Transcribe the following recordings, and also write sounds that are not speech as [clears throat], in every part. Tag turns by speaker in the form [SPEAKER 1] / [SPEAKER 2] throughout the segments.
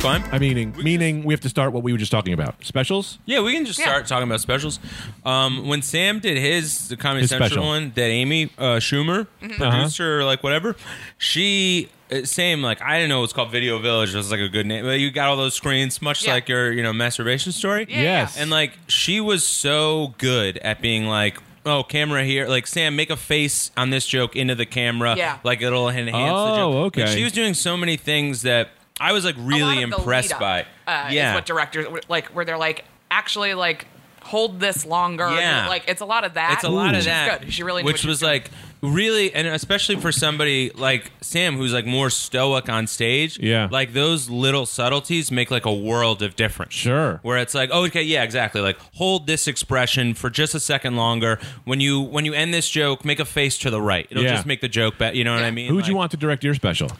[SPEAKER 1] fine.
[SPEAKER 2] I meaning meaning we have to start what we were just talking about. Specials.
[SPEAKER 1] Yeah, we can just
[SPEAKER 3] Yeah.
[SPEAKER 1] start talking about specials. Um, when Sam did his the Comedy
[SPEAKER 2] His
[SPEAKER 1] Central
[SPEAKER 2] special.
[SPEAKER 1] one that Amy uh, Schumer,
[SPEAKER 3] Mm-hmm.
[SPEAKER 1] producer, like whatever, she uh, same like I didn't know it was called Video Village. It was like a good name. But you got all those screens, much
[SPEAKER 3] Yeah.
[SPEAKER 1] like your you know masturbation story.
[SPEAKER 3] Yeah,
[SPEAKER 2] yes.
[SPEAKER 3] yeah.
[SPEAKER 1] And like she was so good at being like, oh, camera here. Like Sam, make a face on this joke into the camera.
[SPEAKER 3] Yeah.
[SPEAKER 1] Like it'll enhance the joke.
[SPEAKER 2] Oh,
[SPEAKER 1] Like,
[SPEAKER 2] okay.
[SPEAKER 1] she was doing so many things that I was like
[SPEAKER 3] A lot
[SPEAKER 1] really
[SPEAKER 3] of the
[SPEAKER 1] impressed
[SPEAKER 3] lead up,
[SPEAKER 1] by.
[SPEAKER 3] Uh, Is what directors like where they're like actually like hold this longer.
[SPEAKER 1] Yeah.
[SPEAKER 3] Like it's a lot of that.
[SPEAKER 1] It's a lot of
[SPEAKER 3] She's
[SPEAKER 1] that.
[SPEAKER 3] Good. She really knew what
[SPEAKER 1] which
[SPEAKER 3] she
[SPEAKER 1] was like really, and especially for somebody like Sam, who's like more stoic on stage.
[SPEAKER 2] Yeah.
[SPEAKER 1] like those little subtleties make like a world of difference.
[SPEAKER 2] Sure.
[SPEAKER 1] where it's like, oh, okay, yeah, exactly. Like hold this expression for just a second longer. When you when you end this joke, make a face to the right. It'll
[SPEAKER 2] Yeah.
[SPEAKER 1] just make the joke better. You know what I
[SPEAKER 3] Yeah.
[SPEAKER 1] mean?
[SPEAKER 2] Who'd you
[SPEAKER 1] Like,
[SPEAKER 2] want to direct your special?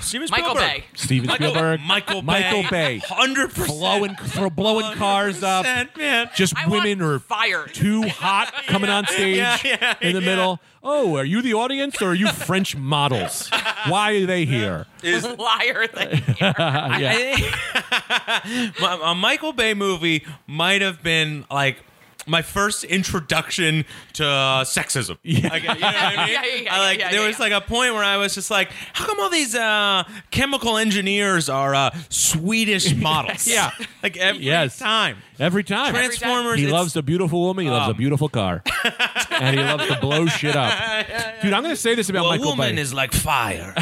[SPEAKER 1] Steven
[SPEAKER 3] Michael
[SPEAKER 1] Spielberg.
[SPEAKER 3] Bay.
[SPEAKER 2] Steven Spielberg.
[SPEAKER 1] Michael Bay.
[SPEAKER 2] Michael Bay.
[SPEAKER 1] Hundred percent.
[SPEAKER 2] blowing for blowing cars up.
[SPEAKER 1] man.
[SPEAKER 2] Just
[SPEAKER 3] I want
[SPEAKER 2] women
[SPEAKER 1] [laughs]
[SPEAKER 2] are
[SPEAKER 3] fired.
[SPEAKER 2] too hot coming on stage
[SPEAKER 1] Yeah, yeah,
[SPEAKER 2] in the
[SPEAKER 1] yeah.
[SPEAKER 2] middle. Oh, are you the audience or are you
[SPEAKER 1] [laughs]
[SPEAKER 2] French models? Why are they here?
[SPEAKER 3] is [laughs] liar thing. Yeah.
[SPEAKER 2] Yeah.
[SPEAKER 1] [laughs] My- a Michael Bay movie might have been like my first introduction to uh, sexism. Like, you know what
[SPEAKER 2] [laughs]
[SPEAKER 1] I mean?
[SPEAKER 3] Yeah, yeah, yeah,
[SPEAKER 1] I, like
[SPEAKER 3] yeah,
[SPEAKER 1] there
[SPEAKER 3] yeah,
[SPEAKER 1] was
[SPEAKER 3] yeah.
[SPEAKER 1] like a point where I was just like, how come all these uh, chemical engineers are uh,
[SPEAKER 2] [laughs]
[SPEAKER 1] Swedish models?
[SPEAKER 2] Yeah.
[SPEAKER 1] like every
[SPEAKER 2] Yes.
[SPEAKER 1] time.
[SPEAKER 2] Every time.
[SPEAKER 1] Transformers.
[SPEAKER 2] He
[SPEAKER 1] it's- Um.
[SPEAKER 2] loves a beautiful woman. He loves a
[SPEAKER 1] [laughs]
[SPEAKER 2] beautiful car, and he loves to blow shit up. Dude, I'm gonna say this about
[SPEAKER 1] a
[SPEAKER 2] Michael
[SPEAKER 1] woman
[SPEAKER 2] Bay.
[SPEAKER 1] is like fire.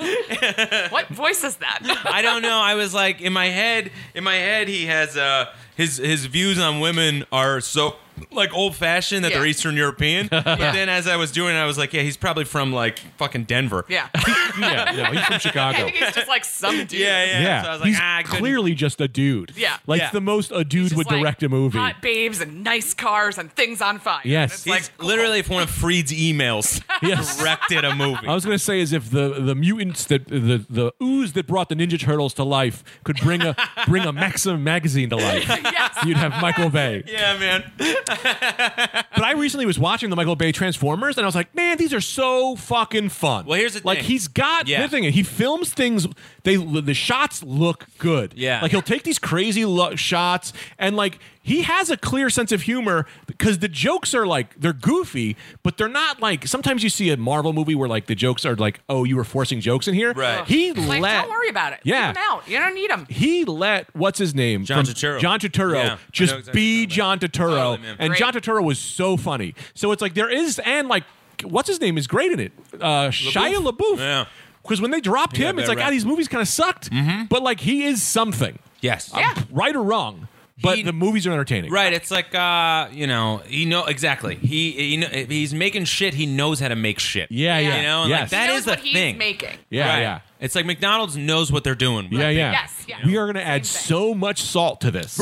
[SPEAKER 3] what voice is that? [laughs]
[SPEAKER 1] I don't know. I was like in my head. In my head, he has uh his his views on women are so like old fashioned that
[SPEAKER 3] Yeah.
[SPEAKER 1] they're Eastern
[SPEAKER 3] [laughs]
[SPEAKER 1] European. But then as I was doing, it, I was like, yeah, he's probably from like fucking Denver.
[SPEAKER 3] yeah.
[SPEAKER 2] [laughs] yeah, no, he's from
[SPEAKER 1] [laughs]
[SPEAKER 3] I
[SPEAKER 2] Chicago.
[SPEAKER 3] think he's just like some dude.
[SPEAKER 1] yeah, yeah.
[SPEAKER 2] Yeah,
[SPEAKER 1] So I was like,
[SPEAKER 2] he's
[SPEAKER 1] ah, I couldn't-
[SPEAKER 2] clearly just a dude.
[SPEAKER 3] Yeah.
[SPEAKER 2] like
[SPEAKER 1] Yeah.
[SPEAKER 2] the most a dude
[SPEAKER 3] Just
[SPEAKER 2] would
[SPEAKER 3] like
[SPEAKER 2] direct a movie.
[SPEAKER 3] Hot babes and nice cars and things on fire.
[SPEAKER 2] Yes.
[SPEAKER 3] And it's
[SPEAKER 1] He's
[SPEAKER 3] like
[SPEAKER 1] literally if one of Freed's emails [laughs]
[SPEAKER 2] Yes.
[SPEAKER 1] directed a movie.
[SPEAKER 2] I was gonna say as if the the mutants that the the ooze that brought the Ninja Turtles to life could bring a bring
[SPEAKER 1] [laughs]
[SPEAKER 2] a Maxim magazine to life.
[SPEAKER 3] yes.
[SPEAKER 2] You'd have Michael Bay.
[SPEAKER 1] yeah, man.
[SPEAKER 2] But I recently was watching the Michael Bay Transformers, and I was like, man, these are so fucking fun.
[SPEAKER 1] Well, here's the
[SPEAKER 2] like,
[SPEAKER 1] thing.
[SPEAKER 2] he's got
[SPEAKER 1] Yeah.
[SPEAKER 2] the thing. He films things. They the shots look good.
[SPEAKER 1] Yeah.
[SPEAKER 2] like he'll take these crazy lo- shots, and like he has a clear sense of humor because the jokes are like they're goofy, but they're not like sometimes you see a Marvel movie where like the jokes are like, oh, you were forcing jokes in here.
[SPEAKER 1] Right.
[SPEAKER 2] He
[SPEAKER 3] Like,
[SPEAKER 2] let
[SPEAKER 3] don't worry about it.
[SPEAKER 2] Yeah.
[SPEAKER 3] Leave them out. You don't need them.
[SPEAKER 2] he let what's his name
[SPEAKER 1] John
[SPEAKER 2] From-
[SPEAKER 1] Turturro.
[SPEAKER 2] John Turturro
[SPEAKER 1] Yeah, I know
[SPEAKER 2] just
[SPEAKER 1] exactly
[SPEAKER 2] be
[SPEAKER 1] what you're
[SPEAKER 2] John
[SPEAKER 1] talking about.
[SPEAKER 2] Turturro,
[SPEAKER 1] Totally, man.
[SPEAKER 2] and
[SPEAKER 3] Great.
[SPEAKER 2] John Turturro was so funny. So it's like there is and like what's his name is great in it. Uh, Shia LaBeouf.
[SPEAKER 1] Yeah.
[SPEAKER 2] Because when they dropped
[SPEAKER 1] Yeah,
[SPEAKER 2] him, it's
[SPEAKER 1] that
[SPEAKER 2] like ah,
[SPEAKER 1] rap- Mm-hmm.
[SPEAKER 2] these movies kind of sucked. But like he is something,
[SPEAKER 1] Yes.
[SPEAKER 3] Yeah.
[SPEAKER 2] right or wrong. But
[SPEAKER 1] He-
[SPEAKER 2] the movies are entertaining.
[SPEAKER 1] Right, it's like uh, you know, he know exactly. He, he know, he's making shit. He knows how to make shit.
[SPEAKER 2] Yeah. Yeah.
[SPEAKER 3] You
[SPEAKER 1] know, and, like,
[SPEAKER 2] yes.
[SPEAKER 1] that
[SPEAKER 3] he knows
[SPEAKER 1] is the
[SPEAKER 3] what he's
[SPEAKER 1] thing.
[SPEAKER 3] making.
[SPEAKER 2] yeah.
[SPEAKER 1] Right.
[SPEAKER 2] Yeah.
[SPEAKER 1] It's like McDonald's knows what they're doing. [laughs]
[SPEAKER 2] Yeah. Yeah.
[SPEAKER 3] Yes, yeah.
[SPEAKER 2] We are going to add
[SPEAKER 3] Same thing.
[SPEAKER 2] so much salt to this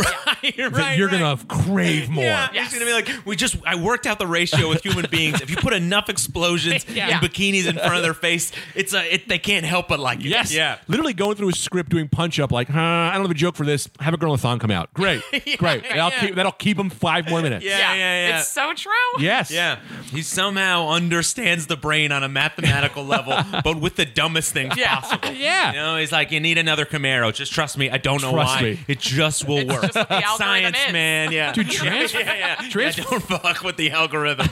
[SPEAKER 1] you're
[SPEAKER 2] that you're going to crave
[SPEAKER 1] [laughs]
[SPEAKER 2] more.
[SPEAKER 1] Yeah,
[SPEAKER 3] Yes.
[SPEAKER 1] he's gonna be like, we just I worked out the ratio with
[SPEAKER 3] [laughs]
[SPEAKER 1] human beings. If you put enough explosions
[SPEAKER 3] Yeah.
[SPEAKER 1] and bikinis in front of their face, it's a it, they can't help but like it.
[SPEAKER 2] Yes.
[SPEAKER 1] yeah.
[SPEAKER 2] Literally going through a script, doing punch up, like, huh, I don't have a joke for this. Have a girl in a thong come out. Great. Great.
[SPEAKER 1] [laughs]
[SPEAKER 2] That'll,
[SPEAKER 1] yeah.
[SPEAKER 2] keep, that'll keep him five more minutes.
[SPEAKER 1] Yeah, yeah, yeah.
[SPEAKER 3] It's so true.
[SPEAKER 2] Yes.
[SPEAKER 1] Yeah, he somehow understands the brain on a mathematical
[SPEAKER 3] [laughs]
[SPEAKER 1] level, but with the dumbest things
[SPEAKER 3] Yeah.
[SPEAKER 1] possible.
[SPEAKER 2] Yeah.
[SPEAKER 1] You know, he's like, you need another Camaro. Just trust me. I don't know
[SPEAKER 2] Trust
[SPEAKER 1] why.
[SPEAKER 2] me.
[SPEAKER 1] It just will
[SPEAKER 3] It's
[SPEAKER 1] work.
[SPEAKER 3] just
[SPEAKER 1] [laughs]
[SPEAKER 3] what the algorithm
[SPEAKER 1] Science,
[SPEAKER 3] is.
[SPEAKER 1] man. Yeah.
[SPEAKER 2] Dude,
[SPEAKER 1] [laughs]
[SPEAKER 2] trans-
[SPEAKER 1] yeah, yeah, yeah.
[SPEAKER 2] trans-
[SPEAKER 1] I don't fuck with the
[SPEAKER 3] [laughs]
[SPEAKER 1] algorithm.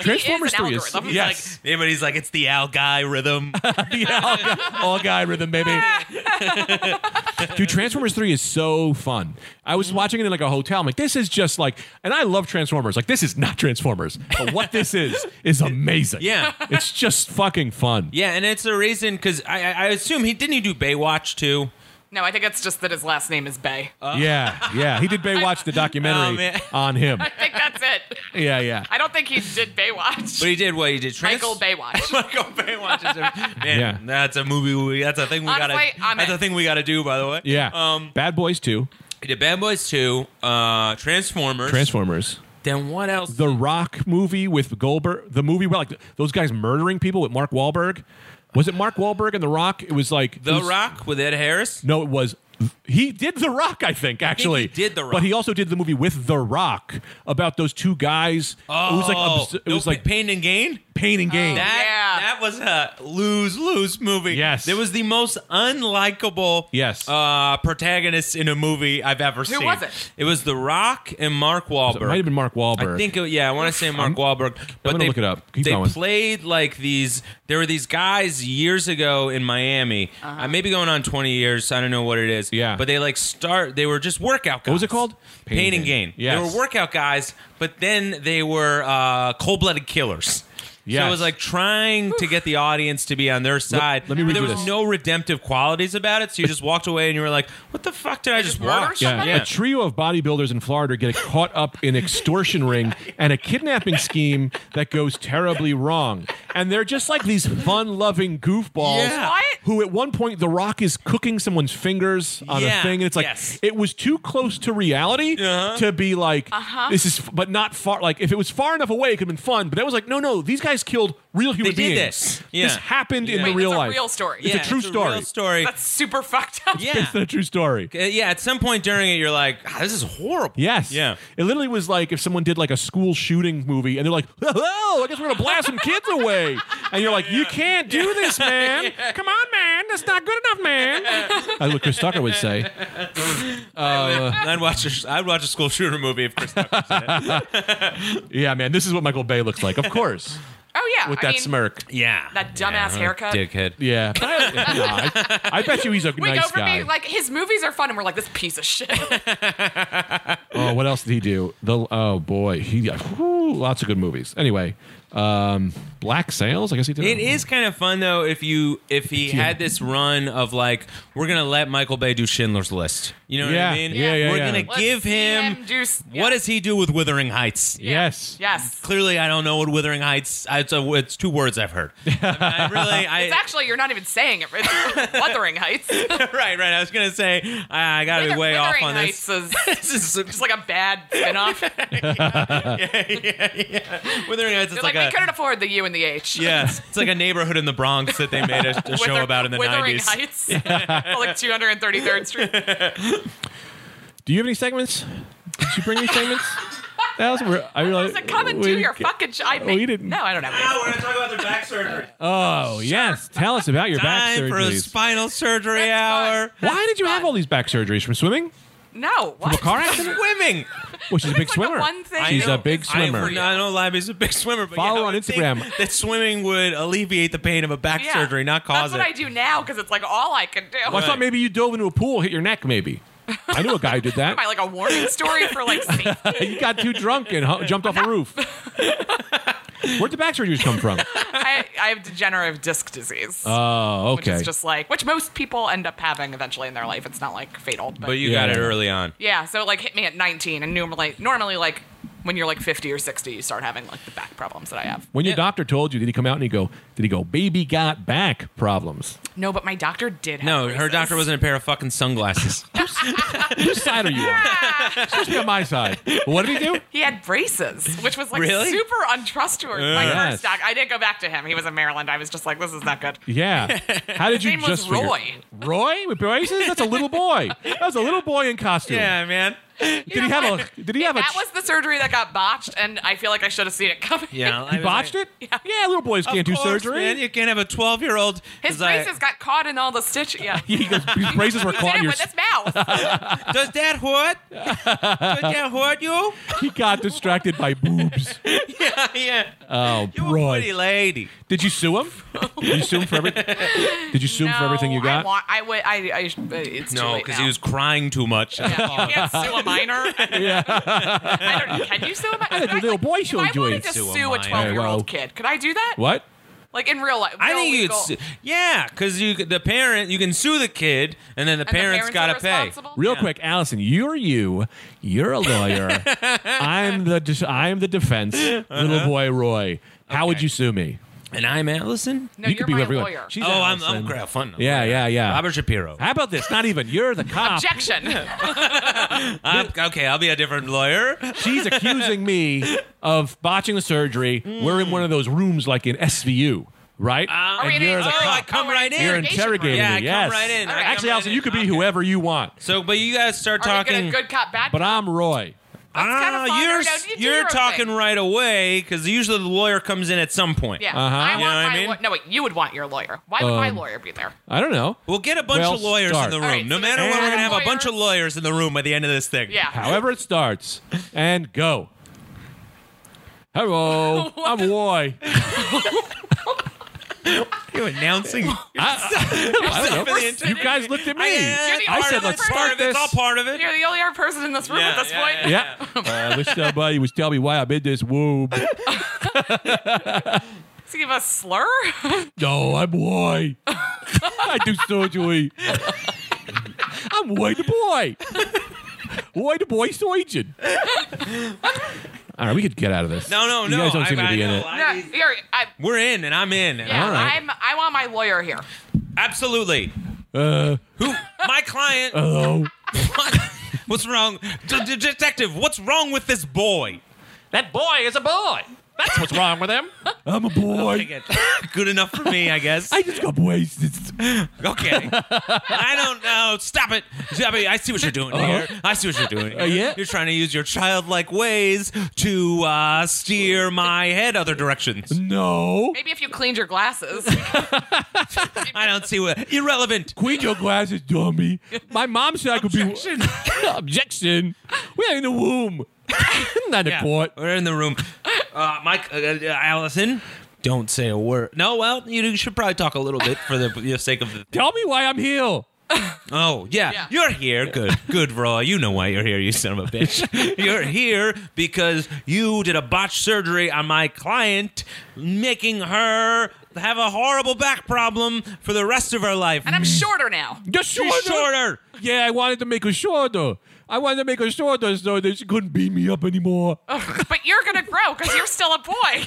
[SPEAKER 2] Transformers
[SPEAKER 3] He is
[SPEAKER 2] 3
[SPEAKER 3] an algorithm.
[SPEAKER 2] is. Yes. [laughs]
[SPEAKER 1] Like, everybody's like, it's the al guy rhythm.
[SPEAKER 2] The all- all guy rhythm,
[SPEAKER 3] [laughs]
[SPEAKER 2] baby. Dude, Transformers 3 is so fun. I was watching it in like a hotel. I'm like, this is just like, and I love Transformers. Like, this is not Transformers, but what this is
[SPEAKER 1] [laughs]
[SPEAKER 2] is amazing.
[SPEAKER 1] Yeah.
[SPEAKER 2] It's just fucking fun.
[SPEAKER 1] yeah, and it's the reason because I, I I assume he didn't he do Baywatch too.
[SPEAKER 3] No, I think it's just that his last name is Bay.
[SPEAKER 2] yeah. Yeah. He did Baywatch the
[SPEAKER 1] Uh. [laughs] Oh,
[SPEAKER 2] documentary
[SPEAKER 1] man. [laughs]
[SPEAKER 2] on him.
[SPEAKER 3] I think that's it.
[SPEAKER 2] Yeah. Yeah.
[SPEAKER 3] I don't think he did Baywatch.
[SPEAKER 1] But he did what he did. Trans-
[SPEAKER 3] Michael Baywatch.
[SPEAKER 1] [laughs] Michael Baywatch is a, man.
[SPEAKER 2] Yeah.
[SPEAKER 1] That's a movie. We, that's a thing we gotta.
[SPEAKER 3] Honestly, I'm
[SPEAKER 1] that's
[SPEAKER 3] in.
[SPEAKER 1] a thing we gotta do. By the way.
[SPEAKER 2] Yeah.
[SPEAKER 1] Um.
[SPEAKER 2] Bad Boys 2,
[SPEAKER 1] He did Bad Boys Two, uh, Transformers.
[SPEAKER 2] Transformers,
[SPEAKER 1] Then what else?
[SPEAKER 2] The Rock movie with Goldberg, the movie where like those guys murdering people with Mark Wahlberg. Was it Mark Wahlberg and The Rock? It was like it
[SPEAKER 1] The
[SPEAKER 2] was-
[SPEAKER 1] Rock with Ed Harris.
[SPEAKER 2] No, it was. He did The Rock, I think, actually.
[SPEAKER 1] he did The Rock.
[SPEAKER 2] But he also did the movie with The Rock about those two guys. it was like, obs- it
[SPEAKER 1] Oh, no
[SPEAKER 2] was like
[SPEAKER 1] pain and gain.
[SPEAKER 2] pain and gain.
[SPEAKER 3] that- Yeah.
[SPEAKER 1] That was a lose lose movie.
[SPEAKER 2] Yes.
[SPEAKER 1] There was the most unlikable
[SPEAKER 2] Yes.
[SPEAKER 1] uh, protagonist in a movie I've ever seen.
[SPEAKER 3] was it?
[SPEAKER 1] It was The Rock and Mark Wahlberg.
[SPEAKER 2] it might have been Mark Wahlberg.
[SPEAKER 1] I think it- yeah, I want to say Mark Wahlberg. But
[SPEAKER 2] gonna
[SPEAKER 1] they,
[SPEAKER 2] look it up. Keep
[SPEAKER 1] they
[SPEAKER 2] going.
[SPEAKER 1] played like these. There were these guys years ago in Miami. I may be going on twenty years. so I don't know what it is.
[SPEAKER 2] Yeah.
[SPEAKER 1] But they like start. They were just workout guys.
[SPEAKER 2] What was it called?
[SPEAKER 1] Pain, and Gain.
[SPEAKER 2] Yes.
[SPEAKER 1] They were workout guys, but then they were uh, cold-blooded killers. So
[SPEAKER 2] Yes.
[SPEAKER 1] it was like trying to get the audience to be on their side.
[SPEAKER 2] let me
[SPEAKER 1] but
[SPEAKER 2] read
[SPEAKER 1] there
[SPEAKER 2] you
[SPEAKER 1] was
[SPEAKER 2] this.
[SPEAKER 1] no redemptive qualities about it. So you just walked away and you were like, "What the fuck did I just
[SPEAKER 3] murder
[SPEAKER 1] watch?"
[SPEAKER 2] Yeah.
[SPEAKER 3] somebody?
[SPEAKER 2] A trio of bodybuilders in Florida get caught up in extortion ring and a kidnapping scheme that goes terribly wrong. And they're just like these fun-loving goofballs
[SPEAKER 1] Yeah.
[SPEAKER 3] What?
[SPEAKER 2] who at one point the rock is cooking someone's fingers on a
[SPEAKER 1] Yeah,
[SPEAKER 2] thing and it's like
[SPEAKER 1] yes. Uh-huh.
[SPEAKER 2] it was too close to reality to be like this is f- but not far like if it was far enough away it could have been fun but that was like no no these guys killed real human
[SPEAKER 1] did
[SPEAKER 2] beings
[SPEAKER 1] this. Yeah.
[SPEAKER 2] happened in
[SPEAKER 1] Yeah.
[SPEAKER 2] the
[SPEAKER 1] Wait,
[SPEAKER 2] real
[SPEAKER 3] that's a
[SPEAKER 2] life
[SPEAKER 3] real story.
[SPEAKER 2] it's
[SPEAKER 1] Yeah,
[SPEAKER 2] a true story
[SPEAKER 1] real story.
[SPEAKER 3] [laughs] That's super fucked up.
[SPEAKER 1] yeah.
[SPEAKER 2] it's a true story
[SPEAKER 1] Uh, yeah, at some point during it, you're like, "Ah, this is horrible.
[SPEAKER 2] Yes.
[SPEAKER 1] Yeah.
[SPEAKER 2] It literally was like if someone did like a school shooting movie and they're like, oh, I guess we're going to blast some kids away. And you're like, you can't do
[SPEAKER 1] [laughs]
[SPEAKER 2] this, man. Come on, man. That's not good enough, man. That's what Chris Tucker would say. Uh,
[SPEAKER 1] [laughs] I'd watch a, I'd watch a school shooter movie if
[SPEAKER 2] [laughs]
[SPEAKER 1] Chris Tucker was in it.
[SPEAKER 2] Yeah, man. This is what Michael Bay looks like, of course,
[SPEAKER 3] Oh yeah.
[SPEAKER 2] with
[SPEAKER 3] I
[SPEAKER 2] that
[SPEAKER 3] mean,
[SPEAKER 2] smirk.
[SPEAKER 1] Yeah.
[SPEAKER 3] That dumbass
[SPEAKER 1] Yeah,
[SPEAKER 3] haircut.
[SPEAKER 1] Dickhead.
[SPEAKER 2] Yeah. But I, [laughs] yeah, I, I bet you he's a
[SPEAKER 3] We
[SPEAKER 2] nice
[SPEAKER 3] go from
[SPEAKER 2] guy.
[SPEAKER 3] being like his movies are fun, and we're like this piece of shit.
[SPEAKER 2] oh, what else did he do? The Oh, boy. He whew, Lots of good movies. Anyway, um, Black Sails, I guess he did.
[SPEAKER 1] It is kind of fun though if you if he had this run of like we're gonna let Michael Bay do Schindler's List. You know
[SPEAKER 2] Yeah,
[SPEAKER 1] what I mean?
[SPEAKER 2] yeah, yeah,
[SPEAKER 1] we're
[SPEAKER 2] yeah.
[SPEAKER 1] gonna
[SPEAKER 3] Let's
[SPEAKER 1] give
[SPEAKER 3] see
[SPEAKER 1] him.
[SPEAKER 3] do s-
[SPEAKER 1] What
[SPEAKER 3] yeah.
[SPEAKER 1] does he do with Withering Heights?
[SPEAKER 2] Yes.
[SPEAKER 3] Yes.
[SPEAKER 1] Clearly, I don't know what Withering Heights. It's, a, it's two words I've
[SPEAKER 2] [laughs]
[SPEAKER 1] heard. I, mean, I really, I,
[SPEAKER 3] It's actually you're not even saying it.
[SPEAKER 1] [laughs]
[SPEAKER 3] It's Wuthering Heights.
[SPEAKER 1] right, right. I was gonna say I, I got to be
[SPEAKER 3] Wither-
[SPEAKER 1] way off
[SPEAKER 3] Wuthering
[SPEAKER 1] on this.
[SPEAKER 3] Heights is
[SPEAKER 1] [laughs] This is-
[SPEAKER 3] just like a bad
[SPEAKER 1] [laughs]
[SPEAKER 3] spin-off. They're
[SPEAKER 1] Withering Heights is
[SPEAKER 3] like,
[SPEAKER 1] like,
[SPEAKER 3] we
[SPEAKER 1] a
[SPEAKER 3] couldn't afford the U and the H.
[SPEAKER 1] yeah, it's like a neighborhood in the Bronx that they made a, a show
[SPEAKER 3] Wither-
[SPEAKER 1] about in the
[SPEAKER 3] Withering
[SPEAKER 1] nineties. [laughs]
[SPEAKER 3] Heights, [laughs] like 233rd Street.
[SPEAKER 2] Do you have any segments? Did you bring any segments? That was where I realized.
[SPEAKER 3] So come and
[SPEAKER 2] we
[SPEAKER 3] do
[SPEAKER 2] didn't
[SPEAKER 3] your
[SPEAKER 2] get-
[SPEAKER 3] fucking job. I
[SPEAKER 2] Oh,
[SPEAKER 3] made-
[SPEAKER 2] you didn't.
[SPEAKER 3] No, I don't have
[SPEAKER 2] [laughs]
[SPEAKER 3] any.
[SPEAKER 1] we're gonna talk about their back [laughs] surgery.
[SPEAKER 2] Oh yes, tell us about your back
[SPEAKER 1] Time for a
[SPEAKER 2] surgeries.
[SPEAKER 1] spinal surgery hour.
[SPEAKER 3] That's
[SPEAKER 2] Why did you have all these back surgeries from swimming?
[SPEAKER 3] No. What?
[SPEAKER 2] From a
[SPEAKER 3] [laughs]
[SPEAKER 2] car accident?
[SPEAKER 1] Swimming.
[SPEAKER 2] Well, she's a big
[SPEAKER 3] That's like the
[SPEAKER 2] swimmer.
[SPEAKER 3] one thing-
[SPEAKER 2] She's
[SPEAKER 3] I
[SPEAKER 2] a
[SPEAKER 3] know.
[SPEAKER 2] big
[SPEAKER 1] I, am-
[SPEAKER 2] swimmer.
[SPEAKER 1] I know Libby's a big swimmer. But
[SPEAKER 2] Follow
[SPEAKER 1] yeah, I
[SPEAKER 2] on
[SPEAKER 1] would think
[SPEAKER 2] Instagram.
[SPEAKER 1] That swimming would alleviate the pain of a back
[SPEAKER 3] Yeah.
[SPEAKER 1] surgery, not cause
[SPEAKER 3] That's
[SPEAKER 1] it.
[SPEAKER 3] what I do now because it's like all I can do.
[SPEAKER 2] Well, I thought
[SPEAKER 1] Right.
[SPEAKER 2] maybe you dove into a pool, hit your neck, maybe. I knew a guy who did
[SPEAKER 3] [laughs] Am I
[SPEAKER 2] that.
[SPEAKER 3] like a warning story for like safety?
[SPEAKER 2] He got too drunk and hu- jumped off a roof. Where'd the back surgeries come from?
[SPEAKER 3] I, I have degenerative disc disease.
[SPEAKER 2] Oh,
[SPEAKER 3] Which
[SPEAKER 2] okay.
[SPEAKER 3] is just like, which most people end up having eventually in their life. It's not like fatal. But,
[SPEAKER 1] but you
[SPEAKER 2] Yeah.
[SPEAKER 1] got it early on.
[SPEAKER 3] yeah, so it like hit me at 19, and normally, normally like when you're like 50 or 60, you start having like the back problems that I have.
[SPEAKER 2] When your
[SPEAKER 1] Yeah.
[SPEAKER 2] doctor told you, did he come out and he go, did he go, baby got back problems?
[SPEAKER 3] No, but my doctor did. Have
[SPEAKER 1] No, her
[SPEAKER 3] braces.
[SPEAKER 1] doctor was in a pair of fucking
[SPEAKER 3] [laughs]
[SPEAKER 1] sunglasses.
[SPEAKER 2] Whose side are you on? Supposed to be on my side. But what did he do?
[SPEAKER 3] He had braces, which was like
[SPEAKER 1] Really?
[SPEAKER 3] super untrustworthy. my
[SPEAKER 2] Uh, Yes.
[SPEAKER 3] first doc, I didn't go back to him. He was in Maryland. I was just like, this is not good.
[SPEAKER 2] Yeah. How did you
[SPEAKER 3] name was
[SPEAKER 2] just figure-
[SPEAKER 3] Roy.
[SPEAKER 2] Roy with braces? That's a little boy. That was a little boy in costume.
[SPEAKER 1] yeah, man.
[SPEAKER 2] Did he have a? Did he have a?
[SPEAKER 3] That was the surgery that got botched, and I feel like I should have seen it coming. [laughs]
[SPEAKER 1] Yeah, I
[SPEAKER 2] he
[SPEAKER 1] was
[SPEAKER 2] botched
[SPEAKER 1] like,
[SPEAKER 2] it. Yeah. little boys
[SPEAKER 1] Of
[SPEAKER 2] can't do
[SPEAKER 1] course,
[SPEAKER 2] surgery.
[SPEAKER 1] Man, you can't have a twelve-year-old.
[SPEAKER 3] His braces got caught in all the stitches.
[SPEAKER 2] [laughs]
[SPEAKER 3] Yeah.
[SPEAKER 2] [laughs] He goes, his braces were
[SPEAKER 3] Did
[SPEAKER 2] caught in
[SPEAKER 3] it
[SPEAKER 2] your.
[SPEAKER 3] with his
[SPEAKER 2] [laughs]
[SPEAKER 3] mouth.
[SPEAKER 1] Does that
[SPEAKER 3] [laughs]
[SPEAKER 1] hurt? Does that hurt you?
[SPEAKER 2] He got distracted by boobs.
[SPEAKER 1] yeah, [laughs] yeah.
[SPEAKER 2] Oh,
[SPEAKER 1] You a pretty
[SPEAKER 2] Roy.
[SPEAKER 1] lady.
[SPEAKER 2] Did you sue him? Did you sue him for everything? Did you sue him for everything you
[SPEAKER 3] No,
[SPEAKER 2] got?
[SPEAKER 3] I, want, I would. I. I it's too
[SPEAKER 1] No,
[SPEAKER 3] late
[SPEAKER 1] because
[SPEAKER 3] now.
[SPEAKER 1] he was crying too much.
[SPEAKER 2] [laughs]
[SPEAKER 3] Yeah, you can't sue a minor.
[SPEAKER 2] yeah.
[SPEAKER 3] [laughs] I don't, can you sue a minor?
[SPEAKER 2] think the little boy should
[SPEAKER 3] if I
[SPEAKER 2] do
[SPEAKER 3] wanted
[SPEAKER 2] it.
[SPEAKER 3] to
[SPEAKER 1] Sue a
[SPEAKER 3] sue a
[SPEAKER 1] minor.
[SPEAKER 3] 12 year
[SPEAKER 2] Whoa.
[SPEAKER 3] old kid, could I do that?
[SPEAKER 2] What?
[SPEAKER 3] Like in real life?
[SPEAKER 1] I
[SPEAKER 3] real
[SPEAKER 1] think you could,
[SPEAKER 3] legal-
[SPEAKER 1] sue, yeah, because you could- the parent you can sue the kid, and then the
[SPEAKER 3] and the
[SPEAKER 1] parents,
[SPEAKER 3] parents
[SPEAKER 1] gotta
[SPEAKER 3] are
[SPEAKER 1] pay.
[SPEAKER 3] responsible?
[SPEAKER 2] Real quick, Allison, you're you. You're a lawyer. I'm the. de- I'm the defense. Little boy Roy. How would
[SPEAKER 1] Okay.
[SPEAKER 2] you sue me?
[SPEAKER 1] And I'm Allison.
[SPEAKER 3] No,
[SPEAKER 2] you
[SPEAKER 3] are
[SPEAKER 2] could be
[SPEAKER 3] my
[SPEAKER 2] whoever you want.
[SPEAKER 3] lawyer.
[SPEAKER 2] She's
[SPEAKER 1] oh, I'm,
[SPEAKER 2] Allison.
[SPEAKER 1] I'm great fun.
[SPEAKER 2] Yeah, yeah, yeah.
[SPEAKER 1] Robert Shapiro.
[SPEAKER 2] How about this? Not even. You're the cop.
[SPEAKER 3] Objection.
[SPEAKER 1] I'm- Uh, okay, I'll be a different lawyer.
[SPEAKER 2] She's accusing me of botching the surgery. We're in one of those rooms like in SVU, right?
[SPEAKER 1] Are
[SPEAKER 3] we
[SPEAKER 2] and
[SPEAKER 3] in
[SPEAKER 2] you're
[SPEAKER 3] a-
[SPEAKER 1] Oh,
[SPEAKER 2] the
[SPEAKER 1] I
[SPEAKER 2] cop.
[SPEAKER 1] come right in.
[SPEAKER 2] You're
[SPEAKER 3] interrogation
[SPEAKER 2] interrogating
[SPEAKER 1] room?
[SPEAKER 2] me.
[SPEAKER 1] Yeah, come
[SPEAKER 2] yes.
[SPEAKER 1] right in. All right,
[SPEAKER 2] Actually,
[SPEAKER 1] come right
[SPEAKER 2] Allison,
[SPEAKER 1] in.
[SPEAKER 2] you could be
[SPEAKER 1] Okay.
[SPEAKER 2] whoever you want,
[SPEAKER 1] So, but you guys start
[SPEAKER 3] Are we
[SPEAKER 1] talking. Ah,
[SPEAKER 3] gonna good cop bad?
[SPEAKER 2] but I'm Roy.
[SPEAKER 3] kinda fun.
[SPEAKER 1] you're
[SPEAKER 3] Or no, you do
[SPEAKER 1] you're
[SPEAKER 3] your own
[SPEAKER 1] talking
[SPEAKER 3] thing.
[SPEAKER 1] right away because usually the lawyer comes in at some point. Uh,
[SPEAKER 3] Yeah.
[SPEAKER 2] Uh-huh.
[SPEAKER 3] I
[SPEAKER 2] You
[SPEAKER 3] want
[SPEAKER 1] know what I
[SPEAKER 3] my
[SPEAKER 1] mean?
[SPEAKER 3] law- no wait, you would want your lawyer. Why would my
[SPEAKER 2] Um,
[SPEAKER 3] lawyer be there?
[SPEAKER 2] I don't know.
[SPEAKER 1] We'll get a bunch
[SPEAKER 2] Well,
[SPEAKER 1] of lawyers
[SPEAKER 2] start.
[SPEAKER 1] in the room.
[SPEAKER 3] All right,
[SPEAKER 1] no
[SPEAKER 3] so
[SPEAKER 1] matter
[SPEAKER 3] there's
[SPEAKER 1] what, we're
[SPEAKER 3] a
[SPEAKER 1] gonna have a
[SPEAKER 3] lawyer.
[SPEAKER 1] bunch of lawyers in the room by the end of this thing.
[SPEAKER 3] Yeah.
[SPEAKER 2] However it starts and go. Hello, I'm Roy.
[SPEAKER 1] you announcing.
[SPEAKER 3] [laughs]
[SPEAKER 2] [laughs] I, I don't know.
[SPEAKER 1] You're the
[SPEAKER 2] You guys looked at me.
[SPEAKER 1] uh,
[SPEAKER 3] You're the
[SPEAKER 2] I
[SPEAKER 3] only
[SPEAKER 2] said, let's
[SPEAKER 3] person.
[SPEAKER 2] start this.
[SPEAKER 1] It's all part of it.
[SPEAKER 3] You're the only other person in this room
[SPEAKER 1] Yeah,
[SPEAKER 3] at this
[SPEAKER 1] yeah,
[SPEAKER 3] point.
[SPEAKER 1] yeah.
[SPEAKER 2] Yeah. Uh, I wish somebody was telling me why I'm in this womb.
[SPEAKER 3] Does he give a slur? [laughs]
[SPEAKER 2] No, I'm [laughs] white. I do surgery. I'm white the boy. White the boy surgeon. All right, we could get out of this.
[SPEAKER 1] No, no,
[SPEAKER 2] you
[SPEAKER 1] no.
[SPEAKER 2] guys don't
[SPEAKER 1] I-
[SPEAKER 2] seem to
[SPEAKER 1] I
[SPEAKER 2] be in
[SPEAKER 1] know.
[SPEAKER 2] it.
[SPEAKER 3] yeah,
[SPEAKER 1] I-
[SPEAKER 3] you're, I,
[SPEAKER 1] We're in, and I'm in.
[SPEAKER 3] yeah,
[SPEAKER 2] All right.
[SPEAKER 3] I'm, I want my lawyer here.
[SPEAKER 1] Absolutely.
[SPEAKER 2] Uh,
[SPEAKER 1] Who? My client.
[SPEAKER 2] hello.
[SPEAKER 1] what's wrong, D- d- detective? What's wrong with this boy?
[SPEAKER 2] That boy is a boy. That's what's wrong with him. I'm a boy.
[SPEAKER 1] Good enough for me, I guess.
[SPEAKER 2] I just got wasted. [laughs]
[SPEAKER 1] Okay. I don't know. Stop it. I, mean, I see what you're doing here. I see what you're doing. Here.
[SPEAKER 2] Uh-huh. Uh, yeah?
[SPEAKER 1] You're trying to use your childlike ways to uh, steer my head other directions.
[SPEAKER 2] No.
[SPEAKER 3] Maybe if you cleaned your [laughs] glasses.
[SPEAKER 1] I don't see what. Irrelevant.
[SPEAKER 2] Queen your glasses, dummy. My mom said I could be. [laughs] Objection. We're in the womb. [laughs] Not in
[SPEAKER 1] Yeah,
[SPEAKER 2] court.
[SPEAKER 1] We're in the room. [laughs] Uh, Mike, uh, uh, Allison, don't say a word. No, well, you should probably talk a little bit for the, for the sake of the.
[SPEAKER 2] Tell me why I'm here.
[SPEAKER 1] Oh, yeah.
[SPEAKER 3] Yeah.
[SPEAKER 1] You're here. Good. Good, Raw. You know why you're here, you son of a [laughs] bitch. you're here because you did a botched surgery on my client, making her have a horrible back problem for the rest of her life.
[SPEAKER 3] and I'm shorter now.
[SPEAKER 2] You're
[SPEAKER 1] She's shorter.
[SPEAKER 2] Yeah, I wanted to make her shorter. I wanted to make her shorter so that she couldn't beat me up
[SPEAKER 1] [laughs]
[SPEAKER 2] anymore.
[SPEAKER 3] But you're going to grow because you're still a boy.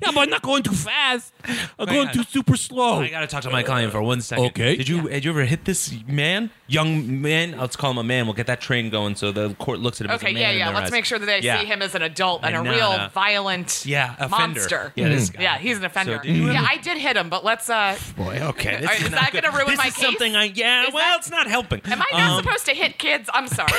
[SPEAKER 2] yeah, but I'm not going too fast. I'm going
[SPEAKER 1] God.
[SPEAKER 2] too super slow.
[SPEAKER 1] I gotta talk to my client for one second.
[SPEAKER 2] Okay.
[SPEAKER 1] Did you did you ever hit this man, young man? Let's call him a man. We'll get that train going so the court looks at him. as
[SPEAKER 3] Okay,
[SPEAKER 1] a man
[SPEAKER 3] yeah,
[SPEAKER 1] in
[SPEAKER 3] yeah.
[SPEAKER 1] their
[SPEAKER 3] Let's
[SPEAKER 1] eyes.
[SPEAKER 3] make sure that I
[SPEAKER 1] Yeah.
[SPEAKER 3] see him as an adult and,
[SPEAKER 1] And
[SPEAKER 3] a
[SPEAKER 1] not
[SPEAKER 3] real
[SPEAKER 1] a-
[SPEAKER 3] violent
[SPEAKER 1] Yeah, offender.
[SPEAKER 3] monster. Hmm.
[SPEAKER 1] Yeah, this guy.
[SPEAKER 3] Yeah, he's an offender.
[SPEAKER 1] did you
[SPEAKER 3] yeah,
[SPEAKER 1] ever-
[SPEAKER 3] I did hit him, but let's. uh
[SPEAKER 1] Boy, okay. This
[SPEAKER 3] Alright, is
[SPEAKER 1] not
[SPEAKER 3] that
[SPEAKER 1] good.
[SPEAKER 3] gonna ruin
[SPEAKER 1] this
[SPEAKER 3] my
[SPEAKER 1] is
[SPEAKER 3] case?
[SPEAKER 1] Something I yeah.
[SPEAKER 3] Is
[SPEAKER 1] well,
[SPEAKER 3] that-
[SPEAKER 1] it's not helping. Um,
[SPEAKER 3] Am I
[SPEAKER 2] Um,
[SPEAKER 3] not supposed to hit kids?
[SPEAKER 2] [laughs]
[SPEAKER 3] I'm sorry.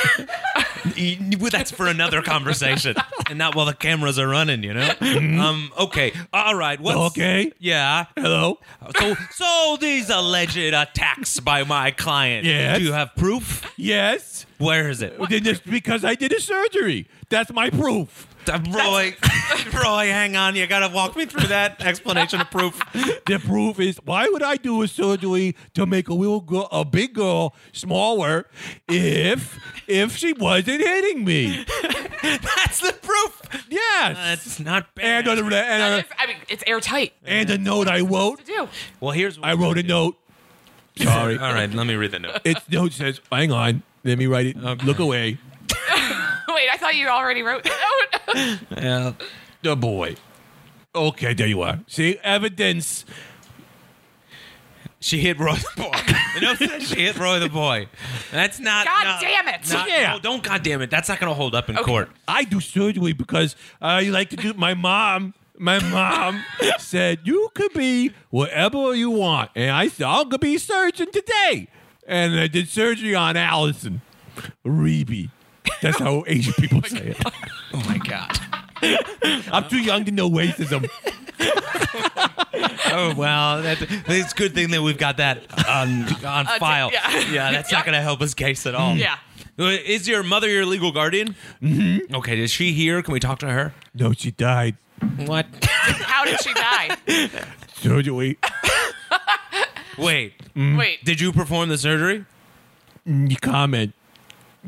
[SPEAKER 1] well, that's for
[SPEAKER 3] [laughs]
[SPEAKER 1] another conversation, and not while the cameras are running. You know.
[SPEAKER 3] Mm-hmm.
[SPEAKER 1] um. Okay. All right. What's,
[SPEAKER 2] Okay.
[SPEAKER 1] Yeah.
[SPEAKER 2] [laughs] Hello?
[SPEAKER 1] So, so these alleged attacks by my client.
[SPEAKER 2] Yes.
[SPEAKER 1] Do you have proof?
[SPEAKER 2] Yes?
[SPEAKER 1] Where is it?
[SPEAKER 2] Then it's because I did a surgery. That's my proof.
[SPEAKER 1] Uh, Roy, [laughs] Roy, hang on. You gotta walk me through that explanation of proof.
[SPEAKER 2] The proof is why would I do a surgery to make a little girl, a big girl, smaller, if if she wasn't
[SPEAKER 1] [laughs]
[SPEAKER 2] hitting me?
[SPEAKER 1] That's the proof.
[SPEAKER 2] Yes.
[SPEAKER 1] That's not bad.
[SPEAKER 2] and a, and,
[SPEAKER 3] That
[SPEAKER 2] a,
[SPEAKER 3] is- I mean, it's
[SPEAKER 2] [laughs]
[SPEAKER 3] airtight.
[SPEAKER 2] and a note I wrote.
[SPEAKER 3] To do.
[SPEAKER 1] well, here's. [laughs]
[SPEAKER 2] I wrote a note. Sorry.
[SPEAKER 1] All right. Let me read the note.
[SPEAKER 2] It's note says, hang on, let me write it. Look away.
[SPEAKER 3] Wait, I thought you already wrote.
[SPEAKER 2] [laughs]
[SPEAKER 3] Oh,
[SPEAKER 1] Yeah.
[SPEAKER 2] The boy. Okay, there you are. See, evidence.
[SPEAKER 1] She hit Roy the boy. The note said she hit Roy the boy. That's not.
[SPEAKER 3] God
[SPEAKER 1] not-
[SPEAKER 3] damn it.
[SPEAKER 1] not-
[SPEAKER 2] Yeah.
[SPEAKER 1] No, don't God damn it. That's not gonna hold up in
[SPEAKER 3] Okay.
[SPEAKER 1] court.
[SPEAKER 2] I do surgery because I like to do my mom. My mom said, You could be whatever you want. And I said, I'll be a surgeon today. And I did surgery on Allison. Reeby. That's how Asian people say it.
[SPEAKER 1] Oh my God.
[SPEAKER 2] I'm too young to know racism.
[SPEAKER 1] [laughs] oh well, that, it's a good thing that we've got that on on
[SPEAKER 3] t-
[SPEAKER 1] file. [laughs]
[SPEAKER 3] yeah.
[SPEAKER 1] that's not gonna help his case at all.
[SPEAKER 3] yeah.
[SPEAKER 1] Uh, Is your mother your legal guardian? Mm-hmm. Okay, is she here? Can we talk to her?
[SPEAKER 2] No, she died.
[SPEAKER 1] What?
[SPEAKER 3] [laughs] How did she die?
[SPEAKER 2] Surgery.
[SPEAKER 1] [laughs] Wait,
[SPEAKER 2] Mm. [laughs]
[SPEAKER 3] Wait.
[SPEAKER 1] did you perform the surgery?
[SPEAKER 2] You comment.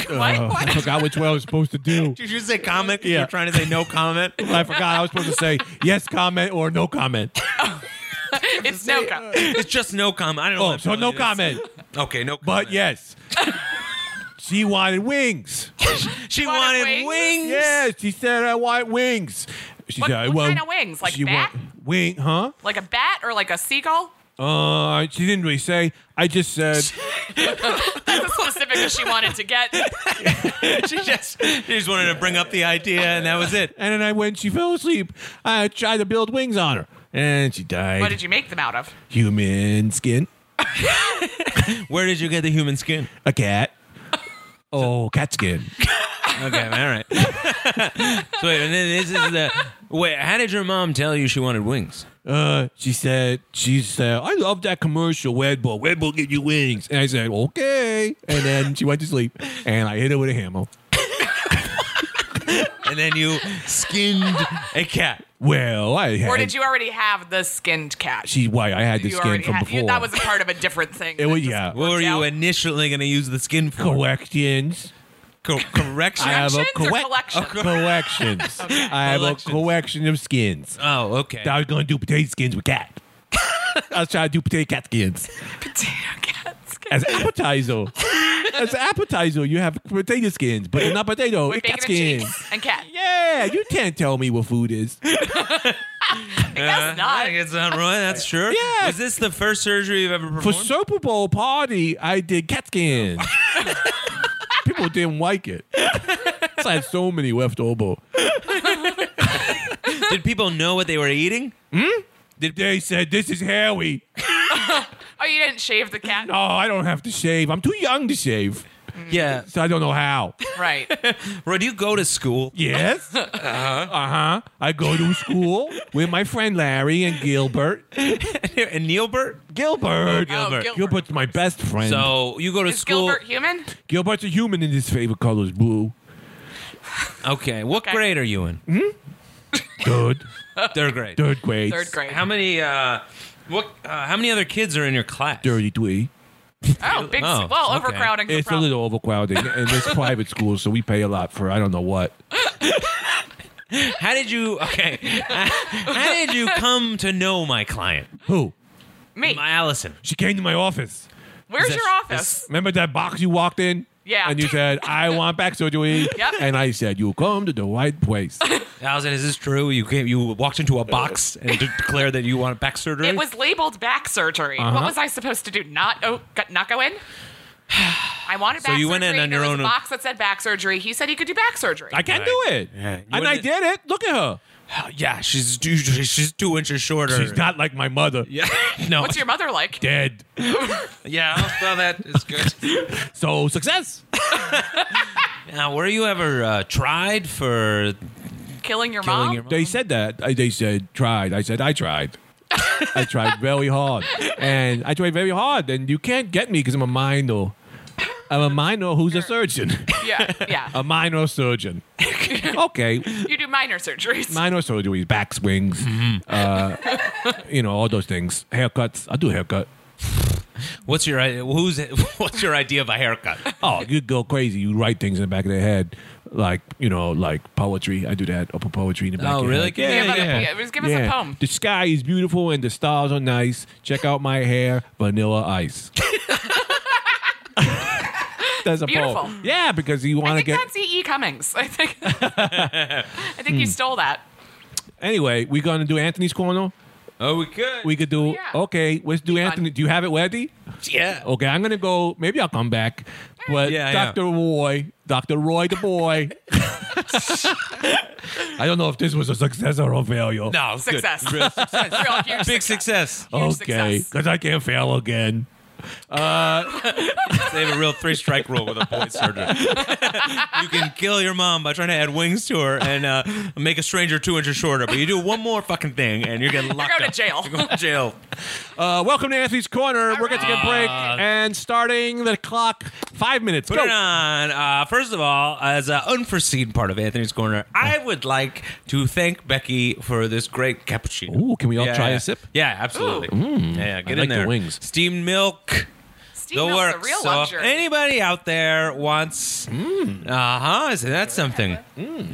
[SPEAKER 3] what?
[SPEAKER 2] Uh, I forgot which way I was supposed to do.
[SPEAKER 1] Did you say comment?
[SPEAKER 2] Yeah.
[SPEAKER 1] You're trying to say no comment.
[SPEAKER 2] I forgot I was supposed to say yes comment or no comment.
[SPEAKER 3] It's no go.
[SPEAKER 1] [laughs] it's just no comment. I don't know.
[SPEAKER 2] Oh,
[SPEAKER 1] what
[SPEAKER 2] so
[SPEAKER 1] I'm
[SPEAKER 2] no
[SPEAKER 1] telling you.
[SPEAKER 2] comment.
[SPEAKER 1] Okay, no. Comment.
[SPEAKER 2] But yes. She wanted wings.
[SPEAKER 1] [laughs] she wanted,
[SPEAKER 3] Wanted
[SPEAKER 1] wings.
[SPEAKER 3] wings?
[SPEAKER 1] [laughs]
[SPEAKER 2] Yes, she said I want wings. She
[SPEAKER 3] What-
[SPEAKER 2] said,
[SPEAKER 3] what
[SPEAKER 2] well,
[SPEAKER 3] kind of wings? Like
[SPEAKER 2] she
[SPEAKER 3] bat?
[SPEAKER 2] want- wing, huh?
[SPEAKER 3] Like a bat or like a seagull?
[SPEAKER 2] Uh, she didn't really say. I just
[SPEAKER 3] [laughs]
[SPEAKER 2] said,
[SPEAKER 3] That's as specific as she wanted to get.
[SPEAKER 1] she just she just wanted to bring up the idea, and that was it.
[SPEAKER 2] and then I went. She fell asleep. I tried to build wings on her, and she died.
[SPEAKER 3] What did you make them out of?
[SPEAKER 2] Human skin,
[SPEAKER 3] [laughs]
[SPEAKER 1] Where did you get the human skin?
[SPEAKER 2] a cat. Oh, cat skin.
[SPEAKER 1] Okay, all right. [laughs] so wait, and then this is the wait. How did your mom tell you she wanted wings?
[SPEAKER 2] uh, she said, she said, I love that commercial, Red Bull. Red Bull get you wings. And I said, okay. And then she went to sleep, and I hit her with a hammer.
[SPEAKER 1] And then you skinned a cat.
[SPEAKER 2] Well, I had.
[SPEAKER 3] Or did you already have the skinned cat?
[SPEAKER 2] She, why I had the
[SPEAKER 3] you
[SPEAKER 2] skin
[SPEAKER 3] already
[SPEAKER 2] from
[SPEAKER 3] had-
[SPEAKER 2] before.
[SPEAKER 3] you- that was a part of a different thing.
[SPEAKER 2] It was-
[SPEAKER 3] that just
[SPEAKER 2] yeah.
[SPEAKER 1] What were
[SPEAKER 3] worked
[SPEAKER 1] you
[SPEAKER 3] out.
[SPEAKER 1] initially going to use the skin for?
[SPEAKER 2] collections.
[SPEAKER 1] Co- correction.
[SPEAKER 2] I have a
[SPEAKER 3] Corrections or
[SPEAKER 2] collec-
[SPEAKER 3] collections? [laughs]
[SPEAKER 2] collections. I have
[SPEAKER 1] Collections.
[SPEAKER 2] a collection of skins.
[SPEAKER 1] oh, okay.
[SPEAKER 2] I was going to do potato skins with cat.
[SPEAKER 3] [laughs]
[SPEAKER 2] I was trying to do potato cat skins
[SPEAKER 3] Potato [laughs] cat skin.
[SPEAKER 2] as appetizer. as appetizer, you have potato skins, but they're not potato.
[SPEAKER 3] With
[SPEAKER 2] it's
[SPEAKER 3] bacon
[SPEAKER 2] cat
[SPEAKER 3] and
[SPEAKER 2] skins.
[SPEAKER 3] cheese
[SPEAKER 2] [laughs]
[SPEAKER 3] and cat.
[SPEAKER 2] Yeah, you can't tell me what food is.
[SPEAKER 3] guess not.
[SPEAKER 1] I think it's not right. That's sure.
[SPEAKER 2] Yeah.
[SPEAKER 1] Is this the first surgery you've ever
[SPEAKER 2] For
[SPEAKER 1] performed?
[SPEAKER 2] Super Bowl party, I did cat skins. People didn't like it. So I had so many left over.
[SPEAKER 1] Did people know what they were eating?
[SPEAKER 2] They said, "This is Harry."
[SPEAKER 3] Oh, you didn't shave the
[SPEAKER 2] [laughs]
[SPEAKER 3] cat?
[SPEAKER 2] No, I don't have to shave. I'm too young to shave,
[SPEAKER 1] Yeah.
[SPEAKER 2] so I don't know how.
[SPEAKER 3] Right.
[SPEAKER 1] Roy, do you go to
[SPEAKER 2] [laughs]
[SPEAKER 1] school?
[SPEAKER 2] Yes. Uh huh. Uh huh. I go to school with my friend Larry and Gilbert.
[SPEAKER 1] and Neilbert?
[SPEAKER 2] Gilbert.
[SPEAKER 1] Gilbert.
[SPEAKER 3] Gilbert.
[SPEAKER 2] Gilbert's my best friend.
[SPEAKER 1] So you go to
[SPEAKER 3] Is
[SPEAKER 1] school.
[SPEAKER 3] Gilbert human?
[SPEAKER 2] Gilbert's a human, and his favorite color is blue.
[SPEAKER 1] Okay. What
[SPEAKER 3] Okay.
[SPEAKER 1] grade are you in?
[SPEAKER 2] [laughs] Third,
[SPEAKER 1] Third grade.
[SPEAKER 2] third grade.
[SPEAKER 3] Third grade.
[SPEAKER 1] How many? Uh, what? Uh, how many other kids are in your class?
[SPEAKER 2] Thirty-three.
[SPEAKER 3] Oh, big.
[SPEAKER 1] Oh,
[SPEAKER 3] well,
[SPEAKER 1] okay.
[SPEAKER 3] overcrowding.
[SPEAKER 2] It's a
[SPEAKER 3] problem.
[SPEAKER 2] little overcrowded, and
[SPEAKER 3] [laughs]
[SPEAKER 2] it's private school, so we pay a lot for I don't know what.
[SPEAKER 1] How did you? Okay. [laughs] how did you come to know my client,
[SPEAKER 2] Who?
[SPEAKER 3] Me.
[SPEAKER 1] my Allison?
[SPEAKER 2] She came to my office.
[SPEAKER 3] Where's
[SPEAKER 1] Is
[SPEAKER 3] your
[SPEAKER 1] that-
[SPEAKER 3] office?
[SPEAKER 2] Remember that box you walked in?
[SPEAKER 3] Yeah.
[SPEAKER 2] And you said, I
[SPEAKER 3] [laughs]
[SPEAKER 2] want back surgery.
[SPEAKER 3] Yep.
[SPEAKER 2] And I said, You come to the right place.
[SPEAKER 1] Allison, is this true? You came, you walked into a box and de- declared that you want back surgery.
[SPEAKER 3] It was labeled back surgery. What
[SPEAKER 2] Uh-huh.
[SPEAKER 3] was I supposed to do? Not oh, go- not go in. I
[SPEAKER 1] [sighs]
[SPEAKER 3] wanted back
[SPEAKER 1] you
[SPEAKER 3] surgery.
[SPEAKER 1] went in on
[SPEAKER 3] there
[SPEAKER 1] your
[SPEAKER 3] was
[SPEAKER 1] own-
[SPEAKER 3] a box that said back surgery. He said he could do back surgery.
[SPEAKER 2] I can't
[SPEAKER 1] Right.
[SPEAKER 2] do it.
[SPEAKER 1] Yeah. You
[SPEAKER 2] And I
[SPEAKER 1] wouldn't-
[SPEAKER 2] did it. Look at her.
[SPEAKER 1] yeah, she's two, she's two inches shorter.
[SPEAKER 2] She's not like my mother.
[SPEAKER 1] Yeah. no.
[SPEAKER 3] What's your mother
[SPEAKER 2] [laughs]
[SPEAKER 3] like?
[SPEAKER 2] Dead.
[SPEAKER 1] yeah. Well, that is good.
[SPEAKER 2] So, success.
[SPEAKER 1] [laughs] now, were you ever uh, tried for
[SPEAKER 3] Killing your
[SPEAKER 1] killing
[SPEAKER 3] mom?
[SPEAKER 1] your mom?
[SPEAKER 2] They said that. I- They said, Tried. I said, I
[SPEAKER 3] [laughs]
[SPEAKER 2] tried. I tried very hard. And I tried very hard. And you can't get me because I'm a minor. I'm a minor who's a surgeon.
[SPEAKER 1] [laughs]
[SPEAKER 3] yeah, yeah.
[SPEAKER 1] Um,
[SPEAKER 2] A minor
[SPEAKER 3] [laughs]
[SPEAKER 2] surgeon. okay.
[SPEAKER 3] you do minor surgeries.
[SPEAKER 2] Minor surgeries, back swings,
[SPEAKER 3] Mm-hmm.
[SPEAKER 2] uh, you know, all those things. Haircuts. I do a haircut.
[SPEAKER 1] What's your i- who's [laughs] what's your idea of a haircut?
[SPEAKER 2] Oh, you go crazy. You write things in the back of their head, like you know, like poetry. I do that. I put poetry in the back.
[SPEAKER 1] Oh,
[SPEAKER 2] of your
[SPEAKER 1] really?
[SPEAKER 2] head.
[SPEAKER 1] Give me
[SPEAKER 2] Yeah,
[SPEAKER 3] about a-
[SPEAKER 2] yeah.
[SPEAKER 3] yeah, just give us a poem.
[SPEAKER 2] The sky is beautiful and the stars are nice. Check out my hair, vanilla
[SPEAKER 3] [laughs]
[SPEAKER 2] ice. That's a
[SPEAKER 3] Beautiful.
[SPEAKER 2] poem. Yeah, because you
[SPEAKER 3] I
[SPEAKER 2] want to
[SPEAKER 3] think
[SPEAKER 2] get.
[SPEAKER 3] that's E.E. Cummings.
[SPEAKER 1] [laughs]
[SPEAKER 3] I think. I think
[SPEAKER 1] Hmm.
[SPEAKER 3] you stole that.
[SPEAKER 2] Anyway, we're gonna do Anthony's corner.
[SPEAKER 1] Oh, we could.
[SPEAKER 2] We could do.
[SPEAKER 3] Yeah.
[SPEAKER 2] Okay, let's do Anthony. Do you have it ready?
[SPEAKER 1] yeah.
[SPEAKER 2] Okay, I'm gonna go. Maybe I'll come back. But
[SPEAKER 1] Yeah, yeah.
[SPEAKER 2] Dr. Roy, Dr. Roy the boy.
[SPEAKER 1] [laughs]
[SPEAKER 2] I don't know if this was a success or a failure.
[SPEAKER 1] No good.
[SPEAKER 3] Success. [laughs]
[SPEAKER 1] Real success.
[SPEAKER 3] Real huge
[SPEAKER 1] Big success.
[SPEAKER 3] Huge
[SPEAKER 2] okay,
[SPEAKER 3] success.
[SPEAKER 2] because I can't fail again.
[SPEAKER 1] They have a real three strike rule with a point surgeon. [laughs] you can kill your mom by trying to add wings to her and uh, make a stranger two inches shorter, but you do one more fucking thing and you're getting locked
[SPEAKER 3] going
[SPEAKER 1] up.
[SPEAKER 3] to jail.
[SPEAKER 1] You're going to
[SPEAKER 3] [laughs]
[SPEAKER 1] jail.
[SPEAKER 2] Uh, welcome to Anthony's Corner. We're going to take a break and starting the clock. Five minutes.
[SPEAKER 1] Put
[SPEAKER 2] go.
[SPEAKER 1] it on. Uh, first of all, as an unforeseen part of Anthony's Corner, I would like to thank Becky for this great cappuccino.
[SPEAKER 2] Ooh, can we all
[SPEAKER 1] Yeah,
[SPEAKER 2] try
[SPEAKER 1] yeah.
[SPEAKER 2] a sip? Mm.
[SPEAKER 1] Yeah, absolutely. Yeah, get
[SPEAKER 2] I
[SPEAKER 1] in
[SPEAKER 2] like the
[SPEAKER 1] there.
[SPEAKER 2] wings.
[SPEAKER 1] Steamed milk.
[SPEAKER 3] Steve
[SPEAKER 1] the
[SPEAKER 3] Mills is
[SPEAKER 1] works.
[SPEAKER 3] a real
[SPEAKER 1] so uh,
[SPEAKER 3] luxury.
[SPEAKER 1] if anybody out there wants,
[SPEAKER 2] Mm.
[SPEAKER 1] uh huh, is that something?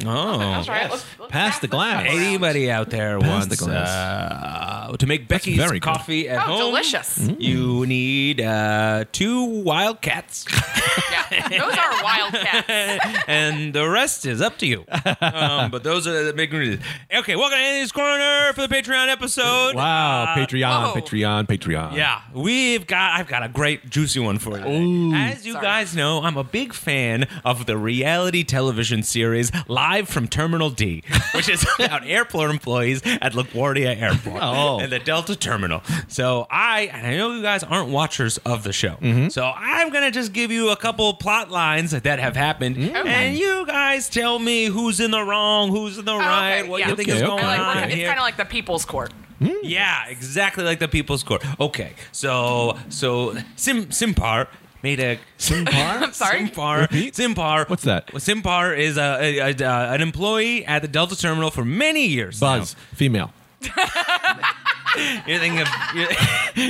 [SPEAKER 1] Oh,
[SPEAKER 3] That's right. Let's-
[SPEAKER 2] Pass
[SPEAKER 3] let's pass
[SPEAKER 2] the
[SPEAKER 3] this
[SPEAKER 2] glass.
[SPEAKER 3] around.
[SPEAKER 1] anybody out there
[SPEAKER 2] Pass the
[SPEAKER 1] wants
[SPEAKER 2] glass.
[SPEAKER 1] uh, to make Becky's
[SPEAKER 2] very good. Mm.
[SPEAKER 1] coffee at
[SPEAKER 3] Oh,
[SPEAKER 1] home?
[SPEAKER 3] delicious.
[SPEAKER 1] You need uh, two wild cats, [laughs]
[SPEAKER 3] Yeah, those are wild cats.
[SPEAKER 1] and the rest is up to you. Um, but those are the big ingredients. Okay, welcome to Andy's Corner for the Patreon episode.
[SPEAKER 2] Wow,
[SPEAKER 1] Uh,
[SPEAKER 2] Patreon,
[SPEAKER 3] whoa.
[SPEAKER 2] Patreon, Patreon.
[SPEAKER 1] Yeah, we've got. I've got a great juicy one for you. As you
[SPEAKER 3] Sorry.
[SPEAKER 1] guys know, I'm a big fan of the reality television series Live from Terminal D, [laughs] which is about airport employees at LaGuardia Airport
[SPEAKER 2] [laughs] Oh.
[SPEAKER 1] and the Delta Terminal. So I, and I know you guys aren't watchers of the show,
[SPEAKER 2] Mm-hmm.
[SPEAKER 1] so I'm gonna just give you a couple plot lines that have happened,
[SPEAKER 2] Mm-hmm.
[SPEAKER 1] and you guys tell me who's in the wrong, who's in the right, what
[SPEAKER 3] Oh, yeah.
[SPEAKER 1] you think
[SPEAKER 2] Okay,
[SPEAKER 1] is
[SPEAKER 2] okay,
[SPEAKER 1] going
[SPEAKER 3] I like,
[SPEAKER 1] on.
[SPEAKER 2] okay.
[SPEAKER 3] It's
[SPEAKER 1] here.
[SPEAKER 3] kind of like the people's court.
[SPEAKER 1] Yeah, exactly like the People's Court. Okay, so so Sim Simpar made a
[SPEAKER 2] Par?
[SPEAKER 3] [laughs] I'm sorry.
[SPEAKER 1] Simpar.
[SPEAKER 2] Repeat?
[SPEAKER 1] Simpar.
[SPEAKER 2] What's that?
[SPEAKER 1] Well, Simpar is a, a, a, a- an employee at the Delta Terminal for many years.
[SPEAKER 2] Buzz, female.
[SPEAKER 1] now. You're thinking of [laughs] you're,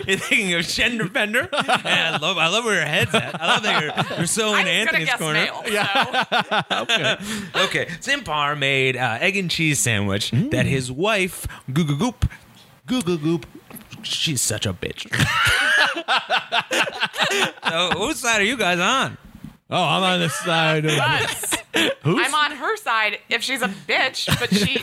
[SPEAKER 1] you're thinking of gender [laughs] bender. And I love I love where your head's at. I love that you're, you're so in
[SPEAKER 3] I was gonna
[SPEAKER 1] Anthony's
[SPEAKER 3] guess
[SPEAKER 1] corner.
[SPEAKER 3] male. Yeah.
[SPEAKER 1] Okay, Simpar made uh, egg and cheese sandwich that
[SPEAKER 2] Mm.
[SPEAKER 1] his wife goo goo goop goo goo goop. She's such a
[SPEAKER 2] [laughs]
[SPEAKER 1] bitch. so, whose side are you guys on?
[SPEAKER 2] Oh, I'm on the side. Of,
[SPEAKER 1] [laughs]
[SPEAKER 3] I'm on her side if she's a bitch, but she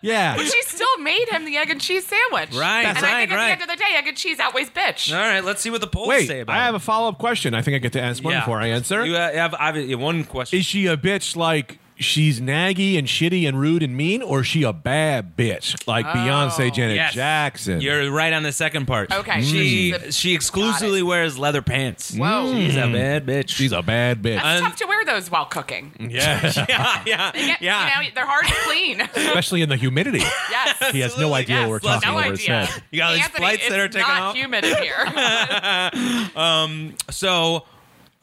[SPEAKER 2] [laughs] yeah.
[SPEAKER 3] she still made him the egg and cheese sandwich.
[SPEAKER 1] Right,
[SPEAKER 3] And I
[SPEAKER 1] right, right.
[SPEAKER 3] think at the end of the day, egg and cheese outweighs bitch.
[SPEAKER 1] All right, let's see what the polls
[SPEAKER 2] Wait,
[SPEAKER 1] say about.
[SPEAKER 2] I have
[SPEAKER 1] it.
[SPEAKER 2] a follow up question. I think I get to ask one before I answer.
[SPEAKER 1] You have, have, I have one question.
[SPEAKER 2] Is she a bitch like she's naggy and shitty and rude and mean, or is she a bad bitch like Beyonce Janet
[SPEAKER 1] Yes.
[SPEAKER 2] Jackson?
[SPEAKER 1] You're right on the second part. Mm.
[SPEAKER 3] Okay,
[SPEAKER 1] she
[SPEAKER 3] she's a-
[SPEAKER 1] she exclusively wears leather pants.
[SPEAKER 3] Whoa.
[SPEAKER 1] she's a bad bitch. [laughs]
[SPEAKER 2] Mm. She's a bad bitch.
[SPEAKER 3] It's tough to wear those while cooking.
[SPEAKER 2] yeah.
[SPEAKER 1] yeah, yeah,
[SPEAKER 3] Yeah,
[SPEAKER 1] Mm, yeah.
[SPEAKER 3] You know, they're hard to
[SPEAKER 1] [laughs]
[SPEAKER 3] clean.
[SPEAKER 2] Especially in the humidity.
[SPEAKER 3] yes.
[SPEAKER 2] He has no
[SPEAKER 1] Absolutely,
[SPEAKER 2] idea
[SPEAKER 1] yes.
[SPEAKER 2] what we're
[SPEAKER 1] Well,
[SPEAKER 2] talking
[SPEAKER 3] no
[SPEAKER 2] over his
[SPEAKER 3] idea.
[SPEAKER 2] head.
[SPEAKER 1] You got all these
[SPEAKER 3] Anthony,
[SPEAKER 1] flights that are
[SPEAKER 3] it's
[SPEAKER 1] taking
[SPEAKER 3] not
[SPEAKER 1] off.
[SPEAKER 3] humid in
[SPEAKER 1] [laughs]
[SPEAKER 3] here.
[SPEAKER 1] So,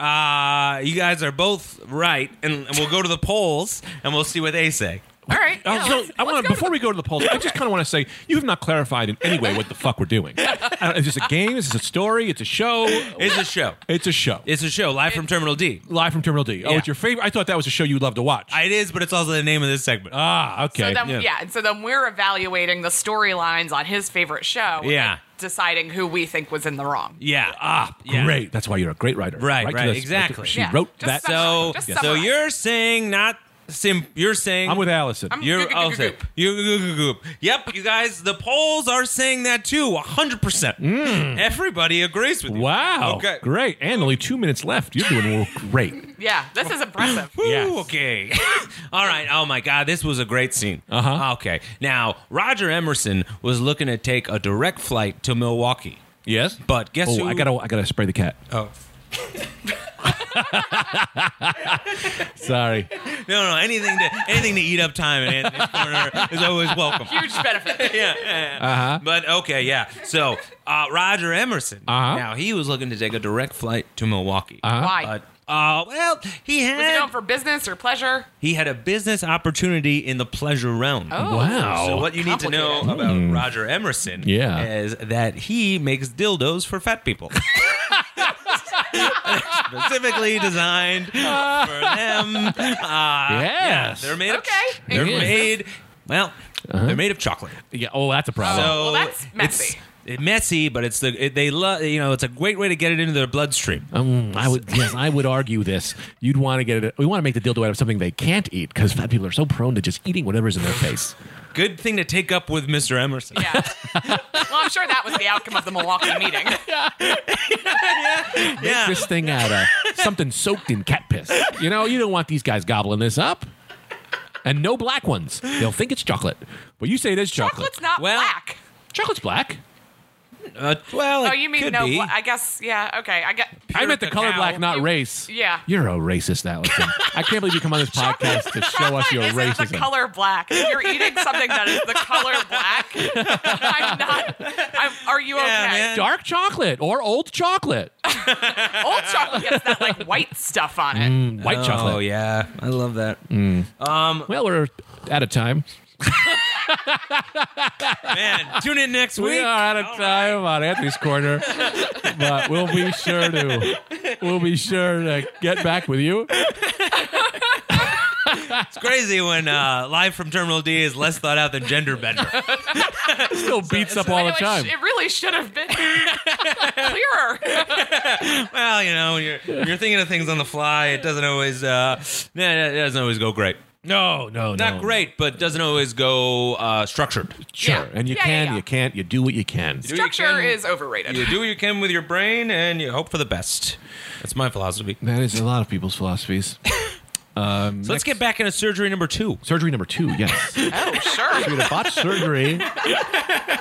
[SPEAKER 1] uh, you guys are both right, and we'll go to the polls and we'll see what they say.
[SPEAKER 3] All right.
[SPEAKER 2] Oh,
[SPEAKER 3] yeah,
[SPEAKER 2] so
[SPEAKER 3] let's-
[SPEAKER 2] I want
[SPEAKER 3] let's
[SPEAKER 2] to
[SPEAKER 3] go
[SPEAKER 2] before we go to the polls. I just kind of want to say you have not clarified in any way what the fuck we're doing. I don't, is this a game? Is this a story? It's a show.
[SPEAKER 1] It's a show.
[SPEAKER 2] It's a show.
[SPEAKER 1] It's a show live from Terminal D.
[SPEAKER 2] live from Terminal D. Oh,
[SPEAKER 1] Yeah.
[SPEAKER 2] it's your favorite. I thought that was a show you love to watch.
[SPEAKER 1] It is, but it's also the name of this segment.
[SPEAKER 2] ah, okay.
[SPEAKER 3] So then,
[SPEAKER 1] yeah.
[SPEAKER 3] yeah. and so then we're evaluating the storylines on his favorite show. and
[SPEAKER 1] Yeah.
[SPEAKER 3] deciding who we think was in the wrong.
[SPEAKER 1] yeah.
[SPEAKER 2] ah,
[SPEAKER 1] Yeah.
[SPEAKER 2] great. That's why you're a great writer.
[SPEAKER 1] Right,
[SPEAKER 2] to
[SPEAKER 1] right,
[SPEAKER 2] this- to-
[SPEAKER 1] exactly.
[SPEAKER 2] She
[SPEAKER 3] Yeah.
[SPEAKER 2] wrote
[SPEAKER 3] Just
[SPEAKER 2] that.
[SPEAKER 3] some-
[SPEAKER 1] So,
[SPEAKER 3] Just
[SPEAKER 1] so
[SPEAKER 3] summarize.
[SPEAKER 1] you're saying not sim. You're saying
[SPEAKER 2] I'm with Allison.
[SPEAKER 3] I'm-
[SPEAKER 1] You're
[SPEAKER 3] Goop, goop,
[SPEAKER 1] oh,
[SPEAKER 3] goop,
[SPEAKER 1] sorry.
[SPEAKER 3] goop.
[SPEAKER 1] You- goop, goop, goop. Yep, you guys. The polls are saying that too. 100. percent
[SPEAKER 2] Mm.
[SPEAKER 1] Everybody agrees with you.
[SPEAKER 2] wow.
[SPEAKER 1] Okay.
[SPEAKER 2] Great. And only two minutes left. You're doing great.
[SPEAKER 3] Yeah, this is
[SPEAKER 1] [laughs]
[SPEAKER 3] impressive.
[SPEAKER 1] Woo,
[SPEAKER 2] Yes.
[SPEAKER 1] Okay. All right. Oh my God, this was a great scene.
[SPEAKER 2] Uh-huh.
[SPEAKER 1] Okay. Now Roger Emerson was looking to take a direct flight to Milwaukee,
[SPEAKER 2] Yes.
[SPEAKER 1] but guess
[SPEAKER 2] Oh,
[SPEAKER 1] who?
[SPEAKER 2] I gotta, I gotta spray the cat.
[SPEAKER 1] Oh. [laughs]
[SPEAKER 2] Sorry.
[SPEAKER 1] No, no. Anything to anything to eat up time in Anthony's corner is always
[SPEAKER 3] [laughs]
[SPEAKER 1] welcome.
[SPEAKER 3] Huge benefit.
[SPEAKER 1] yeah. Uh-huh. But okay, yeah. So uh, Roger Emerson.
[SPEAKER 2] Uh-huh.
[SPEAKER 1] Now he was looking to take a direct flight to Milwaukee.
[SPEAKER 3] Why?
[SPEAKER 1] But uh, well, he
[SPEAKER 3] Uh-huh. was it going
[SPEAKER 1] had
[SPEAKER 3] for business or pleasure?
[SPEAKER 1] he had a business opportunity in the pleasure realm.
[SPEAKER 3] Oh,
[SPEAKER 2] Wow.
[SPEAKER 1] So what you need to know
[SPEAKER 3] Complicated.
[SPEAKER 1] about Roger Emerson
[SPEAKER 2] Yeah.
[SPEAKER 1] is that he makes dildos for fat people. [laughs] Specifically designed for them. Uh, yeah,
[SPEAKER 2] yes.
[SPEAKER 1] they're made of
[SPEAKER 3] Okay.
[SPEAKER 1] they're
[SPEAKER 2] Yeah.
[SPEAKER 1] made well, they're made of chocolate.
[SPEAKER 2] yeah. Oh, that's a
[SPEAKER 1] So
[SPEAKER 2] problem.
[SPEAKER 3] Well, that's
[SPEAKER 1] it's-
[SPEAKER 3] messy.
[SPEAKER 1] It's messy, but it's the it, they love you know it's a great way to get it into their bloodstream.
[SPEAKER 2] Um, I would yes, I would argue this. You'd want to get it. We want to make the dildo out of something they can't eat because fat people are so prone to just eating whatever's in their face.
[SPEAKER 1] Good thing to take up with Mr. Emerson.
[SPEAKER 2] [laughs]
[SPEAKER 3] Yeah. well, I'm sure that was the outcome of the Milwaukee meeting.
[SPEAKER 1] Yeah.
[SPEAKER 2] This thing out of something soaked in cat piss. You know, you don't want these guys gobbling this up. And no black ones. They'll think it's chocolate. But you say it is chocolate.
[SPEAKER 3] Chocolate's not
[SPEAKER 1] Well-
[SPEAKER 3] black.
[SPEAKER 2] Chocolate's black.
[SPEAKER 1] Uh, well,
[SPEAKER 3] Oh,
[SPEAKER 1] it
[SPEAKER 3] you mean
[SPEAKER 1] could
[SPEAKER 3] no?
[SPEAKER 1] be.
[SPEAKER 3] bla- I guess. Yeah. Okay. I get.
[SPEAKER 2] I meant the color
[SPEAKER 1] cacao.
[SPEAKER 2] black, not
[SPEAKER 3] You-
[SPEAKER 2] race.
[SPEAKER 3] yeah.
[SPEAKER 2] You're a racist, Allison. I can't believe you come on this podcast to show us your
[SPEAKER 3] Isn't
[SPEAKER 2] racism.
[SPEAKER 3] the color black? If you're eating something that is the color
[SPEAKER 2] [laughs]
[SPEAKER 3] black, I'm not. I'm, are you okay?
[SPEAKER 1] man.
[SPEAKER 2] Dark chocolate or old chocolate.
[SPEAKER 3] Old chocolate gets that like white stuff on it.
[SPEAKER 2] White chocolate.
[SPEAKER 1] Oh yeah, I love that.
[SPEAKER 2] Well, we're out of time.
[SPEAKER 1] Man, tune in next
[SPEAKER 2] We
[SPEAKER 1] week.
[SPEAKER 2] are out of time on Anthony's corner, but we'll be sure to we'll be sure to get back with you.
[SPEAKER 1] It's crazy when uh, live from Terminal D is less thought out than gender
[SPEAKER 2] [laughs]
[SPEAKER 1] bender.
[SPEAKER 2] Still beats up all the
[SPEAKER 3] Like,
[SPEAKER 2] time.
[SPEAKER 3] sh- It really should have
[SPEAKER 2] [laughs]
[SPEAKER 3] been clearer.
[SPEAKER 1] well, you know, when you're when you're thinking of things on the fly, it doesn't always uh, yeah, it doesn't always go great. No, no, not
[SPEAKER 2] no.
[SPEAKER 1] great, but doesn't always go uh, structured.
[SPEAKER 2] Sure.
[SPEAKER 3] Yeah.
[SPEAKER 2] And you
[SPEAKER 3] Yeah, yeah,
[SPEAKER 2] can,
[SPEAKER 3] yeah.
[SPEAKER 2] you can't, you do what you can.
[SPEAKER 1] you
[SPEAKER 3] Structure
[SPEAKER 1] can-
[SPEAKER 3] is overrated.
[SPEAKER 1] You do what you can with your brain, and you hope for the best. That's my philosophy.
[SPEAKER 2] [laughs] That is a lot of people's philosophies.
[SPEAKER 1] So let's get back into surgery number two.
[SPEAKER 2] Surgery number two, yes. [laughs] we
[SPEAKER 3] Oh, sure.
[SPEAKER 2] had a [laughs] botched surgery.
[SPEAKER 3] I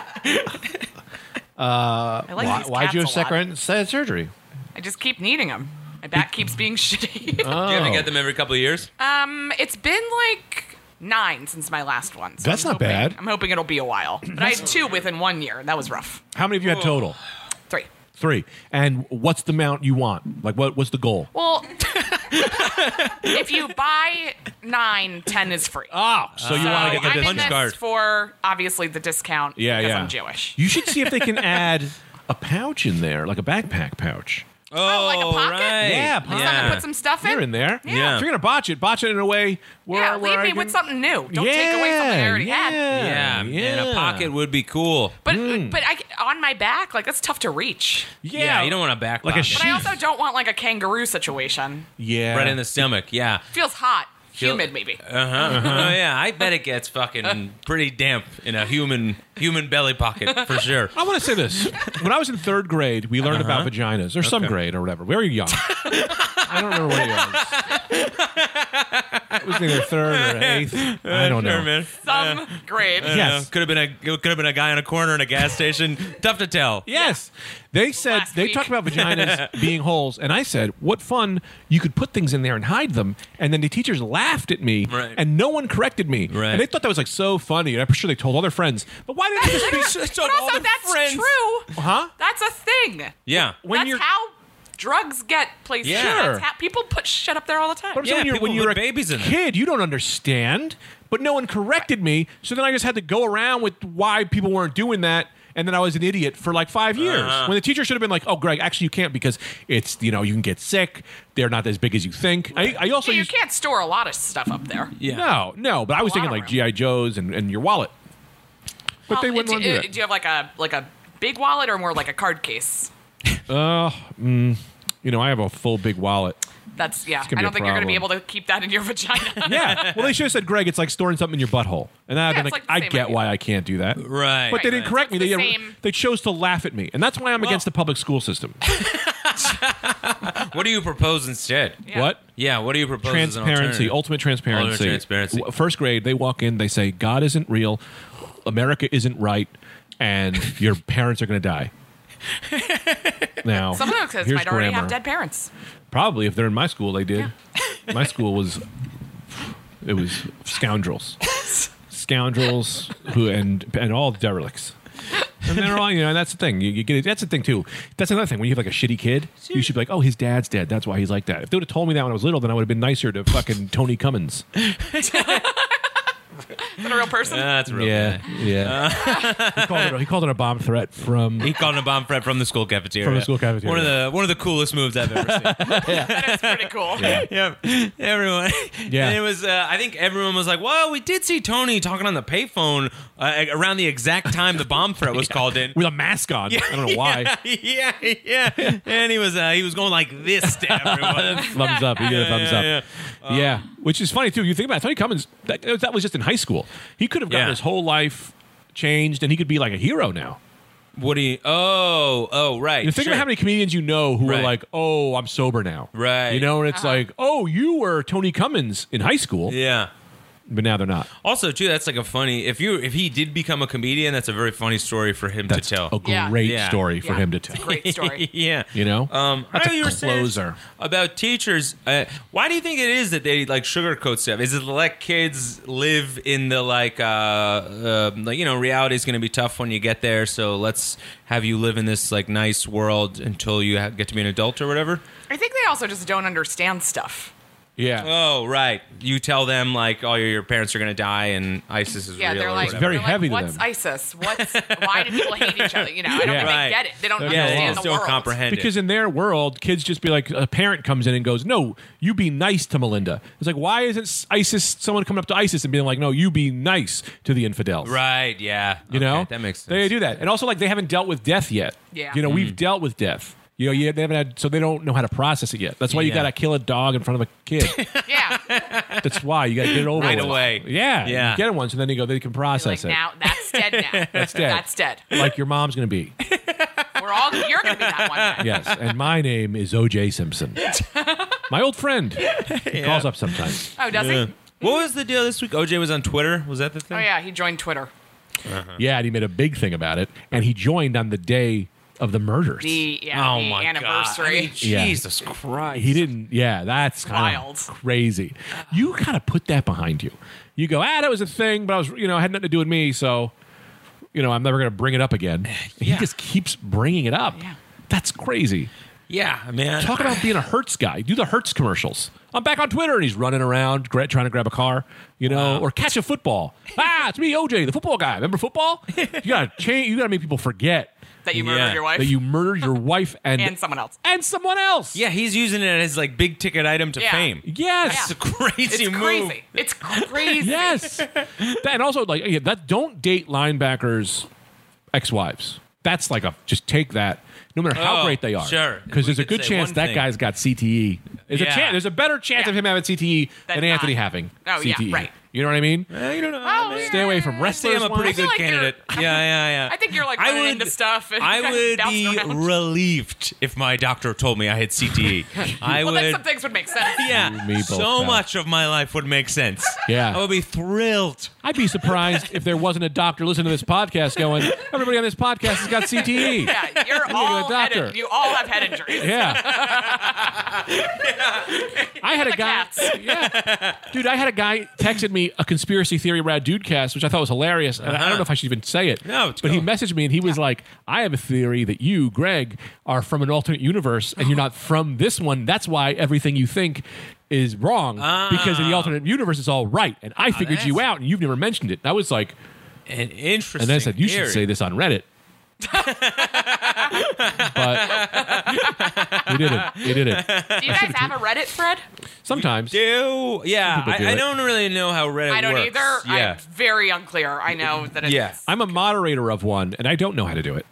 [SPEAKER 3] like
[SPEAKER 2] Why,
[SPEAKER 3] these
[SPEAKER 2] why'd you have
[SPEAKER 3] cats a lot.
[SPEAKER 2] second se- surgery?
[SPEAKER 3] I just keep needing them. My back keeps being [laughs] shitty.
[SPEAKER 2] Uh. Oh.
[SPEAKER 1] Do you have to get them every couple of years?
[SPEAKER 3] Um, it's been like nine since my last one. so
[SPEAKER 2] That's
[SPEAKER 3] I'm
[SPEAKER 2] not
[SPEAKER 3] hoping-
[SPEAKER 2] bad.
[SPEAKER 3] I'm hoping it'll be
[SPEAKER 2] [clears throat]
[SPEAKER 3] a while. But I had two within one year, and that was rough.
[SPEAKER 2] How many of you had total?
[SPEAKER 3] Three.
[SPEAKER 2] Three. And what's the amount you want? Like, what, what's the goal?
[SPEAKER 3] Well, [laughs] if you buy nine, ten is free.
[SPEAKER 2] Oh,
[SPEAKER 1] uh,
[SPEAKER 2] so you
[SPEAKER 3] So
[SPEAKER 2] want to get
[SPEAKER 3] I'm
[SPEAKER 2] the
[SPEAKER 3] in
[SPEAKER 1] punch
[SPEAKER 3] this
[SPEAKER 1] card.
[SPEAKER 3] Uh, for obviously the discount.
[SPEAKER 2] Yeah,
[SPEAKER 3] because
[SPEAKER 2] yeah.
[SPEAKER 3] I'm Jewish.
[SPEAKER 2] You should see if they can add a pouch in there, like a backpack pouch.
[SPEAKER 1] Oh,
[SPEAKER 3] like a pocket?
[SPEAKER 1] right.
[SPEAKER 2] Yeah,
[SPEAKER 3] Just
[SPEAKER 2] pocket.
[SPEAKER 3] let me put some stuff in.
[SPEAKER 2] You're in there.
[SPEAKER 1] Yeah.
[SPEAKER 2] If you're gonna botch it, botch it in a way where
[SPEAKER 3] yeah,
[SPEAKER 2] where
[SPEAKER 3] leave
[SPEAKER 2] I
[SPEAKER 3] me
[SPEAKER 2] can-
[SPEAKER 3] with something new. Don't
[SPEAKER 2] yeah,
[SPEAKER 3] take away something I already
[SPEAKER 2] yeah, Hmm.
[SPEAKER 3] had.
[SPEAKER 1] Yeah, and a pocket would be cool.
[SPEAKER 3] But but I, on my back, like that's tough to reach.
[SPEAKER 2] Yeah,
[SPEAKER 1] Yeah, you don't want a back
[SPEAKER 2] Like a
[SPEAKER 1] pocket.
[SPEAKER 2] sh-
[SPEAKER 3] But I
[SPEAKER 2] Jeez.
[SPEAKER 3] also don't want like a kangaroo situation.
[SPEAKER 2] Yeah,
[SPEAKER 1] right in the stomach. Yeah.
[SPEAKER 3] Feels hot,
[SPEAKER 1] Feel-
[SPEAKER 2] [laughs]
[SPEAKER 3] humid maybe.
[SPEAKER 1] Uh huh. uh-huh. yeah, I bet it gets fucking pretty damp in a human human belly pocket for sure.
[SPEAKER 2] I want to say this. When I was in third grade, we learned
[SPEAKER 1] Uh-huh.
[SPEAKER 2] about vaginas or some grade or whatever. Very
[SPEAKER 1] [laughs]
[SPEAKER 2] young. I don't remember what it was. It was either third or eighth. [laughs] I don't know.
[SPEAKER 1] Sure, man.
[SPEAKER 3] Some
[SPEAKER 2] [laughs]
[SPEAKER 3] grade.
[SPEAKER 2] Yes.
[SPEAKER 1] could have been a could have been a guy on a corner in a gas station. [laughs] Tough to tell.
[SPEAKER 2] Yes. They said
[SPEAKER 3] Last
[SPEAKER 2] they [laughs]
[SPEAKER 3] week.
[SPEAKER 2] talked about vaginas being holes, and I said, "What fun! You could put things in there and hide them." And then the teachers laughed at me,
[SPEAKER 1] Right.
[SPEAKER 2] and no one corrected me.
[SPEAKER 1] Right.
[SPEAKER 2] And they thought that was like so funny, and I'm sure they told all their friends. But why didn't they
[SPEAKER 1] [laughs]
[SPEAKER 2] just be?
[SPEAKER 1] It's
[SPEAKER 3] But
[SPEAKER 1] on all
[SPEAKER 3] also
[SPEAKER 1] the
[SPEAKER 3] that's
[SPEAKER 1] friends.
[SPEAKER 3] true.
[SPEAKER 2] Huh?
[SPEAKER 3] That's a thing.
[SPEAKER 1] Yeah.
[SPEAKER 2] When
[SPEAKER 3] that's
[SPEAKER 2] you're-
[SPEAKER 3] how drugs get places.
[SPEAKER 1] Yeah.
[SPEAKER 3] That's how- people put shit up there all the time.
[SPEAKER 2] But I'm
[SPEAKER 1] Yeah,
[SPEAKER 2] saying when you're,
[SPEAKER 1] people
[SPEAKER 2] when you're
[SPEAKER 1] put
[SPEAKER 2] a
[SPEAKER 1] babies in it.
[SPEAKER 2] kid, you don't understand. But no one corrected me, so then I just had to go around with why people weren't doing that. And then I was an idiot for like five years.
[SPEAKER 1] Uh-huh.
[SPEAKER 2] When the teacher should have been like, "Oh, Greg, actually you can't because it's you know you can get sick. They're not as big as you think." I, I also
[SPEAKER 3] So you
[SPEAKER 2] used-
[SPEAKER 3] can't store a lot of stuff up there.
[SPEAKER 1] Yeah.
[SPEAKER 2] No, no. But I was thinking
[SPEAKER 3] Lot
[SPEAKER 2] like
[SPEAKER 3] of room.
[SPEAKER 2] GI Joes and, and your wallet. But they wouldn't
[SPEAKER 3] do,
[SPEAKER 2] want to do
[SPEAKER 3] uh, do
[SPEAKER 2] that.
[SPEAKER 3] you have like a like a big wallet or more like a card case?
[SPEAKER 2] You know, I have a full big wallet.
[SPEAKER 3] That's yeah.
[SPEAKER 2] gonna
[SPEAKER 3] I
[SPEAKER 2] be
[SPEAKER 3] don't
[SPEAKER 2] a
[SPEAKER 3] think you're gonna be able
[SPEAKER 2] problem.
[SPEAKER 3] to keep that in your [laughs] vagina.
[SPEAKER 1] [laughs]
[SPEAKER 2] Yeah. well, they should have said, Greg, it's like storing something in your butthole. And then I've
[SPEAKER 3] Yeah,
[SPEAKER 2] been
[SPEAKER 3] it's
[SPEAKER 2] like,
[SPEAKER 3] like the
[SPEAKER 2] I
[SPEAKER 3] same
[SPEAKER 2] get
[SPEAKER 3] idea.
[SPEAKER 2] why I can't do that.
[SPEAKER 1] Right.
[SPEAKER 2] But they didn't
[SPEAKER 1] right.
[SPEAKER 2] correct me.
[SPEAKER 3] It's
[SPEAKER 2] They,
[SPEAKER 3] the
[SPEAKER 2] didn't-
[SPEAKER 3] same-
[SPEAKER 2] they chose to laugh at me. And that's why I'm against the public school system.
[SPEAKER 1] What do you propose instead?
[SPEAKER 3] [laughs] Yeah.
[SPEAKER 2] What?
[SPEAKER 1] Yeah. What do you propose? as an
[SPEAKER 2] Transparency,
[SPEAKER 1] alternative?
[SPEAKER 2] ultimate transparency.
[SPEAKER 1] Ultimate transparency.
[SPEAKER 2] W- First grade, they walk in, they say, God isn't real, America isn't right, and your parents are going to
[SPEAKER 3] [laughs]
[SPEAKER 2] die. now,
[SPEAKER 3] Some of those kids
[SPEAKER 2] here's
[SPEAKER 3] might already
[SPEAKER 2] grammar.
[SPEAKER 3] have dead parents.
[SPEAKER 2] Probably if they're in my school, they did. my school was it was scoundrels, scoundrels who and and all derelicts. And they're all you know. That's the thing. You, you get it. That's the thing too. That's another thing. When you have like a shitty kid, you should be like, "Oh, his dad's dead. That's why he's like that." If they would have told me that when I was little, then I would have been nicer to fucking Tony Cummins.
[SPEAKER 3] Is that a real person?
[SPEAKER 1] Uh,
[SPEAKER 2] [laughs]
[SPEAKER 1] that's real.
[SPEAKER 2] Yeah, yeah. Uh, he, called it, he called it a bomb threat from
[SPEAKER 1] He called him a bomb threat from the school cafeteria.
[SPEAKER 2] From the school cafeteria.
[SPEAKER 1] One of the one of the coolest moves I've ever
[SPEAKER 2] [laughs]
[SPEAKER 1] seen.
[SPEAKER 3] that is pretty cool.
[SPEAKER 1] Yep. [laughs] Everyone.
[SPEAKER 2] Yeah.
[SPEAKER 1] And it was, uh, I think everyone was like, well, we did see Tony talking on the payphone uh, around the exact time the bomb threat
[SPEAKER 2] [laughs]
[SPEAKER 1] was called in.
[SPEAKER 2] with a mask on. I don't know why.
[SPEAKER 1] [laughs] yeah, yeah. And he was uh, he was going like this
[SPEAKER 2] [laughs]
[SPEAKER 1] to everyone.
[SPEAKER 2] thumbs up. He did a thumbs
[SPEAKER 1] yeah,
[SPEAKER 2] up. Yeah,
[SPEAKER 1] Um,
[SPEAKER 2] which is funny too. You think about it, Tony Cummins. That, that was just in high school. He could have gotten
[SPEAKER 1] Yeah.
[SPEAKER 2] his whole life changed, and he could be like a hero now.
[SPEAKER 1] Woody. Oh, oh, right.
[SPEAKER 2] You think
[SPEAKER 1] sure.
[SPEAKER 2] about how many comedians you know who are
[SPEAKER 1] Right.
[SPEAKER 2] like, "Oh, I'm sober now,"
[SPEAKER 1] Right.
[SPEAKER 2] You know, and
[SPEAKER 3] Uh-huh.
[SPEAKER 2] it's like, "Oh, you were Tony Cummins in high school,"
[SPEAKER 1] Yeah.
[SPEAKER 2] but now they're not.
[SPEAKER 1] Also, too, that's like a funny. If you if he did become a comedian, that's a very funny story for him
[SPEAKER 2] That's
[SPEAKER 1] to tell. [laughs]
[SPEAKER 2] a
[SPEAKER 3] Yeah.
[SPEAKER 2] great
[SPEAKER 1] Yeah.
[SPEAKER 2] story for
[SPEAKER 3] Yeah.
[SPEAKER 2] him to
[SPEAKER 3] It's a
[SPEAKER 2] tell. [laughs]
[SPEAKER 3] great story.
[SPEAKER 1] yeah.
[SPEAKER 2] You know,
[SPEAKER 1] Um,
[SPEAKER 2] that's
[SPEAKER 1] I know
[SPEAKER 2] a
[SPEAKER 1] you were saying
[SPEAKER 2] closer.
[SPEAKER 1] about teachers. Uh, why do you think it is that they like sugarcoat stuff? Is it to let kids live in the like, uh, uh, like you know, reality's going to be tough when you get there. So let's have you live in this like nice world until you ha- get to be an adult or whatever.
[SPEAKER 3] I think they also just don't understand stuff.
[SPEAKER 2] Yeah,
[SPEAKER 1] Oh, right. You tell them like, oh, your, your parents are going to die, and ISIS is
[SPEAKER 3] Yeah,
[SPEAKER 1] real.
[SPEAKER 3] they're
[SPEAKER 1] or
[SPEAKER 3] like
[SPEAKER 1] whatever.
[SPEAKER 2] very
[SPEAKER 3] they're
[SPEAKER 2] heavy to
[SPEAKER 3] like, What's
[SPEAKER 2] them."
[SPEAKER 3] ISIS? [laughs] What's why do people hate each other? You know, I don't
[SPEAKER 2] Yeah.
[SPEAKER 3] think
[SPEAKER 1] Right.
[SPEAKER 3] they get it. They don't
[SPEAKER 2] They're
[SPEAKER 1] yeah,
[SPEAKER 2] not
[SPEAKER 1] they
[SPEAKER 3] understand
[SPEAKER 1] just
[SPEAKER 3] the
[SPEAKER 1] don't
[SPEAKER 3] world.
[SPEAKER 1] comprehend it.
[SPEAKER 2] Because in their world, kids just be like, a parent comes in and goes, "No, you be nice to Melinda." It's like, why isn't ISIS someone coming up to ISIS and being like, "No, you be nice to the infidels."
[SPEAKER 1] right? Yeah,
[SPEAKER 2] You know,
[SPEAKER 1] that makes sense. Mm.
[SPEAKER 2] They do that, and also like they haven't dealt with death yet.
[SPEAKER 3] Yeah.
[SPEAKER 2] You know, we've dealt with death. You know, you, they haven't had, so they don't know how to process it yet. That's why you
[SPEAKER 1] Yeah.
[SPEAKER 2] got to kill a dog in front of a kid.
[SPEAKER 3] [laughs]
[SPEAKER 1] [laughs]
[SPEAKER 3] Yeah.
[SPEAKER 2] That's why you got to get it over
[SPEAKER 1] Right
[SPEAKER 2] with.
[SPEAKER 1] away.
[SPEAKER 2] Yeah,
[SPEAKER 1] Yeah.
[SPEAKER 2] You get it once, and then you go. They can
[SPEAKER 3] like
[SPEAKER 2] process it.
[SPEAKER 3] now that's dead now. That's
[SPEAKER 2] dead.
[SPEAKER 3] That's dead.
[SPEAKER 2] like your mom's gonna be.
[SPEAKER 3] We're all you're gonna be that
[SPEAKER 2] [laughs]
[SPEAKER 3] one. Then. [laughs]
[SPEAKER 2] Yes, and my name is O.J. Simpson. My old
[SPEAKER 3] [laughs]
[SPEAKER 2] friend. He calls up sometimes.
[SPEAKER 3] Oh, does
[SPEAKER 1] Yeah.
[SPEAKER 3] he?
[SPEAKER 1] What was the deal this week? OJ was on Twitter. Was that the thing?
[SPEAKER 3] Oh yeah, he joined Twitter.
[SPEAKER 2] Yeah, and he made a big thing about it, and he joined on the day of the murders.
[SPEAKER 3] The yeah,
[SPEAKER 1] Oh
[SPEAKER 3] the
[SPEAKER 1] my
[SPEAKER 3] anniversary.
[SPEAKER 1] God. I mean,
[SPEAKER 2] Yeah.
[SPEAKER 1] Jesus Christ.
[SPEAKER 2] He didn't. Yeah, that's kind
[SPEAKER 3] Wild.
[SPEAKER 2] of crazy. You gotta put that behind you. You go, ah, that was a thing, but I was, you know, it had nothing to do with me, so, you know, I'm never gonna bring it up
[SPEAKER 3] [sighs]
[SPEAKER 2] again. He
[SPEAKER 1] Yeah.
[SPEAKER 2] just keeps bringing it up.
[SPEAKER 3] Yeah.
[SPEAKER 2] That's crazy.
[SPEAKER 1] Yeah, man.
[SPEAKER 2] Talk about being a Hertz guy. Do the Hertz commercials. I'm back on Twitter, and he's running around gra- trying to grab a car, you know, or catch a
[SPEAKER 3] [laughs]
[SPEAKER 2] football. ah, it's me, OJ, the football guy. Remember football? you gotta change. You gotta make people forget
[SPEAKER 3] [laughs] that you murdered
[SPEAKER 1] Yeah.
[SPEAKER 3] your wife
[SPEAKER 2] that you murdered your wife and
[SPEAKER 3] and
[SPEAKER 2] [laughs]
[SPEAKER 3] someone else.
[SPEAKER 2] and someone else.
[SPEAKER 1] Yeah, he's using it as like big ticket item to
[SPEAKER 3] Yeah.
[SPEAKER 1] fame. It's
[SPEAKER 2] Yes.
[SPEAKER 1] a crazy
[SPEAKER 3] It's
[SPEAKER 1] move.
[SPEAKER 3] crazy.
[SPEAKER 2] [laughs]
[SPEAKER 3] It's crazy.
[SPEAKER 2] Yes. That- and also, like, yeah, that don't date linebackers' ex-wives. That's like a just take that, no matter how
[SPEAKER 1] Oh,
[SPEAKER 2] great they are.
[SPEAKER 1] sure.
[SPEAKER 2] Because
[SPEAKER 1] We
[SPEAKER 2] there's a
[SPEAKER 1] could
[SPEAKER 2] good
[SPEAKER 1] say
[SPEAKER 2] chance
[SPEAKER 1] one
[SPEAKER 2] that
[SPEAKER 1] thing.
[SPEAKER 2] guy's got CTE. There's a
[SPEAKER 1] Yeah.
[SPEAKER 2] chance. There's a better chance of
[SPEAKER 3] Yeah.
[SPEAKER 2] him having CTE than,
[SPEAKER 3] Than
[SPEAKER 2] Anthony
[SPEAKER 3] not.
[SPEAKER 2] having
[SPEAKER 3] Oh, yeah,
[SPEAKER 2] CTE.
[SPEAKER 3] right.
[SPEAKER 2] You know what I mean?
[SPEAKER 1] Eh, you don't know.
[SPEAKER 3] Oh,
[SPEAKER 1] man.
[SPEAKER 3] yeah.
[SPEAKER 2] Stay away from
[SPEAKER 1] I'd say
[SPEAKER 2] wrestlers.
[SPEAKER 1] I'm a
[SPEAKER 2] wives.
[SPEAKER 1] pretty good
[SPEAKER 3] like you're-
[SPEAKER 1] candidate.
[SPEAKER 3] [laughs]
[SPEAKER 1] yeah, yeah, yeah.
[SPEAKER 3] I think you're, like, running into stuff and [laughs]
[SPEAKER 1] I would
[SPEAKER 3] bouncing
[SPEAKER 1] be
[SPEAKER 3] around.
[SPEAKER 1] relieved if my doctor told me I had CTE. I
[SPEAKER 3] [laughs] Well, then
[SPEAKER 1] would.
[SPEAKER 3] some things would make sense.
[SPEAKER 1] [laughs] Yeah,
[SPEAKER 2] You, me both,
[SPEAKER 1] so
[SPEAKER 2] pal.
[SPEAKER 1] much of my life would make sense.
[SPEAKER 2] Yeah.
[SPEAKER 1] I would be thrilled.
[SPEAKER 2] I'd be surprised if there wasn't a doctor listening to this podcast going, everybody on this podcast has got
[SPEAKER 1] [laughs]
[SPEAKER 2] E." CTE.
[SPEAKER 3] Yeah, you're all head
[SPEAKER 2] doctor.
[SPEAKER 3] you all have head injuries.
[SPEAKER 2] Yeah. I had a guy.
[SPEAKER 3] cats.
[SPEAKER 2] Yeah. Dude, I had a guy texted me a conspiracy theory rad dude cast, which I thought was hilarious. And I don't know if I should even say it.
[SPEAKER 1] Uh-huh. No, it's
[SPEAKER 2] But he
[SPEAKER 1] cool.
[SPEAKER 2] messaged me and he was like, I have a theory that you, Greg, are from an alternate universe and you're not from this one. That's why everything you think is wrong because in the alternate universe it's all right and i figured you
[SPEAKER 1] Ah. that's-
[SPEAKER 2] out and you've never mentioned it and i was like
[SPEAKER 1] And interesting.
[SPEAKER 2] and then i said you
[SPEAKER 1] theory.
[SPEAKER 2] should say this on
[SPEAKER 3] [laughs]
[SPEAKER 2] reddit but we didn't we didn't
[SPEAKER 3] Do you guys have a
[SPEAKER 2] [laughs]
[SPEAKER 3] Reddit thread?
[SPEAKER 2] Sometimes.
[SPEAKER 1] Do yeah,
[SPEAKER 2] people
[SPEAKER 1] I,
[SPEAKER 2] do
[SPEAKER 1] I
[SPEAKER 2] it.
[SPEAKER 1] don't really know how Reddit
[SPEAKER 3] I don't
[SPEAKER 1] works.
[SPEAKER 3] either.
[SPEAKER 1] Yeah, [laughs]
[SPEAKER 3] I'm [laughs] very unclear.
[SPEAKER 2] [laughs]
[SPEAKER 3] I know that it's
[SPEAKER 1] Yeah.
[SPEAKER 2] I'm a moderator of one, and I don't know how to do it.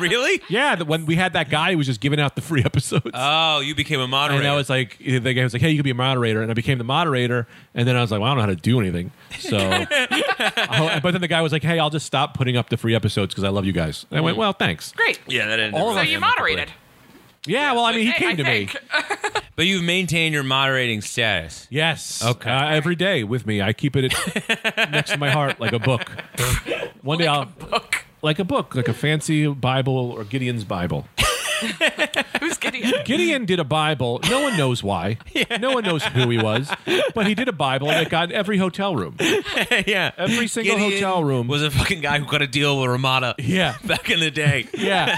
[SPEAKER 1] really?
[SPEAKER 2] Yeah, the, when we had that guy who was just giving out the free [laughs] episodes.
[SPEAKER 1] Oh, you became a moderator.
[SPEAKER 2] and I was like, the guy was like, hey, you could be a moderator. And I became the moderator. And then I was like, well, I don't know how to do anything.
[SPEAKER 3] [laughs]
[SPEAKER 2] So, Oh, but then the guy was like, hey, I'll just stop putting up the free episodes because I love you guys. And I went, well, thanks.
[SPEAKER 3] Mm. great.
[SPEAKER 1] yeah, that ended.
[SPEAKER 2] All
[SPEAKER 1] really
[SPEAKER 2] of
[SPEAKER 3] So
[SPEAKER 2] us-
[SPEAKER 1] amicably.
[SPEAKER 3] you moderated.
[SPEAKER 2] Yeah, well, I mean, he
[SPEAKER 3] Hey,
[SPEAKER 2] came
[SPEAKER 3] I
[SPEAKER 2] to me.
[SPEAKER 3] think.
[SPEAKER 1] but you've maintained your moderating status.
[SPEAKER 2] Yes.
[SPEAKER 1] Okay.
[SPEAKER 2] Uh, every day with me. I keep it at- next to my heart like a book. One
[SPEAKER 3] [laughs]
[SPEAKER 2] day I'll.
[SPEAKER 3] Book.
[SPEAKER 2] Like a book, like a fancy Bible or Gideon's Bible.
[SPEAKER 3] Who's
[SPEAKER 2] [laughs]
[SPEAKER 3] Gideon?
[SPEAKER 2] Gideon did a Bible. No one knows why. No one knows who he was, but he did a Bible and it got in every hotel room.
[SPEAKER 1] [laughs] yeah,
[SPEAKER 2] Every single
[SPEAKER 1] Gideon
[SPEAKER 2] hotel room.
[SPEAKER 1] was a fucking guy who got a deal with
[SPEAKER 2] [laughs]
[SPEAKER 1] Ramada.
[SPEAKER 2] Yeah.
[SPEAKER 1] [laughs] back in the
[SPEAKER 2] [laughs]
[SPEAKER 1] day. [laughs]
[SPEAKER 2] Yeah.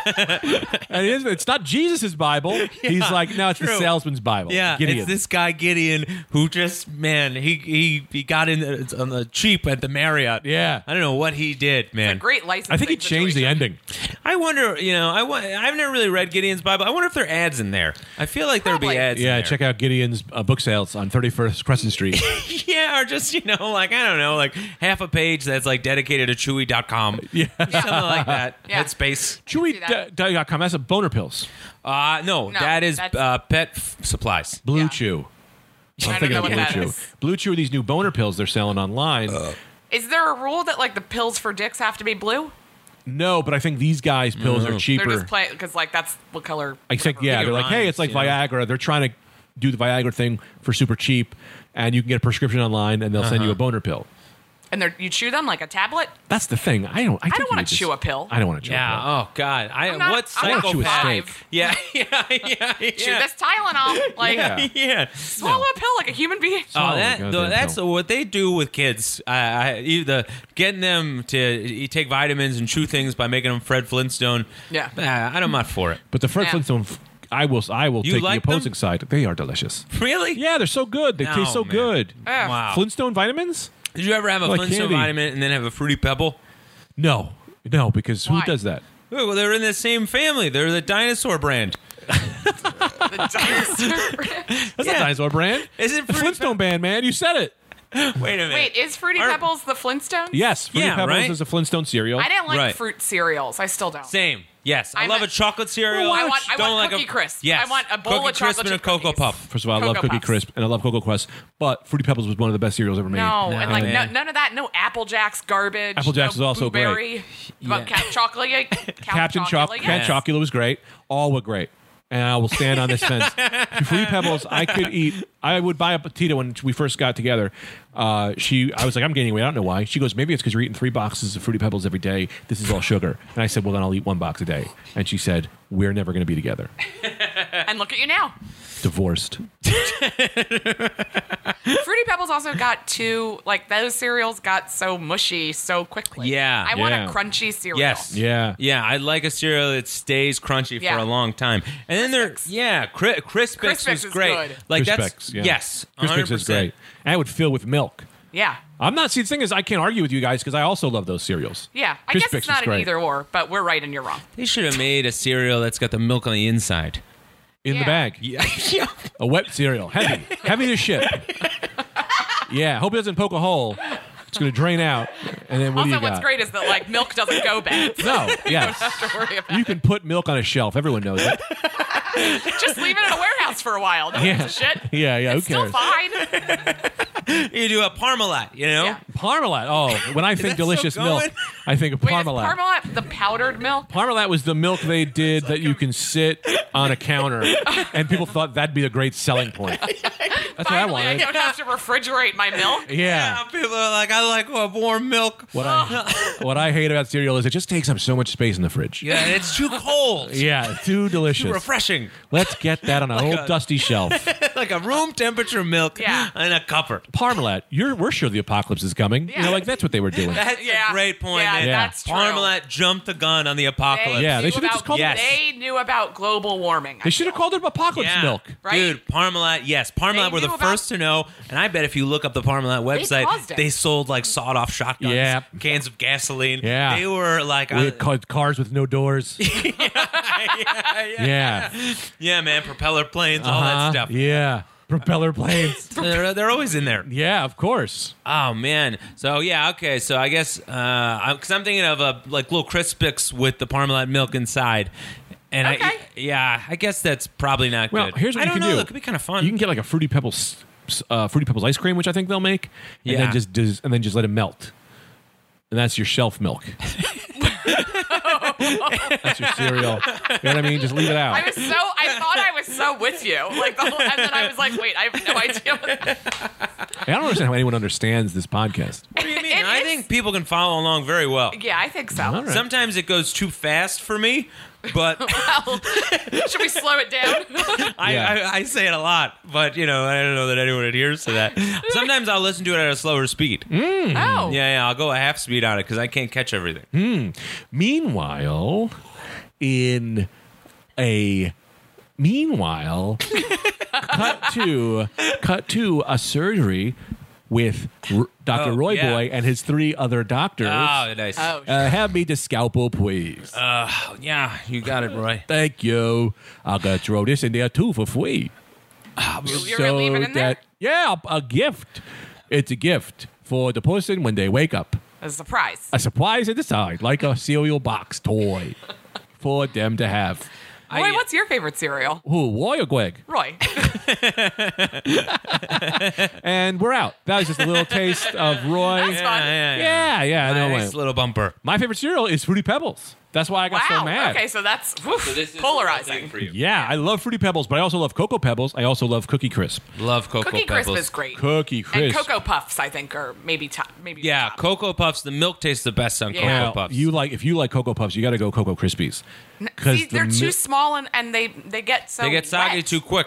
[SPEAKER 2] And it is, it's not Jesus' Bible. He's like, no, it's the
[SPEAKER 1] true.
[SPEAKER 2] salesman's Bible.
[SPEAKER 1] Yeah,
[SPEAKER 2] Gideon.
[SPEAKER 1] it's this guy Gideon who just man, he he he got in uh, on the cheap at the Marriott.
[SPEAKER 2] Yeah.
[SPEAKER 1] I don't know what he did, man.
[SPEAKER 3] Great license.
[SPEAKER 2] I think he changed the ending.
[SPEAKER 1] I wonder, you know, I wa- I've never really read Gideon's Bible. I wonder if there are ads in there. I feel like there'd be
[SPEAKER 3] Probably.
[SPEAKER 1] ads. in
[SPEAKER 2] Yeah,
[SPEAKER 1] there.
[SPEAKER 2] check out Gideon's uh, book sales on 31st Crescent Street.
[SPEAKER 1] [laughs] Yeah, or just, you know, like, I don't know, like half a page that's like dedicated to
[SPEAKER 2] [laughs]
[SPEAKER 1] chewy.com. Yeah. Something like that.
[SPEAKER 3] [laughs] Yeah.
[SPEAKER 1] Headspace.
[SPEAKER 3] that.
[SPEAKER 2] Chewy.com. That's a boner pills.
[SPEAKER 1] Uh, no,
[SPEAKER 3] No,
[SPEAKER 1] that is
[SPEAKER 3] that's-
[SPEAKER 1] uh, pet f- supplies.
[SPEAKER 2] Blue
[SPEAKER 3] Yeah.
[SPEAKER 2] Chew. I'm
[SPEAKER 3] I don't
[SPEAKER 2] thinking
[SPEAKER 3] know
[SPEAKER 2] of
[SPEAKER 3] what
[SPEAKER 2] Blue
[SPEAKER 3] that
[SPEAKER 2] Chew.
[SPEAKER 3] is.
[SPEAKER 2] Blue Chew are these new boner pills they're selling online.
[SPEAKER 3] Is there a rule that like the pills for dicks have to be blue?
[SPEAKER 2] no, but I think these guys' pills are cheaper.
[SPEAKER 3] They're just playing because like that's what color.
[SPEAKER 2] I think yeah,
[SPEAKER 1] Think
[SPEAKER 2] they're
[SPEAKER 1] it
[SPEAKER 2] like, hey,
[SPEAKER 1] rhymes,
[SPEAKER 2] it's like
[SPEAKER 1] you know?
[SPEAKER 2] Viagra. They're trying to do the Viagra thing for super cheap, and you can get a prescription online, and they'll send you
[SPEAKER 3] Uh-huh.
[SPEAKER 2] a boner pill.
[SPEAKER 3] And they're, you chew them like a tablet.
[SPEAKER 2] That's the thing. I don't. I, think
[SPEAKER 3] don't
[SPEAKER 2] you
[SPEAKER 3] wanna
[SPEAKER 2] would just-
[SPEAKER 3] chew a pill.
[SPEAKER 2] I don't want to chew.
[SPEAKER 1] Yeah.
[SPEAKER 2] a
[SPEAKER 1] Oh, God. I
[SPEAKER 3] I'm not-
[SPEAKER 1] What
[SPEAKER 3] I'm not
[SPEAKER 2] chew a
[SPEAKER 1] psychopath?
[SPEAKER 2] steak.
[SPEAKER 3] five.
[SPEAKER 1] [laughs] Yeah.
[SPEAKER 3] [laughs]
[SPEAKER 1] Yeah. Yeah. Yeah.
[SPEAKER 3] Chew this Tylenol. Like
[SPEAKER 2] Yeah.
[SPEAKER 1] [laughs] Yeah.
[SPEAKER 3] swallow a pill like a human being.
[SPEAKER 1] Oh,
[SPEAKER 2] Oh,
[SPEAKER 1] that,
[SPEAKER 2] goddamn
[SPEAKER 1] though, that's
[SPEAKER 2] pill.
[SPEAKER 1] what they do with kids. I, I, either getting them to e- take vitamins and chew things by making them Fred Flintstone.
[SPEAKER 3] Yeah.
[SPEAKER 1] Uh, I'm not for it.
[SPEAKER 2] But the Fred
[SPEAKER 3] Yeah.
[SPEAKER 2] Flintstone, f- I will. I will
[SPEAKER 1] You
[SPEAKER 2] take
[SPEAKER 1] like
[SPEAKER 2] the
[SPEAKER 1] them?
[SPEAKER 2] opposing side. They are delicious.
[SPEAKER 1] Really?
[SPEAKER 2] Yeah, they're so good. They
[SPEAKER 1] No,
[SPEAKER 2] taste so
[SPEAKER 1] man.
[SPEAKER 2] good.
[SPEAKER 3] Ugh.
[SPEAKER 1] Wow.
[SPEAKER 2] Flintstone vitamins?
[SPEAKER 1] Did you ever have a
[SPEAKER 2] Like
[SPEAKER 1] Flintstone
[SPEAKER 2] candy.
[SPEAKER 1] vitamin and then have a Fruity Pebble?
[SPEAKER 2] No, no, because
[SPEAKER 3] Why?
[SPEAKER 2] who does that?
[SPEAKER 1] Well, they're in the same family. They're the dinosaur brand.
[SPEAKER 3] The dinosaur.
[SPEAKER 2] That's
[SPEAKER 1] Yeah.
[SPEAKER 2] not dinosaur brand.
[SPEAKER 1] Is it
[SPEAKER 2] the
[SPEAKER 1] Fruity
[SPEAKER 2] Flintstone band, man? You said it.
[SPEAKER 1] Wait a minute.
[SPEAKER 3] Wait, is Fruity
[SPEAKER 1] Aren't-
[SPEAKER 3] Pebbles the Flintstones?
[SPEAKER 2] Yes, Fruity
[SPEAKER 1] Yeah,
[SPEAKER 2] Pebbles
[SPEAKER 1] right?
[SPEAKER 2] is a Flintstone cereal.
[SPEAKER 3] I didn't like
[SPEAKER 1] Right.
[SPEAKER 3] fruit cereals. I still don't.
[SPEAKER 1] Same. Yes, I
[SPEAKER 3] I'm
[SPEAKER 1] love
[SPEAKER 3] a-
[SPEAKER 1] a chocolate cereal.
[SPEAKER 3] I want- I
[SPEAKER 1] Don't
[SPEAKER 3] want
[SPEAKER 1] like
[SPEAKER 3] Cookie
[SPEAKER 1] a,
[SPEAKER 3] Crisp.
[SPEAKER 1] Yes,
[SPEAKER 3] I want a bowl
[SPEAKER 1] Cookie
[SPEAKER 3] of chocolate
[SPEAKER 1] Crisp and a
[SPEAKER 3] chip
[SPEAKER 1] Cocoa
[SPEAKER 3] cookies.
[SPEAKER 1] Puff.
[SPEAKER 2] First of all, I love
[SPEAKER 3] Cocoa
[SPEAKER 2] Cookie
[SPEAKER 3] Puffs.
[SPEAKER 2] Crisp and I love Cocoa Crisp, but Fruity Pebbles was one of the best cereals ever made.
[SPEAKER 3] No, and like no,
[SPEAKER 1] man.
[SPEAKER 3] none of that. No Apple Jacks garbage.
[SPEAKER 2] Apple Jacks
[SPEAKER 3] no
[SPEAKER 2] is also great.
[SPEAKER 3] blueberry, About
[SPEAKER 2] Yeah.
[SPEAKER 3] Cap Chocolate.
[SPEAKER 2] [laughs] Captain Choc-
[SPEAKER 3] Chocolate.
[SPEAKER 2] Count Chocula was great. All were great. And I will stand on this fence. Fruity Pebbles, I could eat. I would buy a Petita when we first got together. Uh, she, I was like, I'm gaining weight. I don't know why. She goes, maybe it's because you're eating three boxes of Fruity Pebbles every day. This is all sugar. And I said, well, then I'll eat one box a day. And she said, we're never going to be together.
[SPEAKER 3] [laughs] And look at you now.
[SPEAKER 2] Divorced.
[SPEAKER 3] Fruity Pebbles also got too like those cereals got so mushy so quickly.
[SPEAKER 1] Yeah.
[SPEAKER 3] I want
[SPEAKER 2] Yeah.
[SPEAKER 3] a crunchy cereal.
[SPEAKER 1] Yes.
[SPEAKER 2] Yeah.
[SPEAKER 1] Yeah. I like a cereal that stays crunchy
[SPEAKER 3] Yeah.
[SPEAKER 1] for a long time. And then there,
[SPEAKER 3] Crispix.
[SPEAKER 1] yeah, Cri- Crispix,
[SPEAKER 3] Crispix
[SPEAKER 1] was
[SPEAKER 3] is
[SPEAKER 1] great.
[SPEAKER 3] good.
[SPEAKER 1] Like
[SPEAKER 2] Crispix,
[SPEAKER 1] that's
[SPEAKER 2] yeah.
[SPEAKER 1] yes,
[SPEAKER 2] Crispix
[SPEAKER 1] 100%.
[SPEAKER 2] is great. And I would fill with milk.
[SPEAKER 3] Yeah.
[SPEAKER 2] I'm not. See, the thing is, I can't argue with you guys because I also love those cereals.
[SPEAKER 3] Yeah. I
[SPEAKER 2] Crispix
[SPEAKER 3] guess
[SPEAKER 2] is
[SPEAKER 3] it's not an
[SPEAKER 2] great.
[SPEAKER 3] either or, but we're right and you're wrong.
[SPEAKER 1] They should have made a cereal that's got the milk on the inside.
[SPEAKER 2] in the
[SPEAKER 3] Yeah.
[SPEAKER 2] bag.
[SPEAKER 1] [laughs] Yeah.
[SPEAKER 2] A wet cereal, heavy, heavy to ship. Yeah, hope it doesn't poke a hole. It's going to drain out, and then what do
[SPEAKER 3] also,
[SPEAKER 2] you got?
[SPEAKER 3] what's great is that like milk doesn't go bad. [laughs]
[SPEAKER 2] No, yes,
[SPEAKER 3] Don't worry about
[SPEAKER 2] you can put milk on a shelf. Everyone knows it.
[SPEAKER 3] it. Just leave it in a warehouse for a while. That
[SPEAKER 2] Yeah.
[SPEAKER 3] yeah. shit.
[SPEAKER 2] Yeah, yeah.
[SPEAKER 3] It's
[SPEAKER 2] [laughs] who
[SPEAKER 3] still
[SPEAKER 2] cares?
[SPEAKER 3] fine.
[SPEAKER 1] you do a Parmalat, you know?
[SPEAKER 3] Yeah.
[SPEAKER 2] Parmalat. Oh, when I think
[SPEAKER 1] that still
[SPEAKER 2] delicious milk,
[SPEAKER 1] going?
[SPEAKER 2] I think of
[SPEAKER 3] Wait, is
[SPEAKER 2] Parmalat.
[SPEAKER 3] Parmalat the powdered milk?
[SPEAKER 2] Parmalat was the milk they did that you can sit on a counter, and people thought that'd be a great selling
[SPEAKER 3] [laughs]
[SPEAKER 2] point. That's what I
[SPEAKER 3] Finally, I
[SPEAKER 2] wanted.
[SPEAKER 3] don't have to refrigerate
[SPEAKER 2] [laughs]
[SPEAKER 3] my milk.
[SPEAKER 2] Yeah.
[SPEAKER 1] Yeah, People are like, I like uh, warm milk.
[SPEAKER 2] What I what I hate about cereal is it just takes up so much space in the fridge.
[SPEAKER 1] Yeah, and it's too [laughs] cold.
[SPEAKER 2] Yeah,
[SPEAKER 3] [laughs]
[SPEAKER 2] too delicious.
[SPEAKER 1] Too refreshing. [laughs]
[SPEAKER 2] Let's get that on an old
[SPEAKER 1] a-
[SPEAKER 2] dusty
[SPEAKER 1] [laughs]
[SPEAKER 2] shelf.
[SPEAKER 1] like a room temperature milk
[SPEAKER 3] Yeah.
[SPEAKER 1] in a cupper.
[SPEAKER 2] Parmalat, you're we're sure the apocalypse is coming. You
[SPEAKER 3] Yeah.
[SPEAKER 2] know, like that's what they
[SPEAKER 1] [laughs]
[SPEAKER 2] were doing.
[SPEAKER 1] That's
[SPEAKER 3] Yeah.
[SPEAKER 1] a great point,
[SPEAKER 3] Yeah,
[SPEAKER 1] man.
[SPEAKER 2] that's
[SPEAKER 3] true.
[SPEAKER 1] Parmalat jumped the gun on the
[SPEAKER 3] They
[SPEAKER 1] apocalypse.
[SPEAKER 2] Yeah, they
[SPEAKER 3] knew
[SPEAKER 2] should have
[SPEAKER 3] about,
[SPEAKER 2] just called
[SPEAKER 1] it- Yes.
[SPEAKER 3] They knew about global warming.
[SPEAKER 2] They should have called it apocalypse
[SPEAKER 1] Yeah.
[SPEAKER 2] milk.
[SPEAKER 3] Right?
[SPEAKER 1] Dude, Parmalat, yes. Parmalat
[SPEAKER 3] They
[SPEAKER 1] were the
[SPEAKER 3] knew about-
[SPEAKER 1] first to know. And I bet if you look up the Parmalat website,
[SPEAKER 3] paused
[SPEAKER 1] they,
[SPEAKER 3] it.
[SPEAKER 1] sold like sawed off shotguns,
[SPEAKER 2] Yeah.
[SPEAKER 1] cans of gasoline.
[SPEAKER 2] Yeah.
[SPEAKER 1] They were like,
[SPEAKER 2] We
[SPEAKER 1] uh,
[SPEAKER 2] had ca- cars with no
[SPEAKER 1] [laughs]
[SPEAKER 2] doors. yeah, yeah,
[SPEAKER 1] yeah, man, propeller planes, all
[SPEAKER 2] Uh-huh.
[SPEAKER 1] that stuff.
[SPEAKER 2] Yeah, propeller planes.
[SPEAKER 1] They're, they're always in there.
[SPEAKER 2] yeah, of course.
[SPEAKER 1] Oh man. So yeah, okay. So I guess because I'm, 'cause I'm thinking of a like little Crispix with the Parmalat milk inside, and I
[SPEAKER 3] Okay.
[SPEAKER 1] yeah, I guess that's probably not
[SPEAKER 2] Well,
[SPEAKER 1] good.
[SPEAKER 2] here's what
[SPEAKER 1] I
[SPEAKER 2] you
[SPEAKER 1] don't
[SPEAKER 2] can
[SPEAKER 1] know.
[SPEAKER 2] do.
[SPEAKER 1] It could be kind of fun.
[SPEAKER 2] You can get like a fruity pebbles, uh, fruity pebbles ice cream, which I think they'll make, and
[SPEAKER 1] Yeah.
[SPEAKER 2] then just does, and then just let it melt. And that's your
[SPEAKER 1] [laughs]
[SPEAKER 2] shelf milk. that's your cereal. You know what I mean? Just leave it out.
[SPEAKER 3] I was so I thought I was so with you. Like the whole, and then I was like, wait, I have no idea. What that-
[SPEAKER 2] I don't understand how anyone understands this podcast.
[SPEAKER 1] what do you mean?
[SPEAKER 3] It
[SPEAKER 1] I
[SPEAKER 3] is-
[SPEAKER 1] think people can follow along very well.
[SPEAKER 3] yeah, I think so.
[SPEAKER 2] All right.
[SPEAKER 1] Sometimes it goes too fast for me, [laughs] but
[SPEAKER 3] Should we slow it down?
[SPEAKER 2] [laughs]
[SPEAKER 1] I,
[SPEAKER 2] Yeah.
[SPEAKER 1] I, I say it a lot. But you know, I don't know that anyone adheres to that. Sometimes I'll listen to it at a slower speed.
[SPEAKER 2] Mm. Hmm.
[SPEAKER 3] Oh,
[SPEAKER 1] Yeah, yeah, I'll go a half speed on it because I can't catch everything.
[SPEAKER 2] Meanwhile, in a meanwhile, cut to cut to a surgery with R- Dr.
[SPEAKER 1] Oh,
[SPEAKER 2] Roy
[SPEAKER 1] yeah.
[SPEAKER 2] Boy and his three other doctors.
[SPEAKER 1] Oh, nice.
[SPEAKER 3] Oh, sh-
[SPEAKER 2] Uh, have me the scalpel, please.
[SPEAKER 1] Oh, yeah, you got it, Roy.
[SPEAKER 2] Thank you. I'm gonna throw this in there too for free.
[SPEAKER 3] you're gonna leave it in there?
[SPEAKER 2] yeah, a gift. It's a gift for the person when they wake up.
[SPEAKER 3] a surprise.
[SPEAKER 2] a surprise at the side, like a cereal box toy for them to have.
[SPEAKER 1] I-
[SPEAKER 3] Roy, what's your favorite cereal?
[SPEAKER 2] Who, Roy or Greg? [laughs]
[SPEAKER 3] Roy.
[SPEAKER 2] And we're out. That was just a little taste of Roy.
[SPEAKER 3] That's
[SPEAKER 1] Yeah,
[SPEAKER 3] fun.
[SPEAKER 1] yeah, yeah.
[SPEAKER 2] Yeah, yeah, no
[SPEAKER 1] nice
[SPEAKER 2] way.
[SPEAKER 1] little bumper.
[SPEAKER 2] My favorite cereal is Fruity Pebbles. That's why I got
[SPEAKER 3] Wow.
[SPEAKER 2] so mad.
[SPEAKER 3] okay, so that's woof, polarizing.
[SPEAKER 2] Yeah, I love Fruity Pebbles, but I also love Cocoa Pebbles. I also love Cookie Crisp.
[SPEAKER 1] Love Cocoa
[SPEAKER 3] Cookie
[SPEAKER 1] Pebbles.
[SPEAKER 3] Crisp is great.
[SPEAKER 2] Cookie
[SPEAKER 3] and
[SPEAKER 2] Crisp.
[SPEAKER 3] Cocoa Puffs, I think, are maybe top. Maybe
[SPEAKER 1] Yeah,
[SPEAKER 3] top.
[SPEAKER 1] Cocoa Puffs. The milk tastes the best on
[SPEAKER 3] Yeah.
[SPEAKER 2] Now,
[SPEAKER 1] Cocoa Puffs.
[SPEAKER 2] you like if you like Cocoa Puffs, you got to go Cocoa Krispies. Because
[SPEAKER 3] See, they're too small and, and they they get so
[SPEAKER 1] they get soggy
[SPEAKER 3] wet.
[SPEAKER 1] too quick.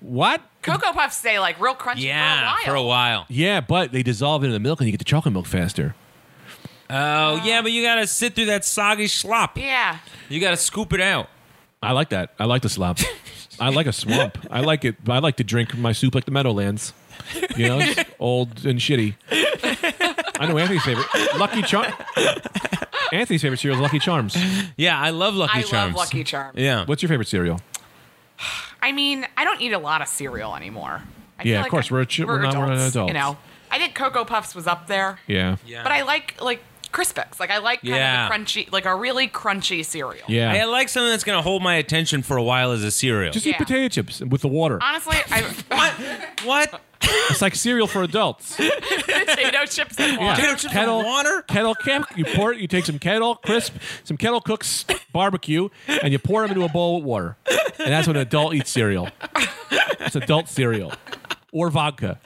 [SPEAKER 2] what?
[SPEAKER 3] Cocoa Puffs stay like real crunchy
[SPEAKER 1] Yeah,
[SPEAKER 3] for a while.
[SPEAKER 2] Yeah, but they dissolve into the milk and you get the chocolate milk faster.
[SPEAKER 1] Oh yeah, but you gotta sit through that soggy slop.
[SPEAKER 3] yeah.
[SPEAKER 1] You gotta scoop it out.
[SPEAKER 2] I like that. I like the slop. I like a swamp. I like it. I like to drink my soup like the Meadowlands. You know, it's old and shitty. I know Anthony's favorite. Lucky Charm. Anthony's favorite cereal is Lucky Charms.
[SPEAKER 1] Yeah, I love Lucky
[SPEAKER 3] I
[SPEAKER 1] Charms.
[SPEAKER 3] love Lucky Charms.
[SPEAKER 1] Yeah.
[SPEAKER 2] What's your favorite cereal?
[SPEAKER 3] I mean, I don't eat a lot of cereal anymore. I
[SPEAKER 2] Yeah,
[SPEAKER 3] feel
[SPEAKER 2] of course,
[SPEAKER 3] I-
[SPEAKER 2] we're a ch- we're not- we're not adults.
[SPEAKER 3] You know, I think Cocoa Puffs was up there.
[SPEAKER 2] Yeah.
[SPEAKER 1] Yeah.
[SPEAKER 3] But I like like Crispix. Like I like kind
[SPEAKER 1] Yeah.
[SPEAKER 3] of the crunchy, like a really crunchy cereal.
[SPEAKER 2] Yeah.
[SPEAKER 1] I like something that's going to hold my attention for a while as a cereal.
[SPEAKER 2] Just eat
[SPEAKER 3] Yeah.
[SPEAKER 2] potato chips with the water.
[SPEAKER 3] Honestly, I [laughs]
[SPEAKER 2] [laughs]
[SPEAKER 1] what?
[SPEAKER 2] It's like cereal for adults.
[SPEAKER 3] potato chips and water.
[SPEAKER 1] Potato chips with water?
[SPEAKER 2] Kettle camp. You pour it. You take some kettle crisp, some kettle cooks barbecue, and you pour them into a bowl with water. And that's when an adult eats cereal. It's adult cereal, or vodka.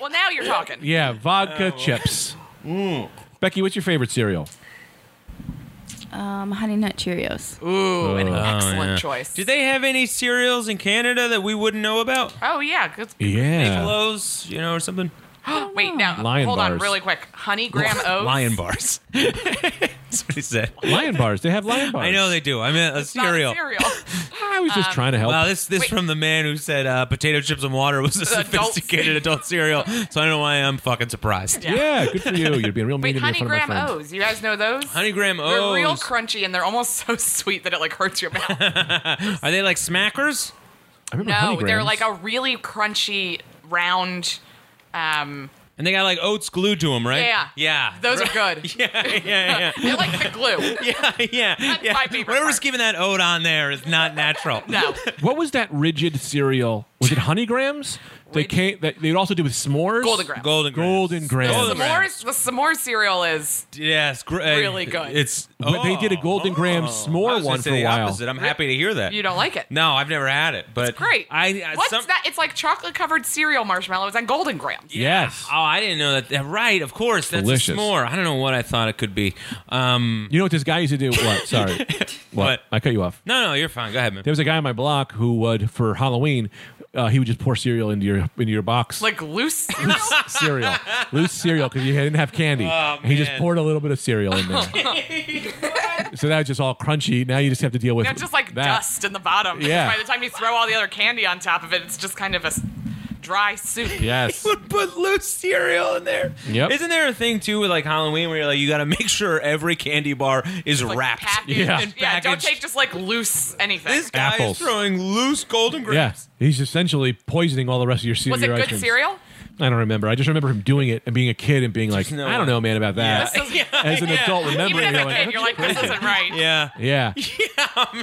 [SPEAKER 3] Well, now you're talking.
[SPEAKER 2] Yeah, vodka
[SPEAKER 1] Oh. [laughs]
[SPEAKER 2] chips.
[SPEAKER 1] Mm.
[SPEAKER 2] Becky, what's your favorite cereal?
[SPEAKER 4] Um, Honey Nut Cheerios.
[SPEAKER 3] Ooh,
[SPEAKER 2] Oh,
[SPEAKER 3] an excellent
[SPEAKER 1] yeah.
[SPEAKER 3] choice.
[SPEAKER 1] Do they have any cereals in Canada that we wouldn't know about?
[SPEAKER 3] Oh yeah. Good.
[SPEAKER 2] Yeah.
[SPEAKER 1] Lowe's, you know, or something?
[SPEAKER 3] Wait now.
[SPEAKER 2] Lion
[SPEAKER 3] hold on,
[SPEAKER 2] bars.
[SPEAKER 3] really quick. Honey Graham Oats.
[SPEAKER 1] Lion
[SPEAKER 3] [laughs]
[SPEAKER 1] bars. That's what he said.
[SPEAKER 2] Lion bars. They have lion
[SPEAKER 1] [laughs]
[SPEAKER 2] bars.
[SPEAKER 1] I know they Um, do. I mean, a
[SPEAKER 3] Not
[SPEAKER 1] cereal.
[SPEAKER 2] [laughs]
[SPEAKER 3] cereal.
[SPEAKER 2] I was just trying to help.
[SPEAKER 1] Wow, this this
[SPEAKER 3] Wait.
[SPEAKER 1] from the man who said uh, potato chips and water was a
[SPEAKER 3] Adult
[SPEAKER 1] sophisticated adult cereal. So I don't know why I'm fucking surprised.
[SPEAKER 2] yeah. good for you. You're
[SPEAKER 1] [laughs]
[SPEAKER 2] being real mean
[SPEAKER 3] Wait,
[SPEAKER 2] to me in
[SPEAKER 3] Honey
[SPEAKER 2] front of
[SPEAKER 3] Graham
[SPEAKER 2] my friends.
[SPEAKER 3] O's. You guys know those?
[SPEAKER 1] Honey Graham
[SPEAKER 3] They're real
[SPEAKER 1] O's.
[SPEAKER 3] crunchy and they're almost [laughs] so sweet that it like hurts your
[SPEAKER 1] [laughs]
[SPEAKER 3] mouth.
[SPEAKER 1] Are they like smackers?
[SPEAKER 2] I remember Honey
[SPEAKER 3] No, they're
[SPEAKER 2] Grahams.
[SPEAKER 3] like a really crunchy round. Um,
[SPEAKER 1] And they got like oats glued to them, right?
[SPEAKER 3] yeah,
[SPEAKER 1] Yeah.
[SPEAKER 3] Those are good.
[SPEAKER 1] [laughs] yeah,
[SPEAKER 3] [laughs]
[SPEAKER 1] yeah, yeah.
[SPEAKER 3] They're like the glue.
[SPEAKER 1] [laughs] Yeah, yeah, yeah.
[SPEAKER 3] my favorite
[SPEAKER 1] Whatever's
[SPEAKER 3] part.
[SPEAKER 1] giving that ode on there is not natural.
[SPEAKER 3] [laughs]
[SPEAKER 1] [laughs]
[SPEAKER 3] No,
[SPEAKER 2] What was that rigid cereal? Was it Honey Grams? They
[SPEAKER 3] Rigid.
[SPEAKER 2] came that they'd also do with s'mores.
[SPEAKER 3] Golden Grahams.
[SPEAKER 1] Golden Grahams.
[SPEAKER 2] Golden Grahams.
[SPEAKER 1] Golden Grahams.
[SPEAKER 3] s'mores. The s'more cereal is
[SPEAKER 1] Yes, gr- uh,
[SPEAKER 3] Really good.
[SPEAKER 1] It's
[SPEAKER 2] Wh- they did a Golden Graham
[SPEAKER 1] Oh.
[SPEAKER 2] s'more
[SPEAKER 1] I was gonna
[SPEAKER 2] one
[SPEAKER 1] say
[SPEAKER 2] for a
[SPEAKER 1] the
[SPEAKER 2] while.
[SPEAKER 1] Opposite. I'm happy to hear that.
[SPEAKER 3] you don't like it.
[SPEAKER 1] No, I've never had it, but
[SPEAKER 3] Great.
[SPEAKER 1] I, I
[SPEAKER 3] What's
[SPEAKER 1] some-
[SPEAKER 3] that? It's like chocolate covered cereal marshmallows and golden grams.
[SPEAKER 2] Yes.
[SPEAKER 1] Oh, I didn't know that. Right, of course. That's
[SPEAKER 2] Delicious.
[SPEAKER 1] a s'more. I don't know what I thought it could be. Um,
[SPEAKER 2] You know what this guy used to do?
[SPEAKER 1] [laughs]
[SPEAKER 2] What? Sorry. what?
[SPEAKER 1] What?
[SPEAKER 2] I cut you off.
[SPEAKER 1] no, no, you're fine. Go ahead, man.
[SPEAKER 2] There was a guy on my block who would, for Halloween, uh, he would just pour cereal into your into your box.
[SPEAKER 3] Like
[SPEAKER 1] [laughs]
[SPEAKER 3] loose cereal.
[SPEAKER 2] cereal, loose cereal, because you didn't have candy.
[SPEAKER 1] Oh,
[SPEAKER 2] And he just
[SPEAKER 1] man.
[SPEAKER 2] poured a little bit of cereal in there.
[SPEAKER 3] [laughs]
[SPEAKER 2] so that was just all crunchy. Now you just have to deal with
[SPEAKER 3] you know, just like
[SPEAKER 2] that.
[SPEAKER 3] dust in the bottom.
[SPEAKER 2] Yeah.
[SPEAKER 3] By the time you throw all the other candy on top of it, it's just kind of a s- dry soup. [laughs]
[SPEAKER 2] Yes.
[SPEAKER 1] would put loose cereal in there.
[SPEAKER 2] Yep.
[SPEAKER 1] Isn't there a thing too with like Halloween where you're like you got to make sure every candy bar is
[SPEAKER 3] Like
[SPEAKER 1] wrapped?
[SPEAKER 3] packaged.
[SPEAKER 2] Yeah.
[SPEAKER 3] Yeah.
[SPEAKER 2] and
[SPEAKER 3] Don't
[SPEAKER 1] packaged.
[SPEAKER 3] take just like loose anything.
[SPEAKER 1] This guy
[SPEAKER 2] Apples.
[SPEAKER 1] is throwing loose golden
[SPEAKER 2] Yeah,
[SPEAKER 1] grapes.
[SPEAKER 2] he's essentially poisoning all the rest of your cereal.
[SPEAKER 3] was it
[SPEAKER 2] ice
[SPEAKER 3] good
[SPEAKER 2] creams.
[SPEAKER 3] cereal?
[SPEAKER 2] I don't remember. I just remember him doing it and being a kid and being like,
[SPEAKER 1] no
[SPEAKER 2] I don't
[SPEAKER 1] way.
[SPEAKER 2] know, man, about that. [laughs]
[SPEAKER 3] [laughs] This is-
[SPEAKER 2] As an adult,
[SPEAKER 3] Even
[SPEAKER 2] remembering, you're
[SPEAKER 3] as a kid,
[SPEAKER 2] like,
[SPEAKER 3] you're like, this isn't right.
[SPEAKER 1] Yeah.
[SPEAKER 2] yeah,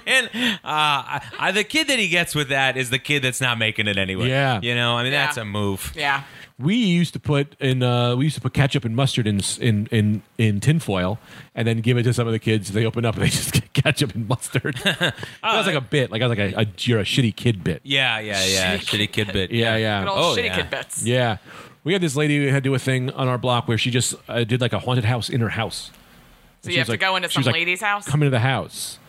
[SPEAKER 1] man. Uh, I, I, the kid that he gets with that is the kid that's not making it anyway.
[SPEAKER 2] Yeah.
[SPEAKER 1] You know, I mean,
[SPEAKER 3] Yeah.
[SPEAKER 1] that's a move.
[SPEAKER 3] Yeah.
[SPEAKER 2] we used to put in, uh, we used to put ketchup and mustard in s- in in in tinfoil, and then give it to some of the kids. They open up and they [laughs] just get ketchup and
[SPEAKER 3] [laughs]
[SPEAKER 2] mustard. that was like a bit, like I was like a, a you're a shitty kid bit.
[SPEAKER 1] Yeah, yeah, yeah.
[SPEAKER 3] Shitty
[SPEAKER 1] Shitty kid bit.
[SPEAKER 2] Yeah, yeah.
[SPEAKER 3] Good old
[SPEAKER 1] Oh,
[SPEAKER 3] shitty
[SPEAKER 1] yeah.
[SPEAKER 3] kid bits.
[SPEAKER 2] Yeah. We had this lady who had to do a thing on our block where she just uh, did like a haunted house in her house.
[SPEAKER 3] So
[SPEAKER 2] She
[SPEAKER 3] you have
[SPEAKER 2] was like-
[SPEAKER 3] to go into
[SPEAKER 2] she
[SPEAKER 3] some
[SPEAKER 2] was like,
[SPEAKER 3] lady's house.
[SPEAKER 2] Come into the house.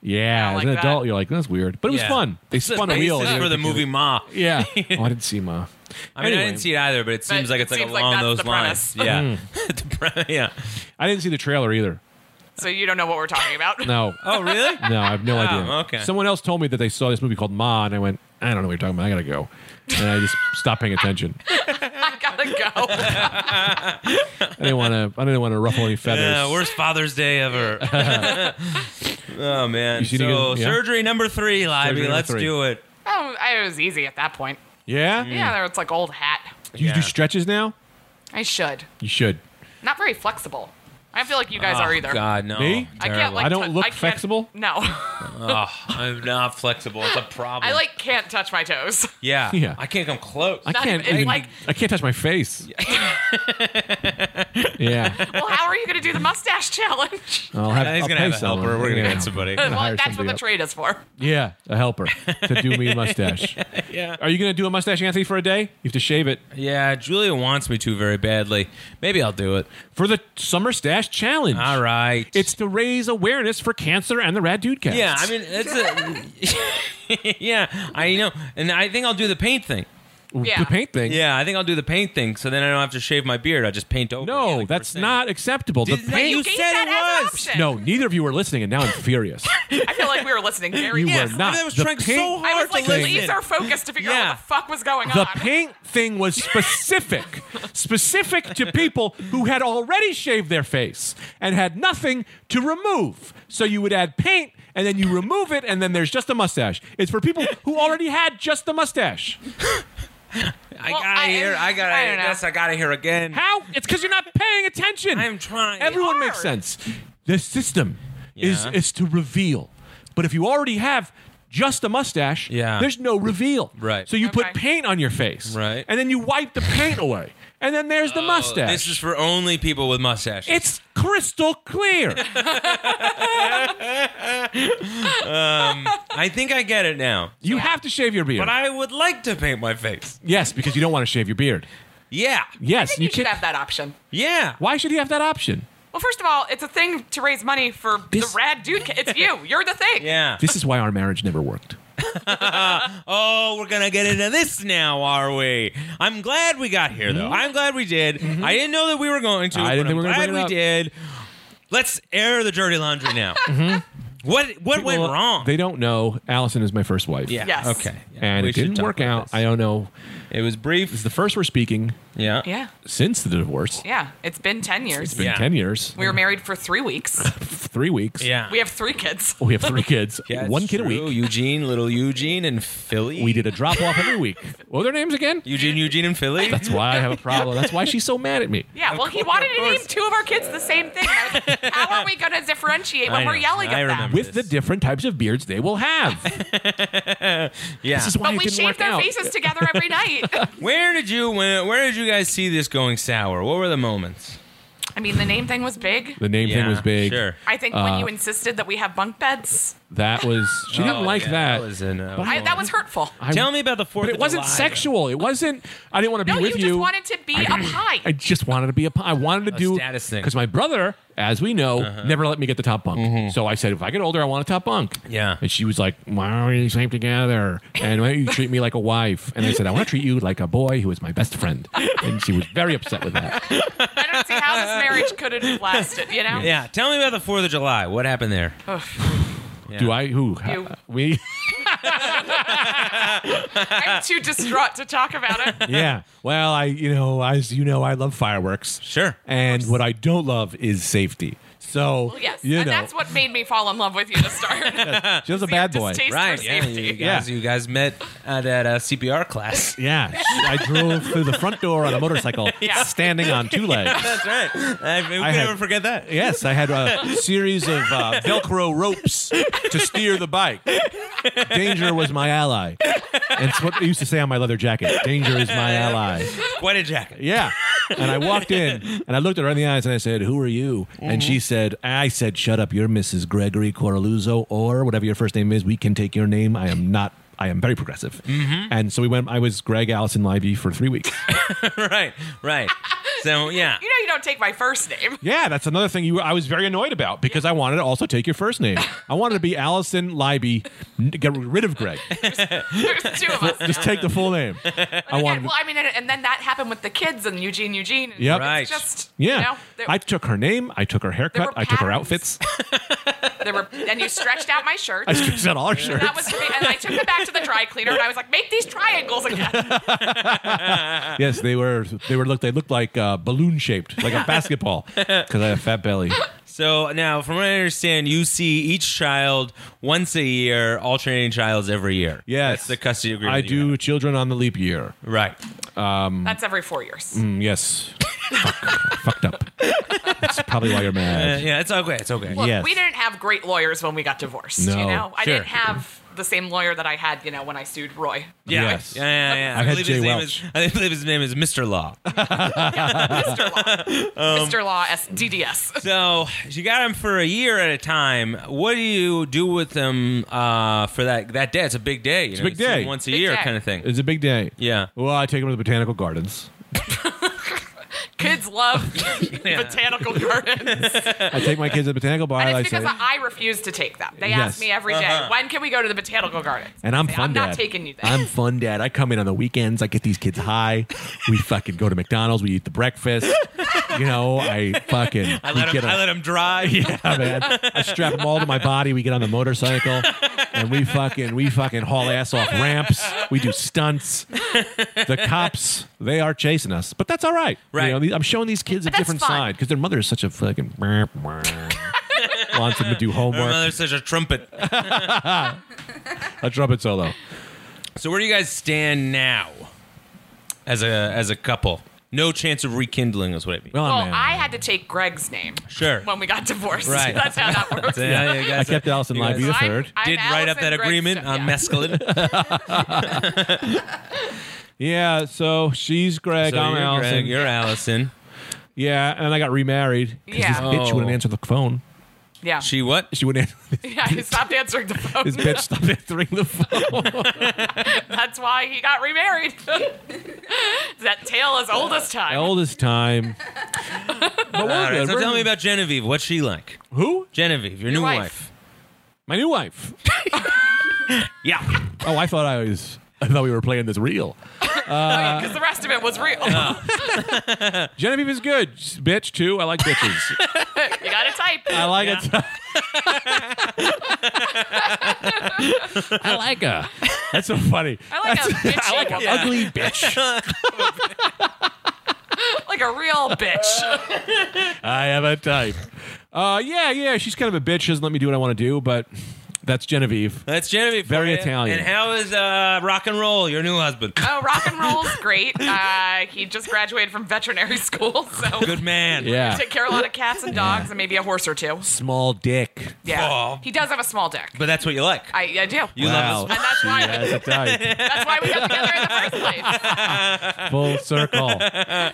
[SPEAKER 2] Yeah,
[SPEAKER 3] I
[SPEAKER 2] as
[SPEAKER 3] don't
[SPEAKER 2] an
[SPEAKER 3] like that.
[SPEAKER 2] adult, you're like, that's weird, but it was
[SPEAKER 1] Yeah.
[SPEAKER 2] fun. They
[SPEAKER 1] This is
[SPEAKER 2] spun a
[SPEAKER 1] basis
[SPEAKER 2] wheel. and
[SPEAKER 1] for the
[SPEAKER 2] everything.
[SPEAKER 1] movie Ma.
[SPEAKER 3] [laughs]
[SPEAKER 2] Yeah. oh, I didn't see Ma.
[SPEAKER 1] I mean, I didn't see it either, but it seems like
[SPEAKER 3] it
[SPEAKER 1] it's like
[SPEAKER 3] seems like
[SPEAKER 1] along
[SPEAKER 3] that's
[SPEAKER 1] those
[SPEAKER 3] the
[SPEAKER 1] lines.
[SPEAKER 3] premise.
[SPEAKER 1] Yeah.
[SPEAKER 2] Mm.
[SPEAKER 1] [laughs] The pre- yeah.
[SPEAKER 2] I didn't see the trailer either.
[SPEAKER 3] so you don't know what we're talking about.
[SPEAKER 2] No.
[SPEAKER 1] Oh, really?
[SPEAKER 2] No, I have no idea.
[SPEAKER 1] okay.
[SPEAKER 2] Someone else told me that they saw this movie called Ma, and I went, I don't know what you're talking about. I gotta go. And I
[SPEAKER 1] [laughs]
[SPEAKER 2] just stopped paying attention.
[SPEAKER 3] [laughs] I
[SPEAKER 2] [laughs]
[SPEAKER 3] gotta go.
[SPEAKER 2] I didn't want to. I didn't want to ruffle any feathers.
[SPEAKER 1] [laughs] Yeah, worst Father's Day ever. [laughs] oh man!
[SPEAKER 2] You seen it
[SPEAKER 1] So
[SPEAKER 2] again? Yeah.
[SPEAKER 1] surgery number three,
[SPEAKER 2] Surgery
[SPEAKER 1] Libby.
[SPEAKER 2] number
[SPEAKER 1] Let's
[SPEAKER 2] three.
[SPEAKER 1] do it.
[SPEAKER 3] oh, I was easy at that point.
[SPEAKER 2] yeah?
[SPEAKER 3] Yeah, there, it's like old hat.
[SPEAKER 2] Do you
[SPEAKER 1] Mm, Yeah.
[SPEAKER 2] do stretches now?
[SPEAKER 3] I should.
[SPEAKER 2] You should.
[SPEAKER 3] Not very flexible. I don't feel like you guys
[SPEAKER 1] oh,
[SPEAKER 3] are either.
[SPEAKER 1] God, no.
[SPEAKER 2] Me?
[SPEAKER 3] I can't
[SPEAKER 1] Terrible.
[SPEAKER 3] like.
[SPEAKER 2] I don't
[SPEAKER 3] tou-
[SPEAKER 2] look
[SPEAKER 3] I can't-
[SPEAKER 2] flexible?
[SPEAKER 3] No,
[SPEAKER 1] oh, I'm not flexible. It's a problem.
[SPEAKER 3] I like can't touch my toes. [laughs]
[SPEAKER 1] Yeah.
[SPEAKER 2] Yeah.
[SPEAKER 1] I can't come [laughs] close.
[SPEAKER 2] I
[SPEAKER 3] Not
[SPEAKER 2] can't
[SPEAKER 3] even-
[SPEAKER 2] even.
[SPEAKER 3] like-
[SPEAKER 2] I can't touch
[SPEAKER 1] [laughs]
[SPEAKER 2] my face. yeah.
[SPEAKER 3] Well, how are you gonna do the
[SPEAKER 2] [laughs]
[SPEAKER 3] mustache challenge?
[SPEAKER 2] I'll have.
[SPEAKER 1] [laughs] He's
[SPEAKER 2] I'll
[SPEAKER 1] gonna
[SPEAKER 2] pay
[SPEAKER 1] have a
[SPEAKER 2] someone.
[SPEAKER 1] helper. We're gonna
[SPEAKER 2] Yeah.
[SPEAKER 1] get [laughs] somebody.
[SPEAKER 3] well,
[SPEAKER 2] hire
[SPEAKER 3] that's what
[SPEAKER 2] somebody
[SPEAKER 3] the
[SPEAKER 2] up.
[SPEAKER 3] trade is for.
[SPEAKER 2] Yeah, a helper to do me
[SPEAKER 1] [laughs]
[SPEAKER 2] a mustache. yeah. Are you gonna do a mustache, Anthony, for a day? You have to shave it
[SPEAKER 1] yeah, Julia wants me to very badly. Maybe I'll do it.
[SPEAKER 2] for the summer stash challenge.
[SPEAKER 1] All right.
[SPEAKER 2] It's to raise awareness for cancer and the Rad Dude Cast.
[SPEAKER 1] yeah. I mean, that's a. [laughs] yeah, I know, and I think I'll do the paint thing.
[SPEAKER 3] Yeah.
[SPEAKER 2] the paint thing.
[SPEAKER 1] Yeah, I think I'll do the paint thing. So then I don't have to shave my beard. I just paint over.
[SPEAKER 2] No,
[SPEAKER 1] it, like
[SPEAKER 2] that's
[SPEAKER 1] 100%.
[SPEAKER 2] not acceptable. The
[SPEAKER 1] Did that
[SPEAKER 2] paint.
[SPEAKER 1] you
[SPEAKER 3] gave
[SPEAKER 1] said
[SPEAKER 3] that
[SPEAKER 1] it
[SPEAKER 3] as an
[SPEAKER 1] was.
[SPEAKER 3] option.
[SPEAKER 2] no, neither of you were listening, and now I'm
[SPEAKER 1] [laughs]
[SPEAKER 2] furious.
[SPEAKER 3] I feel like we were listening very.
[SPEAKER 2] You
[SPEAKER 3] carefully.
[SPEAKER 1] Yes,
[SPEAKER 2] were not.
[SPEAKER 1] I was
[SPEAKER 2] The
[SPEAKER 1] trying
[SPEAKER 2] paint-
[SPEAKER 1] so hard
[SPEAKER 3] I was
[SPEAKER 1] to
[SPEAKER 3] like, the
[SPEAKER 1] listen.
[SPEAKER 3] leaves are focused to figure out
[SPEAKER 1] Yeah.
[SPEAKER 3] what the fuck was going
[SPEAKER 2] The
[SPEAKER 3] on.
[SPEAKER 2] paint thing was
[SPEAKER 1] [laughs]
[SPEAKER 2] specific, specific to people who had already shaved their face and had nothing to remove. So you would add paint and then you remove it and then there's just a mustache. It's for people who already had just the mustache.
[SPEAKER 1] I
[SPEAKER 3] Well,
[SPEAKER 1] gotta
[SPEAKER 3] I-
[SPEAKER 1] hear. I gotta.
[SPEAKER 3] I
[SPEAKER 1] hear
[SPEAKER 3] don't know.
[SPEAKER 1] this. I gotta hear again.
[SPEAKER 2] How? It's because you're not paying attention.
[SPEAKER 1] I'm trying.
[SPEAKER 2] Everyone
[SPEAKER 3] Hard.
[SPEAKER 2] makes sense. The system is
[SPEAKER 1] Yeah.
[SPEAKER 2] is to reveal. But if you already have just a mustache,
[SPEAKER 1] Yeah.
[SPEAKER 2] there's no reveal.
[SPEAKER 1] Right.
[SPEAKER 2] So you put
[SPEAKER 3] Okay.
[SPEAKER 2] paint on your face.
[SPEAKER 1] Right. Oh,
[SPEAKER 2] And then you wipe
[SPEAKER 1] [laughs]
[SPEAKER 2] the paint away. And then there's the mustache.
[SPEAKER 1] This is for only people with mustaches.
[SPEAKER 2] it's crystal
[SPEAKER 1] [laughs]
[SPEAKER 2] clear.
[SPEAKER 1] I think I get it now.
[SPEAKER 2] you have to shave your beard.
[SPEAKER 1] But I would like to paint my face.
[SPEAKER 2] yes, because you don't want to shave your beard.
[SPEAKER 1] Yeah.
[SPEAKER 2] Yes,
[SPEAKER 3] You, should
[SPEAKER 2] can't-
[SPEAKER 3] have that option.
[SPEAKER 1] Yeah.
[SPEAKER 2] Why should he have that option?
[SPEAKER 3] Well, first of all, it's a thing to raise money for
[SPEAKER 2] This-
[SPEAKER 3] the rad dude. ca- It's you. You're the thing.
[SPEAKER 1] Yeah.
[SPEAKER 2] This is why our marriage never worked.
[SPEAKER 1] Oh, we're gonna get into this now, are we? I'm glad we got here, though. I'm glad we did. I didn't know that we were going to.
[SPEAKER 2] Mm-hmm. I didn't
[SPEAKER 1] but
[SPEAKER 2] think we were
[SPEAKER 1] I'm
[SPEAKER 2] gonna
[SPEAKER 1] glad
[SPEAKER 2] bring it
[SPEAKER 1] we
[SPEAKER 2] up.
[SPEAKER 1] did. Let's air the dirty laundry
[SPEAKER 2] [laughs]
[SPEAKER 1] now. What what went
[SPEAKER 2] Well,
[SPEAKER 1] wrong?
[SPEAKER 2] Mm-hmm. They don't know. Allison is my first wife.
[SPEAKER 1] yeah.
[SPEAKER 3] Yes.
[SPEAKER 1] Okay. Yeah,
[SPEAKER 2] And
[SPEAKER 1] we
[SPEAKER 2] it
[SPEAKER 1] should
[SPEAKER 2] didn't
[SPEAKER 1] talk
[SPEAKER 2] work
[SPEAKER 1] about
[SPEAKER 2] out.
[SPEAKER 1] this.
[SPEAKER 2] I don't know.
[SPEAKER 1] it was brief.
[SPEAKER 2] It's the first we're speaking
[SPEAKER 1] Yeah.
[SPEAKER 3] Yeah.
[SPEAKER 2] since the divorce.
[SPEAKER 3] Yeah. It's been 10 years.
[SPEAKER 2] It's been
[SPEAKER 1] Yeah.
[SPEAKER 2] 10 years,
[SPEAKER 3] we were married for three weeks.
[SPEAKER 2] [laughs] three weeks.
[SPEAKER 1] Yeah.
[SPEAKER 3] We have three kids.
[SPEAKER 2] We have three
[SPEAKER 1] [laughs]
[SPEAKER 2] kids,
[SPEAKER 1] Yeah, it's
[SPEAKER 2] one kid a
[SPEAKER 1] true.
[SPEAKER 2] week.
[SPEAKER 1] Eugene, little Eugene, and Philly.
[SPEAKER 2] We did a drop off
[SPEAKER 1] [laughs]
[SPEAKER 2] every week. What are their names again?
[SPEAKER 1] Eugene, Eugene, and Philly.
[SPEAKER 2] That's why I have a problem. That's why she's so
[SPEAKER 1] [laughs]
[SPEAKER 2] mad at me.
[SPEAKER 3] Yeah, well, he
[SPEAKER 1] course,
[SPEAKER 3] wanted
[SPEAKER 1] of
[SPEAKER 3] to name
[SPEAKER 1] course.
[SPEAKER 3] two of our kids the same thing. I was like, How are we going to differentiate
[SPEAKER 1] I
[SPEAKER 3] when we're
[SPEAKER 1] know.
[SPEAKER 3] yelling
[SPEAKER 1] I
[SPEAKER 3] at them?
[SPEAKER 1] remember.
[SPEAKER 2] With the
[SPEAKER 1] Yes.
[SPEAKER 2] different types of beards they
[SPEAKER 1] [laughs]
[SPEAKER 2] will have.
[SPEAKER 1] yeah.
[SPEAKER 2] This is why
[SPEAKER 3] But
[SPEAKER 2] it
[SPEAKER 3] we
[SPEAKER 2] didn't
[SPEAKER 3] shave
[SPEAKER 2] work
[SPEAKER 3] their
[SPEAKER 2] out.
[SPEAKER 3] faces together every night.
[SPEAKER 1] Where did you when, where did you guys see this going sour? What were the moments?
[SPEAKER 3] I mean, the name thing was big.
[SPEAKER 2] The name thing
[SPEAKER 1] Yeah,
[SPEAKER 2] was big.
[SPEAKER 1] Sure.
[SPEAKER 3] I think when you insisted that we have bunk beds,
[SPEAKER 2] That was, she didn't
[SPEAKER 1] Oh,
[SPEAKER 2] like
[SPEAKER 1] yeah,
[SPEAKER 2] that.
[SPEAKER 1] That was in, uh,
[SPEAKER 3] I, that was hurtful.
[SPEAKER 2] I-
[SPEAKER 1] Tell me about the fourth.
[SPEAKER 2] But it wasn't sexual. It wasn't, I didn't want to be
[SPEAKER 3] No, you
[SPEAKER 2] with
[SPEAKER 3] just wanted to be up high.
[SPEAKER 2] I just wanted to be a. pi- I wanted to do
[SPEAKER 1] status thing. Uh-huh.
[SPEAKER 2] because my brother, as we know, never let me get the top bunk.
[SPEAKER 1] Mm-hmm.
[SPEAKER 2] So I said, if I get older, I want a top bunk.
[SPEAKER 1] Yeah.
[SPEAKER 2] And she was like, "Why don't we sleep together? And why don't you treat me like a wife?" And I said, "I want to treat you like a boy who is my best friend." And she was very upset with that.
[SPEAKER 3] I don't see how this marriage could have lasted, you know?
[SPEAKER 1] Yeah. Tell me about the Fourth of July. What happened there?
[SPEAKER 2] Do I? Who?
[SPEAKER 3] [laughs] You.
[SPEAKER 2] We?
[SPEAKER 3] I'm too distraught to talk
[SPEAKER 2] [laughs]
[SPEAKER 3] about it.
[SPEAKER 2] Yeah. Well, I, you know, as you know, I love fireworks.
[SPEAKER 1] Sure.
[SPEAKER 2] And what I don't love is safety. So
[SPEAKER 3] Well, yes.
[SPEAKER 2] you
[SPEAKER 3] and
[SPEAKER 2] know,
[SPEAKER 3] that's what made me fall in love with you to
[SPEAKER 2] [laughs]
[SPEAKER 3] start.
[SPEAKER 2] she was a
[SPEAKER 3] We have
[SPEAKER 2] bad boy.
[SPEAKER 3] distaste for
[SPEAKER 1] Right. Yeah.
[SPEAKER 3] safety.
[SPEAKER 1] You guys.
[SPEAKER 2] Yeah.
[SPEAKER 1] You guys met at, at uh, a CPR
[SPEAKER 2] [laughs]
[SPEAKER 1] class.
[SPEAKER 2] Yeah, she- I drove through the front door on a motorcycle,
[SPEAKER 3] [laughs] Yeah.
[SPEAKER 2] standing on two legs.
[SPEAKER 1] That's right. I, we
[SPEAKER 2] I had-
[SPEAKER 1] never forget that.
[SPEAKER 2] Yes, I had a series of uh, Velcro ropes to steer the bike. Danger was my ally. And it's what they used to say on my leather jacket Danger is my ally.
[SPEAKER 1] Quite a
[SPEAKER 2] [laughs]
[SPEAKER 1] jacket.
[SPEAKER 2] Yeah. And I walked in and I looked at her in the eyes and I said, Who are you? And she said, I said, Shut up. You're Mrs. Gregory Coraluzzo or whatever your first name is. We can take your name. I am not. I am very progressive. And so we went. I was Greg Allison Livey for three weeks.
[SPEAKER 1] right. Right. So yeah.
[SPEAKER 3] You know, you don't take my first name. [laughs]
[SPEAKER 2] Yeah, that's another thing you I was very annoyed about because I wanted to also take your first
[SPEAKER 3] [laughs]
[SPEAKER 2] name. I wanted to be Allison Libby. N- Get rid of Greg.
[SPEAKER 3] There's two of us. now.
[SPEAKER 2] Just take the full name. I
[SPEAKER 3] Yeah,
[SPEAKER 2] wanted.
[SPEAKER 3] well, I mean, and, and then that happened with the kids and Eugene, Eugene. And
[SPEAKER 2] Yep.
[SPEAKER 1] Right.
[SPEAKER 3] It's just, you
[SPEAKER 2] Yeah,
[SPEAKER 3] know, there,
[SPEAKER 2] I took her name. I took her haircut.
[SPEAKER 3] were
[SPEAKER 2] I took her
[SPEAKER 3] patterns.
[SPEAKER 2] outfits. [laughs]
[SPEAKER 3] there were, and you stretched out my shirt.
[SPEAKER 2] I stretched out all her shirts.
[SPEAKER 3] that was, the thing, and I took it back to the dry cleaner, and I was like, make these triangles
[SPEAKER 2] [laughs]
[SPEAKER 3] again.
[SPEAKER 2] yes, they were. They were look. They looked like uh, balloon shaped, like a
[SPEAKER 3] [laughs]
[SPEAKER 2] basketball, because I have a fat belly.
[SPEAKER 1] So now, from what I understand, you see each child once a year, alternating childs every year.
[SPEAKER 2] Yes.
[SPEAKER 1] That's the custody agreement.
[SPEAKER 2] I
[SPEAKER 1] you
[SPEAKER 2] do children on the leap year.
[SPEAKER 1] have. Right.
[SPEAKER 3] That's every four years.
[SPEAKER 2] Mm, yes, Fuck. fucked up. That's probably why you're
[SPEAKER 1] Uh,
[SPEAKER 2] mad.
[SPEAKER 1] yeah. It's okay. It's okay.
[SPEAKER 3] Look,
[SPEAKER 2] yes.
[SPEAKER 3] we didn't have great lawyers when we got divorced.
[SPEAKER 2] No,
[SPEAKER 3] you know, I
[SPEAKER 1] sure.
[SPEAKER 3] didn't have the same lawyer that I had, you know, when I sued Roy.
[SPEAKER 1] Yeah.
[SPEAKER 2] Yes.
[SPEAKER 1] Yeah, yeah, yeah.
[SPEAKER 2] I've had
[SPEAKER 1] believe
[SPEAKER 2] Jay
[SPEAKER 1] his name
[SPEAKER 2] Welch.
[SPEAKER 1] Is, I believe his name is Mr. Law.
[SPEAKER 3] Mr. Law, Mr. Law, S- DDS.
[SPEAKER 1] so you got him for a year at a time. What do you do with him uh, for that that day? It's a big day. You it's
[SPEAKER 2] a
[SPEAKER 1] know?
[SPEAKER 2] big
[SPEAKER 1] you see him
[SPEAKER 2] day.
[SPEAKER 1] once a
[SPEAKER 3] Big
[SPEAKER 1] year
[SPEAKER 3] day.
[SPEAKER 1] kind of thing.
[SPEAKER 2] It's a big day.
[SPEAKER 1] Yeah.
[SPEAKER 2] Well, I take them to the botanical gardens.
[SPEAKER 3] Kids
[SPEAKER 1] [laughs]
[SPEAKER 3] love botanical gardens.
[SPEAKER 2] I take my kids to the botanical bar.
[SPEAKER 3] And
[SPEAKER 2] I
[SPEAKER 3] it's because
[SPEAKER 2] say,
[SPEAKER 3] [laughs] I refuse to take them. They
[SPEAKER 2] Yes.
[SPEAKER 3] ask me every day,
[SPEAKER 1] Uh-huh.
[SPEAKER 3] when can we go to the botanical gardens?
[SPEAKER 2] and I'm
[SPEAKER 3] I say,
[SPEAKER 2] fun,
[SPEAKER 3] I'm
[SPEAKER 2] dad.
[SPEAKER 3] not taking you [laughs] there.
[SPEAKER 2] I'm fun, dad. I come in on the weekends. I get these kids high. We fucking go to McDonald's. We eat the breakfast. You know, I fucking.
[SPEAKER 1] I let,
[SPEAKER 2] we
[SPEAKER 1] him,
[SPEAKER 2] get
[SPEAKER 1] I
[SPEAKER 2] on-
[SPEAKER 1] let him dry.
[SPEAKER 2] [laughs] yeah, man. I strap them all to my body. We get on the motorcycle, and we fucking we fucking haul ass off ramps. We do stunts. The cops they are chasing us, but that's all right. You
[SPEAKER 1] Right.
[SPEAKER 2] know, the- I'm showing these kids a
[SPEAKER 3] But that's
[SPEAKER 2] different
[SPEAKER 3] fun.
[SPEAKER 2] side because their mother is such a fucking.
[SPEAKER 3] [laughs]
[SPEAKER 2] wants them to do
[SPEAKER 1] Her
[SPEAKER 2] homework.
[SPEAKER 1] mother's such a trumpet.
[SPEAKER 2] A trumpet solo.
[SPEAKER 1] So where do you guys stand now? as a as a couple. No chance of rekindling is what it means.
[SPEAKER 2] Well,
[SPEAKER 3] Well,
[SPEAKER 2] man.
[SPEAKER 3] I had to take Greg's name.
[SPEAKER 1] Sure.
[SPEAKER 3] When we got divorced.
[SPEAKER 1] Right.
[SPEAKER 3] [laughs] That's how that works.
[SPEAKER 1] So, yeah, you guys-
[SPEAKER 2] I kept Allison
[SPEAKER 1] you
[SPEAKER 2] live.
[SPEAKER 1] guys
[SPEAKER 2] You
[SPEAKER 3] So
[SPEAKER 2] the
[SPEAKER 3] I'm-
[SPEAKER 2] third.
[SPEAKER 3] I'm
[SPEAKER 1] Did write up that
[SPEAKER 3] Allison Greg's
[SPEAKER 1] agreement
[SPEAKER 3] stuff,
[SPEAKER 1] on
[SPEAKER 3] yeah.
[SPEAKER 2] [laughs]
[SPEAKER 1] mescaline.
[SPEAKER 2] Yeah, so she's Greg.
[SPEAKER 1] So
[SPEAKER 2] I'm
[SPEAKER 1] you're
[SPEAKER 2] Allison.
[SPEAKER 1] Greg, you're Allison.
[SPEAKER 2] Yeah, and I got remarried because
[SPEAKER 3] Yeah.
[SPEAKER 2] this bitch
[SPEAKER 1] Oh.
[SPEAKER 2] wouldn't answer the phone.
[SPEAKER 3] Yeah.
[SPEAKER 1] She what?
[SPEAKER 2] She wouldn't answer.
[SPEAKER 3] [laughs] yeah, he stopped answering the phone.
[SPEAKER 2] This bitch stopped answering the phone.
[SPEAKER 3] [laughs] That's why he got remarried. [laughs] that tale is old as time.
[SPEAKER 2] Oldest time. But we're
[SPEAKER 1] All right,
[SPEAKER 2] good.
[SPEAKER 1] so
[SPEAKER 2] We're-
[SPEAKER 1] tell me about Genevieve. What's she like?
[SPEAKER 2] who?
[SPEAKER 1] Genevieve, your, new
[SPEAKER 3] wife.
[SPEAKER 1] wife.
[SPEAKER 2] My new wife.
[SPEAKER 1] Yeah.
[SPEAKER 2] Oh, I thought I was. I thought we were playing this real. uh,
[SPEAKER 3] Because the rest of it was real.
[SPEAKER 2] Genevieve is good, She's a bitch too. I like bitches.
[SPEAKER 3] [laughs] you got to type.
[SPEAKER 1] Uh,
[SPEAKER 2] I like it. [laughs] I like her. That's so funny.
[SPEAKER 3] I like a bitchy
[SPEAKER 2] [laughs] I like an
[SPEAKER 3] woman.
[SPEAKER 2] ugly [laughs] bitch.
[SPEAKER 3] Like a real bitch.
[SPEAKER 2] I have a type. Uh, yeah, yeah. She's kind of a bitch. She Doesn't let me do what I want to do, but that's Genevieve.
[SPEAKER 1] That's Genevieve. for
[SPEAKER 2] Very
[SPEAKER 1] you.
[SPEAKER 2] Italian.
[SPEAKER 1] And how is uh, rock and roll, your new husband? [laughs]
[SPEAKER 3] Oh, rock and roll's great. Uh, he just graduated from veterinary school, so
[SPEAKER 1] Good man.
[SPEAKER 2] Yeah.
[SPEAKER 3] take care of a lot of cats and dogs and maybe a horse or two.
[SPEAKER 2] Small dick.
[SPEAKER 3] Yeah,
[SPEAKER 1] Aw.
[SPEAKER 3] he does have a small dick.
[SPEAKER 1] But that's what you like.
[SPEAKER 3] I, I do.
[SPEAKER 1] You
[SPEAKER 2] wow.
[SPEAKER 1] love
[SPEAKER 3] and that's why,
[SPEAKER 2] She has a
[SPEAKER 1] [laughs]
[SPEAKER 2] type.
[SPEAKER 3] that's why we got together in the first place.
[SPEAKER 2] Full circle.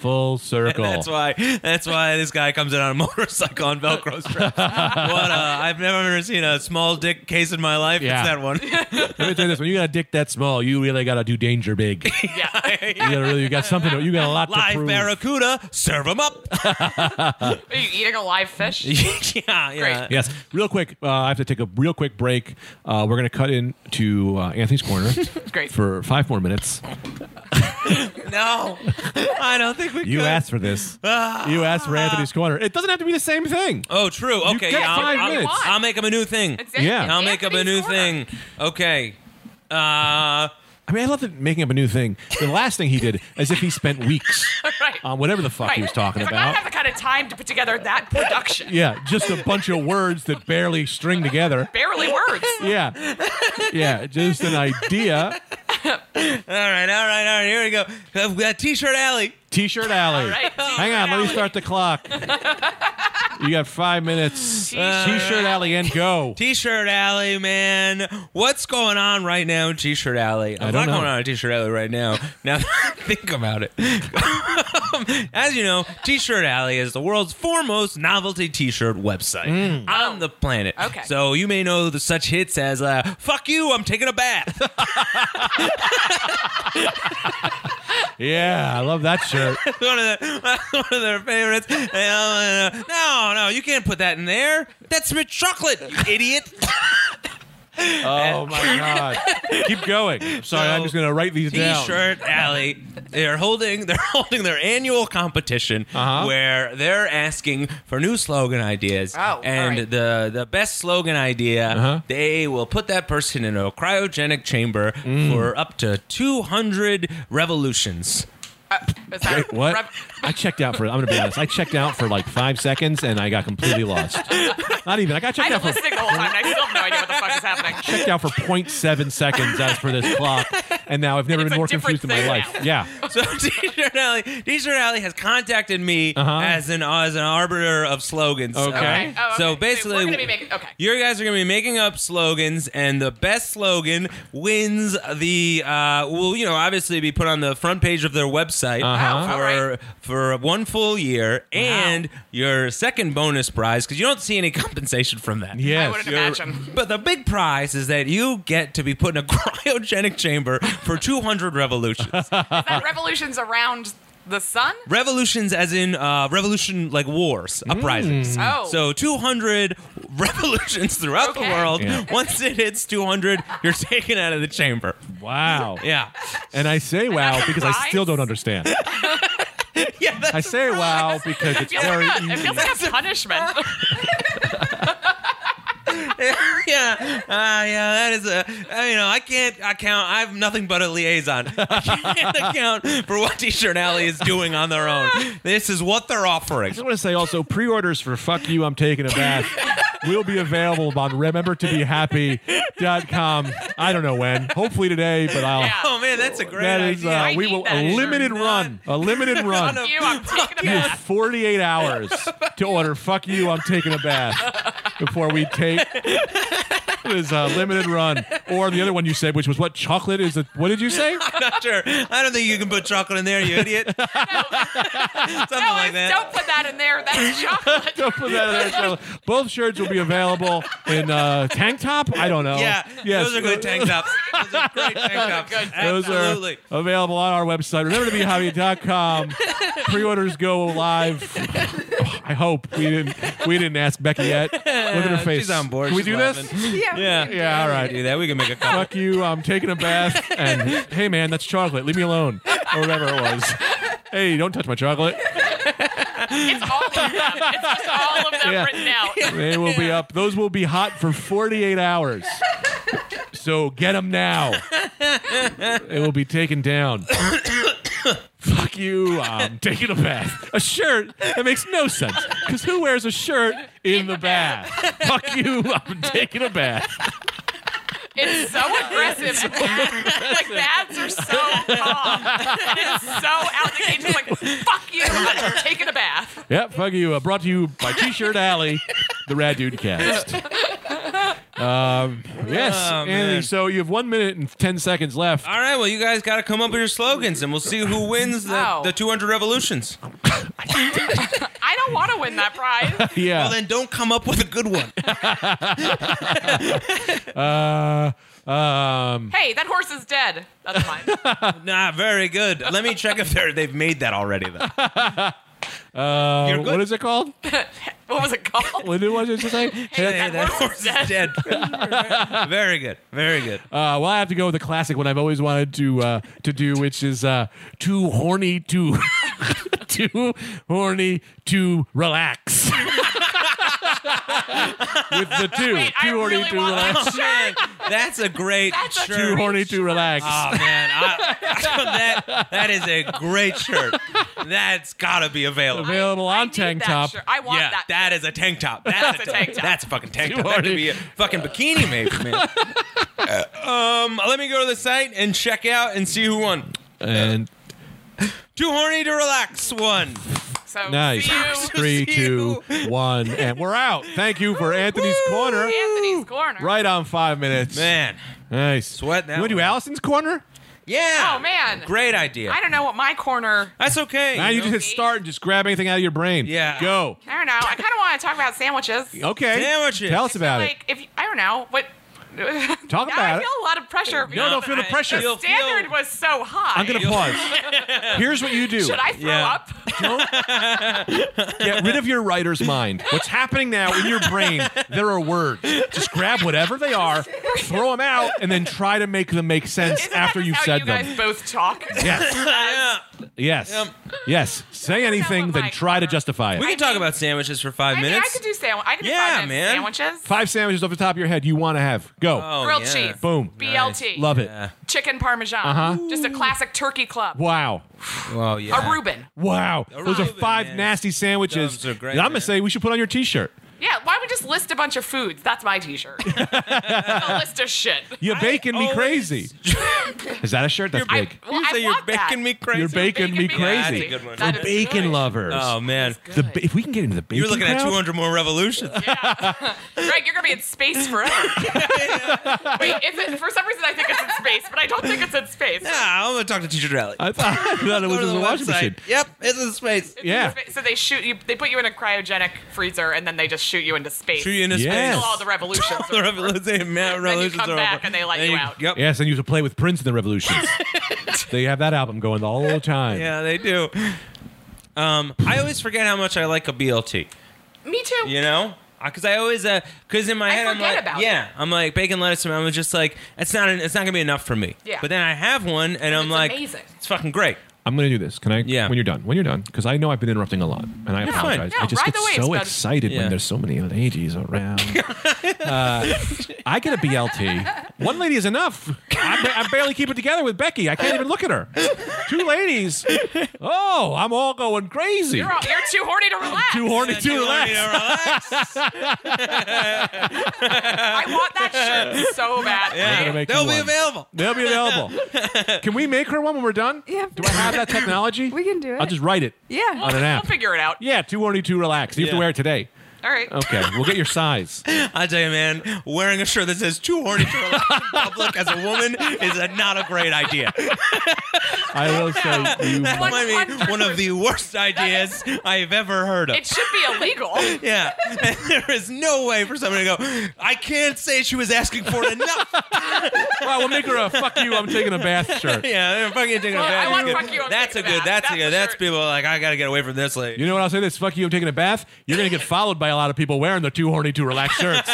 [SPEAKER 2] Full circle.
[SPEAKER 1] That's why. That's why this guy comes in on a [laughs] motorcycle on Velcro
[SPEAKER 2] [laughs]
[SPEAKER 1] straps. what? Uh, I've never seen a small dick case in my life.
[SPEAKER 2] Yeah.
[SPEAKER 1] It's that one.
[SPEAKER 2] Let me tell [laughs] you this: when you got a dick that small, you really got to do danger big. You
[SPEAKER 3] Yeah,
[SPEAKER 2] got really, you got something. to- You got a lot
[SPEAKER 1] [laughs]
[SPEAKER 2] to
[SPEAKER 1] Live
[SPEAKER 2] prove.
[SPEAKER 1] barracuda, serve them
[SPEAKER 2] [laughs]
[SPEAKER 1] up. [laughs]
[SPEAKER 3] are you eating a live fish?
[SPEAKER 1] yeah, yeah.
[SPEAKER 3] Great.
[SPEAKER 2] Yes. Real quick, uh, I have to take a real quick break. Uh, we're going to cut in to uh,
[SPEAKER 1] [laughs]
[SPEAKER 2] Anthony's corner
[SPEAKER 3] Great.
[SPEAKER 2] for five more minutes.
[SPEAKER 1] No, I don't think we.
[SPEAKER 2] You
[SPEAKER 1] could.
[SPEAKER 2] asked for this.
[SPEAKER 1] Ah.
[SPEAKER 2] you asked for Anthony's corner. It doesn't have to be the same thing.
[SPEAKER 1] Oh, true. Okay,
[SPEAKER 2] got
[SPEAKER 1] yeah, I'll-
[SPEAKER 2] five
[SPEAKER 1] I'll,
[SPEAKER 2] minutes.
[SPEAKER 1] I'll make him a new thing.
[SPEAKER 3] It's Anthony-
[SPEAKER 2] Yeah.
[SPEAKER 1] I'll make up a
[SPEAKER 3] Anthony's
[SPEAKER 1] new
[SPEAKER 3] corner.
[SPEAKER 1] thing. Okay. Uh,
[SPEAKER 2] I mean, I love that making up a new thing. The last thing he did, as if he spent weeks
[SPEAKER 3] [laughs] Right.
[SPEAKER 2] on whatever Oh, the fuck
[SPEAKER 3] right.
[SPEAKER 2] he was talking
[SPEAKER 3] It's like, I
[SPEAKER 2] about.
[SPEAKER 3] don't have the kind of time to put together that
[SPEAKER 2] [laughs]
[SPEAKER 3] production.
[SPEAKER 2] yeah, just a bunch of words that barely string together.
[SPEAKER 3] Barely words.
[SPEAKER 2] Yeah, yeah, just an idea.
[SPEAKER 1] all right, all right, all right. Here we go. I've got T-shirt alley.
[SPEAKER 2] T-shirt alley.
[SPEAKER 3] right,
[SPEAKER 2] Hang on, let me start the clock. You got five minutes.
[SPEAKER 3] T-shirt
[SPEAKER 2] T-shirt alley and go.
[SPEAKER 1] T-shirt alley, man. What's going on right now in T-shirt alley? I'm
[SPEAKER 2] I don't
[SPEAKER 1] not going
[SPEAKER 2] know.
[SPEAKER 1] on in T-shirt alley right now. Now think about it. As you know, T-shirt alley is the world's foremost novelty T-shirt website on the planet.
[SPEAKER 3] Okay.
[SPEAKER 1] So you may know the such hits as uh, "Fuck you, I'm taking a bath." [laughs]
[SPEAKER 2] Yeah, I love that shirt.
[SPEAKER 1] one of their one of their favorites. And, uh, no, no, you can't put that in there. That's mint chocolate, you idiot.
[SPEAKER 2] Oh my god. [laughs] Keep going. I'm sorry, I'm just gonna write these down.
[SPEAKER 1] T-shirt alley. They're holding [laughs] they're holding their annual competition
[SPEAKER 2] Uh-huh.
[SPEAKER 1] where they're asking for new slogan ideas.
[SPEAKER 3] Oh,
[SPEAKER 1] and
[SPEAKER 3] alright.
[SPEAKER 1] the the best slogan idea,
[SPEAKER 2] Uh-huh.
[SPEAKER 1] they will put that person in a cryogenic chamber
[SPEAKER 2] Mm.
[SPEAKER 1] for up to 200
[SPEAKER 3] [laughs]
[SPEAKER 1] revolutions.
[SPEAKER 3] Is that [laughs]
[SPEAKER 2] Wait, what?
[SPEAKER 3] rev-
[SPEAKER 2] I checked out for. I'm gonna be honest. I checked out for like five seconds and I got completely lost. Not even. I got checked
[SPEAKER 3] I've
[SPEAKER 2] out
[SPEAKER 3] been
[SPEAKER 2] for
[SPEAKER 3] listening the whole time. and I still have no idea what the fuck is
[SPEAKER 2] [laughs]
[SPEAKER 3] happening.
[SPEAKER 2] checked out for 0.7 seconds as for this clock, and now I've never
[SPEAKER 3] It's
[SPEAKER 2] been
[SPEAKER 3] a
[SPEAKER 2] more
[SPEAKER 3] different
[SPEAKER 2] confused in my
[SPEAKER 3] thing
[SPEAKER 2] life.
[SPEAKER 3] now. [laughs]
[SPEAKER 2] Yeah.
[SPEAKER 1] So T-shirt alley, T-shirt alley has contacted me
[SPEAKER 2] Uh-huh.
[SPEAKER 1] as an as an arbiter of slogans.
[SPEAKER 2] Okay.
[SPEAKER 3] Okay. Oh, okay.
[SPEAKER 1] So
[SPEAKER 3] Wait,
[SPEAKER 1] basically-
[SPEAKER 3] we're gonna be making okay.
[SPEAKER 1] You guys are gonna be making up slogans, and the best slogan wins the. Uh, will you know obviously be put on the front page of their website for
[SPEAKER 2] Uh-huh.
[SPEAKER 3] Wow, all
[SPEAKER 1] for one full year, and your second bonus prize because you don't see any [laughs] compensation from that.
[SPEAKER 3] I wouldn't
[SPEAKER 2] Yes.
[SPEAKER 1] Your-
[SPEAKER 3] imagine.
[SPEAKER 1] But the big prize is that you get to be put in a [laughs] cryogenic chamber for 200 revolutions.
[SPEAKER 3] Is that revolutions around the sun?
[SPEAKER 1] revolutions, as in uh, revolution, like wars,
[SPEAKER 2] Mm.
[SPEAKER 1] uprisings.
[SPEAKER 3] Oh.
[SPEAKER 1] So 200 [laughs] revolutions throughout the
[SPEAKER 3] Okay.
[SPEAKER 1] world.
[SPEAKER 2] Yeah.
[SPEAKER 1] Once it hits 200, you're [laughs] taken out of the chamber.
[SPEAKER 2] Wow.
[SPEAKER 1] Yeah. [laughs]
[SPEAKER 2] And I say wow because I still don't understand.
[SPEAKER 1] Yeah,
[SPEAKER 2] I
[SPEAKER 1] that's,
[SPEAKER 2] say wow because
[SPEAKER 3] [laughs]
[SPEAKER 2] it's
[SPEAKER 3] Feels
[SPEAKER 2] very
[SPEAKER 3] like a, it
[SPEAKER 2] easy.
[SPEAKER 3] feels like a punishment.
[SPEAKER 1] [laughs] yeah, uh, yeah. That is a. uh, You know, I can't account. I have nothing but a liaison. [laughs] I can't account for what T-shirt Alley is doing on their own. This is what they're offering.
[SPEAKER 2] I just want to say also pre-orders for "Fuck You, I'm Taking a Bath" will be available on remembertobehappy.com. I don't know when. Hopefully today, but I'll.
[SPEAKER 3] Yeah.
[SPEAKER 1] Oh man, that's a great
[SPEAKER 2] That is,
[SPEAKER 1] idea.
[SPEAKER 2] uh,
[SPEAKER 3] I
[SPEAKER 2] we
[SPEAKER 3] need
[SPEAKER 2] will
[SPEAKER 3] that
[SPEAKER 2] a
[SPEAKER 3] shirt.
[SPEAKER 2] limited run, a
[SPEAKER 1] [laughs]
[SPEAKER 2] limited run.
[SPEAKER 3] you, I'm taking a
[SPEAKER 2] You have
[SPEAKER 3] bath.
[SPEAKER 2] 48 hours to order. Fuck you, I'm taking a bath before we take. It is a limited run, or the other one you said, which was what chocolate is. A, what did
[SPEAKER 1] [laughs]
[SPEAKER 2] you say? [laughs]
[SPEAKER 1] Not sure. I don't think you can put chocolate in there, you
[SPEAKER 3] [laughs]
[SPEAKER 1] idiot. [laughs] Something
[SPEAKER 3] No,
[SPEAKER 1] like that.
[SPEAKER 3] don't put that in there. That's chocolate.
[SPEAKER 2] Don't put that in there, Charlotte. Both shirts will be available in uh, tank top. I don't know.
[SPEAKER 1] Yeah,
[SPEAKER 2] Yes.
[SPEAKER 1] those are good tank tops. Those are great [laughs] tank tops.
[SPEAKER 3] good tank
[SPEAKER 2] Those
[SPEAKER 1] Absolutely.
[SPEAKER 2] are available on our website. Remember to
[SPEAKER 1] [laughs]
[SPEAKER 2] be hobby.com. Pre-orders go live. I hope we didn't we didn't ask Becky yet. Look at her face.
[SPEAKER 1] She's on board.
[SPEAKER 2] Can we
[SPEAKER 1] She's
[SPEAKER 2] do
[SPEAKER 1] laughing.
[SPEAKER 2] this?
[SPEAKER 4] Yeah.
[SPEAKER 1] Yeah.
[SPEAKER 2] Yeah. All right.
[SPEAKER 1] Do that. We can make a couple.
[SPEAKER 2] Fuck you. I'm taking a bath. And hey, man, that's chocolate. Leave me alone. Or whatever it was. Hey, don't touch my chocolate.
[SPEAKER 3] It's all of them. It's just all of them
[SPEAKER 2] Yeah.
[SPEAKER 3] written out.
[SPEAKER 2] They will be up. Those will be hot for 48 hours. So get them now. It will be taken down. Fuck you. I'm taking a bath. A shirt? That makes no sense. Because who wears a shirt in the bath? Fuck you. I'm taking a bath.
[SPEAKER 3] It's so aggressive. [laughs] like baths are so calm. It's so out the gate. Just like fuck you. I'm taking a bath.
[SPEAKER 2] Yep, fuck you. Uh, brought to you by T-Shirt Alley, the Rad Dude Cast. Um, yes,
[SPEAKER 1] Oh,
[SPEAKER 2] Anthony.
[SPEAKER 1] man.
[SPEAKER 2] So you have one minute and ten seconds left.
[SPEAKER 1] All right, well, you guys got to come up with your slogans, and we'll see who wins the,
[SPEAKER 3] Oh.
[SPEAKER 1] the 200 revolutions.
[SPEAKER 3] I don't want to win that prize.
[SPEAKER 1] Well,
[SPEAKER 2] Yeah.
[SPEAKER 1] then don't come up with a good one.
[SPEAKER 2] Uh, um,
[SPEAKER 3] Hey, that horse is dead. That's fine.
[SPEAKER 1] [laughs] nah, very good. Let me check if they're, they've made that already, [laughs] though.
[SPEAKER 2] uh,
[SPEAKER 1] You're good.
[SPEAKER 2] what is it called?
[SPEAKER 3] What was it called?
[SPEAKER 2] What did what did you
[SPEAKER 3] [laughs]
[SPEAKER 2] say? Hey,
[SPEAKER 1] Hey, that horse is dead. [laughs] very good. Very [laughs] good.
[SPEAKER 2] Uh, well, I have to go with the classic one I've always wanted to uh, to do, which is uh, too horny to [laughs] too horny to relax. [laughs] With the two,
[SPEAKER 3] Wait, I
[SPEAKER 2] too horny
[SPEAKER 3] really
[SPEAKER 2] to
[SPEAKER 3] want
[SPEAKER 2] relax.
[SPEAKER 3] that
[SPEAKER 1] Oh, man, that's a great
[SPEAKER 3] That's a-
[SPEAKER 1] shirt. [laughs]
[SPEAKER 2] Too horny to relax.
[SPEAKER 1] Oh
[SPEAKER 3] Ah,
[SPEAKER 1] man, I, that that is a great shirt. That's gotta be available.
[SPEAKER 2] [laughs] available
[SPEAKER 3] I
[SPEAKER 2] on
[SPEAKER 3] need
[SPEAKER 2] tank
[SPEAKER 3] that
[SPEAKER 2] top.
[SPEAKER 3] shirt. I want
[SPEAKER 1] Yeah,
[SPEAKER 3] that.
[SPEAKER 1] that is a tank
[SPEAKER 3] [laughs]
[SPEAKER 1] top. That's, a tank top. That's a fucking tank
[SPEAKER 2] Too
[SPEAKER 1] top. That
[SPEAKER 2] horny.
[SPEAKER 1] could be a fucking bikini, maybe, man.
[SPEAKER 2] [laughs]
[SPEAKER 1] um, let me go to the site and check out and see who won.
[SPEAKER 2] And
[SPEAKER 1] Too horny to relax. One.
[SPEAKER 3] so
[SPEAKER 2] nice. [laughs]
[SPEAKER 3] see you,
[SPEAKER 2] Three,
[SPEAKER 1] See
[SPEAKER 2] two, one, and we're out. Thank you for Anthony's corner.
[SPEAKER 3] Anthony's corner.
[SPEAKER 2] Right on five minutes.
[SPEAKER 1] Man,
[SPEAKER 2] Nice.
[SPEAKER 1] Sweat that
[SPEAKER 2] You want to do
[SPEAKER 1] one.
[SPEAKER 2] Allison's corner?
[SPEAKER 1] yeah.
[SPEAKER 3] Oh man.
[SPEAKER 1] great idea.
[SPEAKER 3] I don't know what my corner.
[SPEAKER 1] That's okay.
[SPEAKER 2] Now you
[SPEAKER 1] know?
[SPEAKER 2] just hit start and just grab anything out of your brain.
[SPEAKER 1] Yeah.
[SPEAKER 2] Go.
[SPEAKER 3] I don't know. I kind of want to talk about sandwiches.
[SPEAKER 2] Okay.
[SPEAKER 1] Sandwiches.
[SPEAKER 2] Tell us about
[SPEAKER 3] like if you- I don't know what.
[SPEAKER 2] [laughs] Talk
[SPEAKER 3] now
[SPEAKER 2] about
[SPEAKER 3] I
[SPEAKER 2] it.
[SPEAKER 3] feel a lot of pressure.
[SPEAKER 2] No, don't
[SPEAKER 3] because
[SPEAKER 2] feel the pressure.
[SPEAKER 3] The
[SPEAKER 1] You'll feel-
[SPEAKER 3] standard was so high.
[SPEAKER 2] it. I'm gonna
[SPEAKER 3] [laughs]
[SPEAKER 2] pause. Here's what you do.
[SPEAKER 3] Should I throw
[SPEAKER 1] Yeah.
[SPEAKER 3] up?
[SPEAKER 2] Get rid of your writer's
[SPEAKER 3] [laughs]
[SPEAKER 2] mind. What's happening now in your brain? There are words. Just grab whatever they are, throw them out, and then try to make them make sense
[SPEAKER 3] Isn't
[SPEAKER 2] after
[SPEAKER 3] that
[SPEAKER 2] you've
[SPEAKER 3] how
[SPEAKER 2] said
[SPEAKER 3] you
[SPEAKER 2] them.
[SPEAKER 3] guys
[SPEAKER 2] [laughs]
[SPEAKER 3] both talk.
[SPEAKER 2] Yes.
[SPEAKER 1] Yeah.
[SPEAKER 2] Yes. Yes. Say anything,
[SPEAKER 3] what
[SPEAKER 2] then
[SPEAKER 3] my
[SPEAKER 2] try to
[SPEAKER 3] corner-
[SPEAKER 1] [laughs]
[SPEAKER 2] justify
[SPEAKER 1] We
[SPEAKER 2] it.
[SPEAKER 1] can talk about sandwiches for five
[SPEAKER 3] I mean, I
[SPEAKER 1] minutes.
[SPEAKER 3] could do sandwich. I could
[SPEAKER 1] Yeah,
[SPEAKER 3] do five minutes
[SPEAKER 1] man.
[SPEAKER 3] of sandwiches.
[SPEAKER 2] Five sandwiches off the top of your head you want to have. Go.
[SPEAKER 1] Oh,
[SPEAKER 3] Grilled
[SPEAKER 1] yeah.
[SPEAKER 3] cheese.
[SPEAKER 2] Boom.
[SPEAKER 3] BLT.
[SPEAKER 2] Love it.
[SPEAKER 1] Yeah.
[SPEAKER 3] Chicken parmesan.
[SPEAKER 2] Uh-huh.
[SPEAKER 3] Just a classic turkey club.
[SPEAKER 2] Wow.
[SPEAKER 1] Well, yeah.
[SPEAKER 3] A Reuben.
[SPEAKER 2] Wow. Those are
[SPEAKER 1] Reuben,
[SPEAKER 2] five
[SPEAKER 1] man.
[SPEAKER 2] nasty sandwiches.
[SPEAKER 1] Those are great,
[SPEAKER 2] that I'm going
[SPEAKER 1] man.
[SPEAKER 2] to say we should put on your t shirt.
[SPEAKER 3] Yeah, why don't we just list a bunch of foods? That's
[SPEAKER 2] [laughs]
[SPEAKER 3] my t-shirt. a list of shit.
[SPEAKER 2] You're baking me
[SPEAKER 1] always-
[SPEAKER 3] [laughs]
[SPEAKER 2] crazy. Is that a shirt? That's
[SPEAKER 3] I,
[SPEAKER 2] big.
[SPEAKER 3] well,
[SPEAKER 1] you
[SPEAKER 3] I
[SPEAKER 1] say you're
[SPEAKER 3] want that.
[SPEAKER 1] baking me crazy.
[SPEAKER 2] You're baking me
[SPEAKER 1] That's
[SPEAKER 2] crazy.
[SPEAKER 1] a good one.
[SPEAKER 2] We're
[SPEAKER 3] That is
[SPEAKER 2] bacon
[SPEAKER 3] good.
[SPEAKER 2] lovers.
[SPEAKER 1] Oh man,
[SPEAKER 2] the ba- if we can get into the bacon,
[SPEAKER 1] you're looking at
[SPEAKER 2] crowd,
[SPEAKER 1] 200 more revolutions.
[SPEAKER 3] Greg, you're gonna be in
[SPEAKER 1] [laughs]
[SPEAKER 3] space forever. Wait, is it, for some reason I think it's in space, but I don't think it's in space.
[SPEAKER 1] Nah, [laughs] I'm gonna talk to Teacher Rally.
[SPEAKER 2] I thought, I [laughs]
[SPEAKER 1] [laughs]
[SPEAKER 2] thought it was just a washing machine.
[SPEAKER 1] Yep, it's in space.
[SPEAKER 3] It's in
[SPEAKER 2] Yeah.
[SPEAKER 3] spa- So they shoot you. They put you in a cryogenic freezer, and then they just shoot you into space.
[SPEAKER 1] Shoot you into
[SPEAKER 2] Yes.
[SPEAKER 1] space.
[SPEAKER 3] Until all the revolutions.
[SPEAKER 1] The revolution, man, revolutions
[SPEAKER 3] come
[SPEAKER 1] are
[SPEAKER 3] back
[SPEAKER 1] over.
[SPEAKER 3] and they let
[SPEAKER 1] Then
[SPEAKER 3] you out.
[SPEAKER 1] Yep.
[SPEAKER 2] Yes, and you used to play with Prince in
[SPEAKER 1] [laughs]
[SPEAKER 2] the Revolutions. they have that album going the whole time.
[SPEAKER 1] Yeah, they do. Um, I always forget how much I like a BLT.
[SPEAKER 3] are. Me too.
[SPEAKER 1] You know. Because I always, because in my
[SPEAKER 3] I
[SPEAKER 1] head, I'm
[SPEAKER 3] forget
[SPEAKER 1] like,
[SPEAKER 3] about
[SPEAKER 1] yeah, I'm like bacon, lettuce, and I was just like, it's not, it's not gonna be enough for me.
[SPEAKER 3] Yeah.
[SPEAKER 1] But then I have one, and I'm
[SPEAKER 3] it's
[SPEAKER 1] like,
[SPEAKER 3] amazing.
[SPEAKER 1] it's fucking great.
[SPEAKER 2] I'm gonna do this. Can I?
[SPEAKER 1] Yeah.
[SPEAKER 2] When you're done. When you're done, because I know I've been interrupting a lot, and I
[SPEAKER 1] fine.
[SPEAKER 2] apologize.
[SPEAKER 3] No,
[SPEAKER 2] I just
[SPEAKER 3] ride
[SPEAKER 2] get
[SPEAKER 3] the waves,
[SPEAKER 2] so
[SPEAKER 3] bud.
[SPEAKER 2] excited
[SPEAKER 1] Yeah.
[SPEAKER 2] when there's so many ladies around.
[SPEAKER 1] [laughs]
[SPEAKER 2] Uh, I get a BLT. One lady is enough. I, ba- I barely keep it together with Becky. I can't even look at her. two ladies. Oh, I'm all going crazy.
[SPEAKER 3] You're, all, you're too horny to relax.
[SPEAKER 2] too horny to relax.
[SPEAKER 1] [laughs]
[SPEAKER 3] I want that
[SPEAKER 1] [laughs]
[SPEAKER 3] shirt so bad.
[SPEAKER 2] I'm gonna make
[SPEAKER 1] They'll
[SPEAKER 2] you
[SPEAKER 1] be
[SPEAKER 2] one.
[SPEAKER 1] available.
[SPEAKER 2] They'll be available.
[SPEAKER 1] [laughs]
[SPEAKER 2] Can we make her one when we're done?
[SPEAKER 4] Yeah.
[SPEAKER 2] Do I have that technology?
[SPEAKER 4] We can do it.
[SPEAKER 2] I'll just write it.
[SPEAKER 4] yeah.
[SPEAKER 2] On an app.
[SPEAKER 3] We'll figure it out.
[SPEAKER 2] Yeah, two horny, two relax. You have to
[SPEAKER 1] Yeah.
[SPEAKER 2] wear it today.
[SPEAKER 3] All right.
[SPEAKER 2] Okay, we'll get your size.
[SPEAKER 1] I tell you, man, wearing a shirt that says "too horny to relax in public" as a woman is a, not a great idea.
[SPEAKER 2] I will say you.
[SPEAKER 1] That might be one of the worst ideas I've ever heard of.
[SPEAKER 3] It should
[SPEAKER 2] [laughs]
[SPEAKER 3] be illegal.
[SPEAKER 2] Oh.
[SPEAKER 1] Yeah, [laughs] and there is no way for someone to go. I can't say she was asking for it enough. [laughs]
[SPEAKER 2] Well, we'll make her a fuck you. I'm taking a bath shirt.
[SPEAKER 1] yeah, fucking taking a
[SPEAKER 3] I
[SPEAKER 1] bath. is
[SPEAKER 3] want
[SPEAKER 1] good.
[SPEAKER 3] fuck you, I'm
[SPEAKER 1] that's a
[SPEAKER 3] taking a
[SPEAKER 1] good.
[SPEAKER 3] bath.
[SPEAKER 1] That's a
[SPEAKER 3] That's
[SPEAKER 1] good.
[SPEAKER 3] for
[SPEAKER 1] That's
[SPEAKER 3] sure.
[SPEAKER 1] people are like I gotta get away from this lady.
[SPEAKER 2] You know what I'll say? This fuck you. I'm taking a bath. You're gonna get followed by a lot of people wearing the too horny, too relaxed shirts.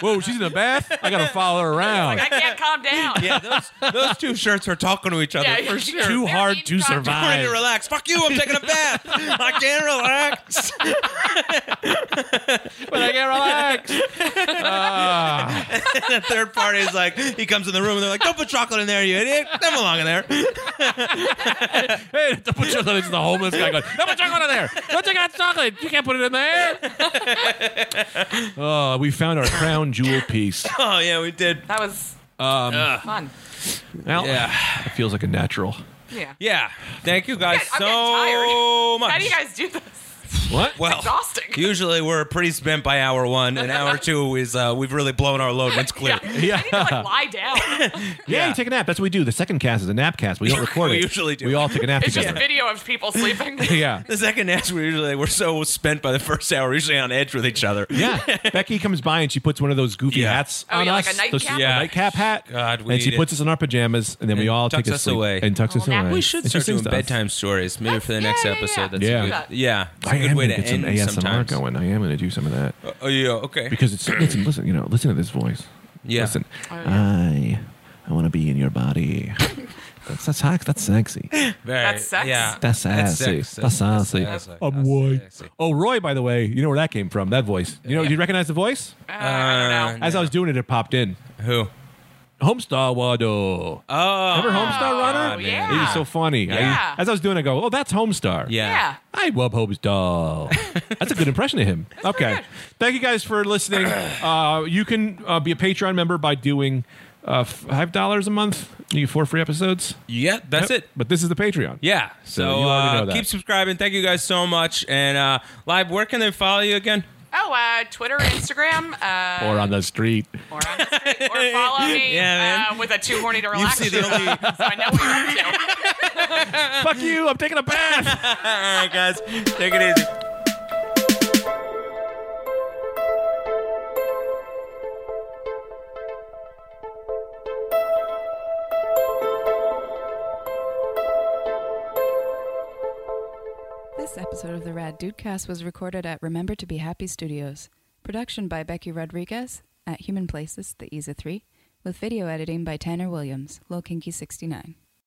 [SPEAKER 2] Whoa, she's in a bath. I gotta follow her around.
[SPEAKER 3] I can't calm down.
[SPEAKER 1] yeah, those those two shirts are talking to each other
[SPEAKER 3] Yeah,
[SPEAKER 1] for
[SPEAKER 3] yeah.
[SPEAKER 1] sure.
[SPEAKER 2] Too
[SPEAKER 3] They're
[SPEAKER 2] hard
[SPEAKER 3] being
[SPEAKER 2] to
[SPEAKER 3] talked to.
[SPEAKER 1] Trying to
[SPEAKER 2] survive.
[SPEAKER 1] relax. Fuck you! I'm taking a
[SPEAKER 3] [laughs]
[SPEAKER 1] bath. I can't relax. [laughs]
[SPEAKER 2] But I can't relax.
[SPEAKER 1] the third party is like, he comes in the room and they're like, "Don't put chocolate in there, you idiot! Don't belong in there." [laughs]
[SPEAKER 2] Hey, don't put chocolate. It's the homeless guy going, don't put chocolate in there. Don't take out chocolate. You can't put it in there. oh, we found our crown jewel piece.
[SPEAKER 1] Oh yeah, we did.
[SPEAKER 3] That was
[SPEAKER 2] Um,
[SPEAKER 3] fun.
[SPEAKER 2] Well, yeah. it feels like a natural.
[SPEAKER 3] Yeah.
[SPEAKER 1] Yeah, thank you guys
[SPEAKER 3] I'm getting
[SPEAKER 1] so
[SPEAKER 3] tired.
[SPEAKER 1] much.
[SPEAKER 3] How do you guys do this?
[SPEAKER 2] What?
[SPEAKER 1] well,
[SPEAKER 3] Exhausting.
[SPEAKER 1] usually we're pretty spent by hour one, and
[SPEAKER 3] [laughs]
[SPEAKER 1] hour two is uh, we've really blown our load. and It's clear.
[SPEAKER 2] Yeah.
[SPEAKER 3] I need to like lie down.
[SPEAKER 2] Yeah,
[SPEAKER 1] Yeah.
[SPEAKER 2] you take a nap. That's what we do. The second cast is a nap cast. We don't record
[SPEAKER 1] We
[SPEAKER 2] it.
[SPEAKER 1] usually do.
[SPEAKER 2] We all take a nap
[SPEAKER 3] It's just
[SPEAKER 2] together.
[SPEAKER 3] a video of
[SPEAKER 1] [laughs]
[SPEAKER 3] people sleeping. Uh,
[SPEAKER 2] yeah.
[SPEAKER 1] The second act, we usually we're so spent by the first hour, we're usually on edge with each other.
[SPEAKER 2] Yeah. Becky comes by and she puts one of those goofy
[SPEAKER 1] Yeah.
[SPEAKER 2] hats
[SPEAKER 3] Oh,
[SPEAKER 2] on
[SPEAKER 3] yeah, like
[SPEAKER 2] us.
[SPEAKER 3] a nightcap?
[SPEAKER 2] Those-
[SPEAKER 1] Yeah.
[SPEAKER 2] nightcap hat.
[SPEAKER 1] God, we
[SPEAKER 2] and she
[SPEAKER 1] need
[SPEAKER 2] puts
[SPEAKER 1] it.
[SPEAKER 2] us in our pajamas and then we
[SPEAKER 1] And
[SPEAKER 2] all take
[SPEAKER 1] tucks
[SPEAKER 2] a
[SPEAKER 1] us
[SPEAKER 2] sleep
[SPEAKER 1] away.
[SPEAKER 2] And tucks
[SPEAKER 3] Oh,
[SPEAKER 2] us
[SPEAKER 3] now
[SPEAKER 2] away.
[SPEAKER 1] We should
[SPEAKER 2] It's
[SPEAKER 1] start
[SPEAKER 2] just
[SPEAKER 1] doing
[SPEAKER 2] things to us.
[SPEAKER 1] bedtime stories, maybe for the next
[SPEAKER 3] yeah, yeah,
[SPEAKER 1] episode.
[SPEAKER 3] yeah.
[SPEAKER 1] That's
[SPEAKER 2] Yeah.
[SPEAKER 1] a good, yeah, it's a
[SPEAKER 2] I
[SPEAKER 1] good
[SPEAKER 2] am
[SPEAKER 1] way
[SPEAKER 2] going
[SPEAKER 1] to
[SPEAKER 2] to get some
[SPEAKER 1] end
[SPEAKER 2] ASMR
[SPEAKER 1] sometimes.
[SPEAKER 2] going. I am going to do some of that.
[SPEAKER 1] Oh yeah, okay.
[SPEAKER 2] Because
[SPEAKER 1] [clears throat]
[SPEAKER 2] it's, it's listen, you know, listen to this voice.
[SPEAKER 1] Yeah.
[SPEAKER 2] Listen.
[SPEAKER 3] Oh, yeah.
[SPEAKER 2] I I want to be in your
[SPEAKER 3] [laughs]
[SPEAKER 2] body. That's that's hot. That's sexy.
[SPEAKER 1] Very,
[SPEAKER 3] That's sex.
[SPEAKER 1] Yeah,
[SPEAKER 2] That's sassy.
[SPEAKER 1] sex.
[SPEAKER 2] That's sassy.
[SPEAKER 1] sassy.
[SPEAKER 2] I'm
[SPEAKER 1] That's
[SPEAKER 2] Roy.
[SPEAKER 1] sexy.
[SPEAKER 2] Oh, Roy. By the way, you know where that came from? That voice. You know? Do you recognize the voice?
[SPEAKER 3] Uh, I don't know.
[SPEAKER 2] As I was doing it, it popped in.
[SPEAKER 1] Who?
[SPEAKER 2] Homestar Wado.
[SPEAKER 1] Oh,
[SPEAKER 2] Remember Homestar Runner?
[SPEAKER 1] God,
[SPEAKER 3] Oh, yeah.
[SPEAKER 1] man.
[SPEAKER 2] It was so funny.
[SPEAKER 3] Yeah.
[SPEAKER 2] I, as I was doing, it, I go, "Oh, that's Homestar."
[SPEAKER 1] Yeah.
[SPEAKER 3] Yeah.
[SPEAKER 2] I love
[SPEAKER 1] [laughs]
[SPEAKER 2] Homestar. that's a good impression of him. Okay. Thank you guys for
[SPEAKER 1] [clears throat]
[SPEAKER 2] listening. Uh, you can uh, be a Patreon member by doing uh, five dollars a month. You get four free episodes.
[SPEAKER 1] Yeah, that's it.
[SPEAKER 2] But this is the Patreon.
[SPEAKER 1] Yeah. So,
[SPEAKER 2] you already
[SPEAKER 1] uh,
[SPEAKER 2] know that.
[SPEAKER 1] keep subscribing. Thank you guys so much. And uh, live, where can they follow you again?
[SPEAKER 3] Oh, uh, Twitter, Instagram, uh,
[SPEAKER 2] Or on
[SPEAKER 1] [laughs]
[SPEAKER 2] the street.
[SPEAKER 3] or, on the street, or follow me
[SPEAKER 1] Yeah, man.
[SPEAKER 3] uh, with a too horny to relax.
[SPEAKER 1] see the
[SPEAKER 3] shirt
[SPEAKER 1] only-
[SPEAKER 3] on, [laughs] so I know what you're up to.
[SPEAKER 2] Fuck you! I'm taking a bath.
[SPEAKER 1] All right, guys, take it easy.
[SPEAKER 4] This episode of the Rad Dudecast was recorded at Remember to Be Happy Studios. Production by Becky Rodriguez at Human Places, the EZA 3, with video editing by Tanner Williams, Low Kinky 69.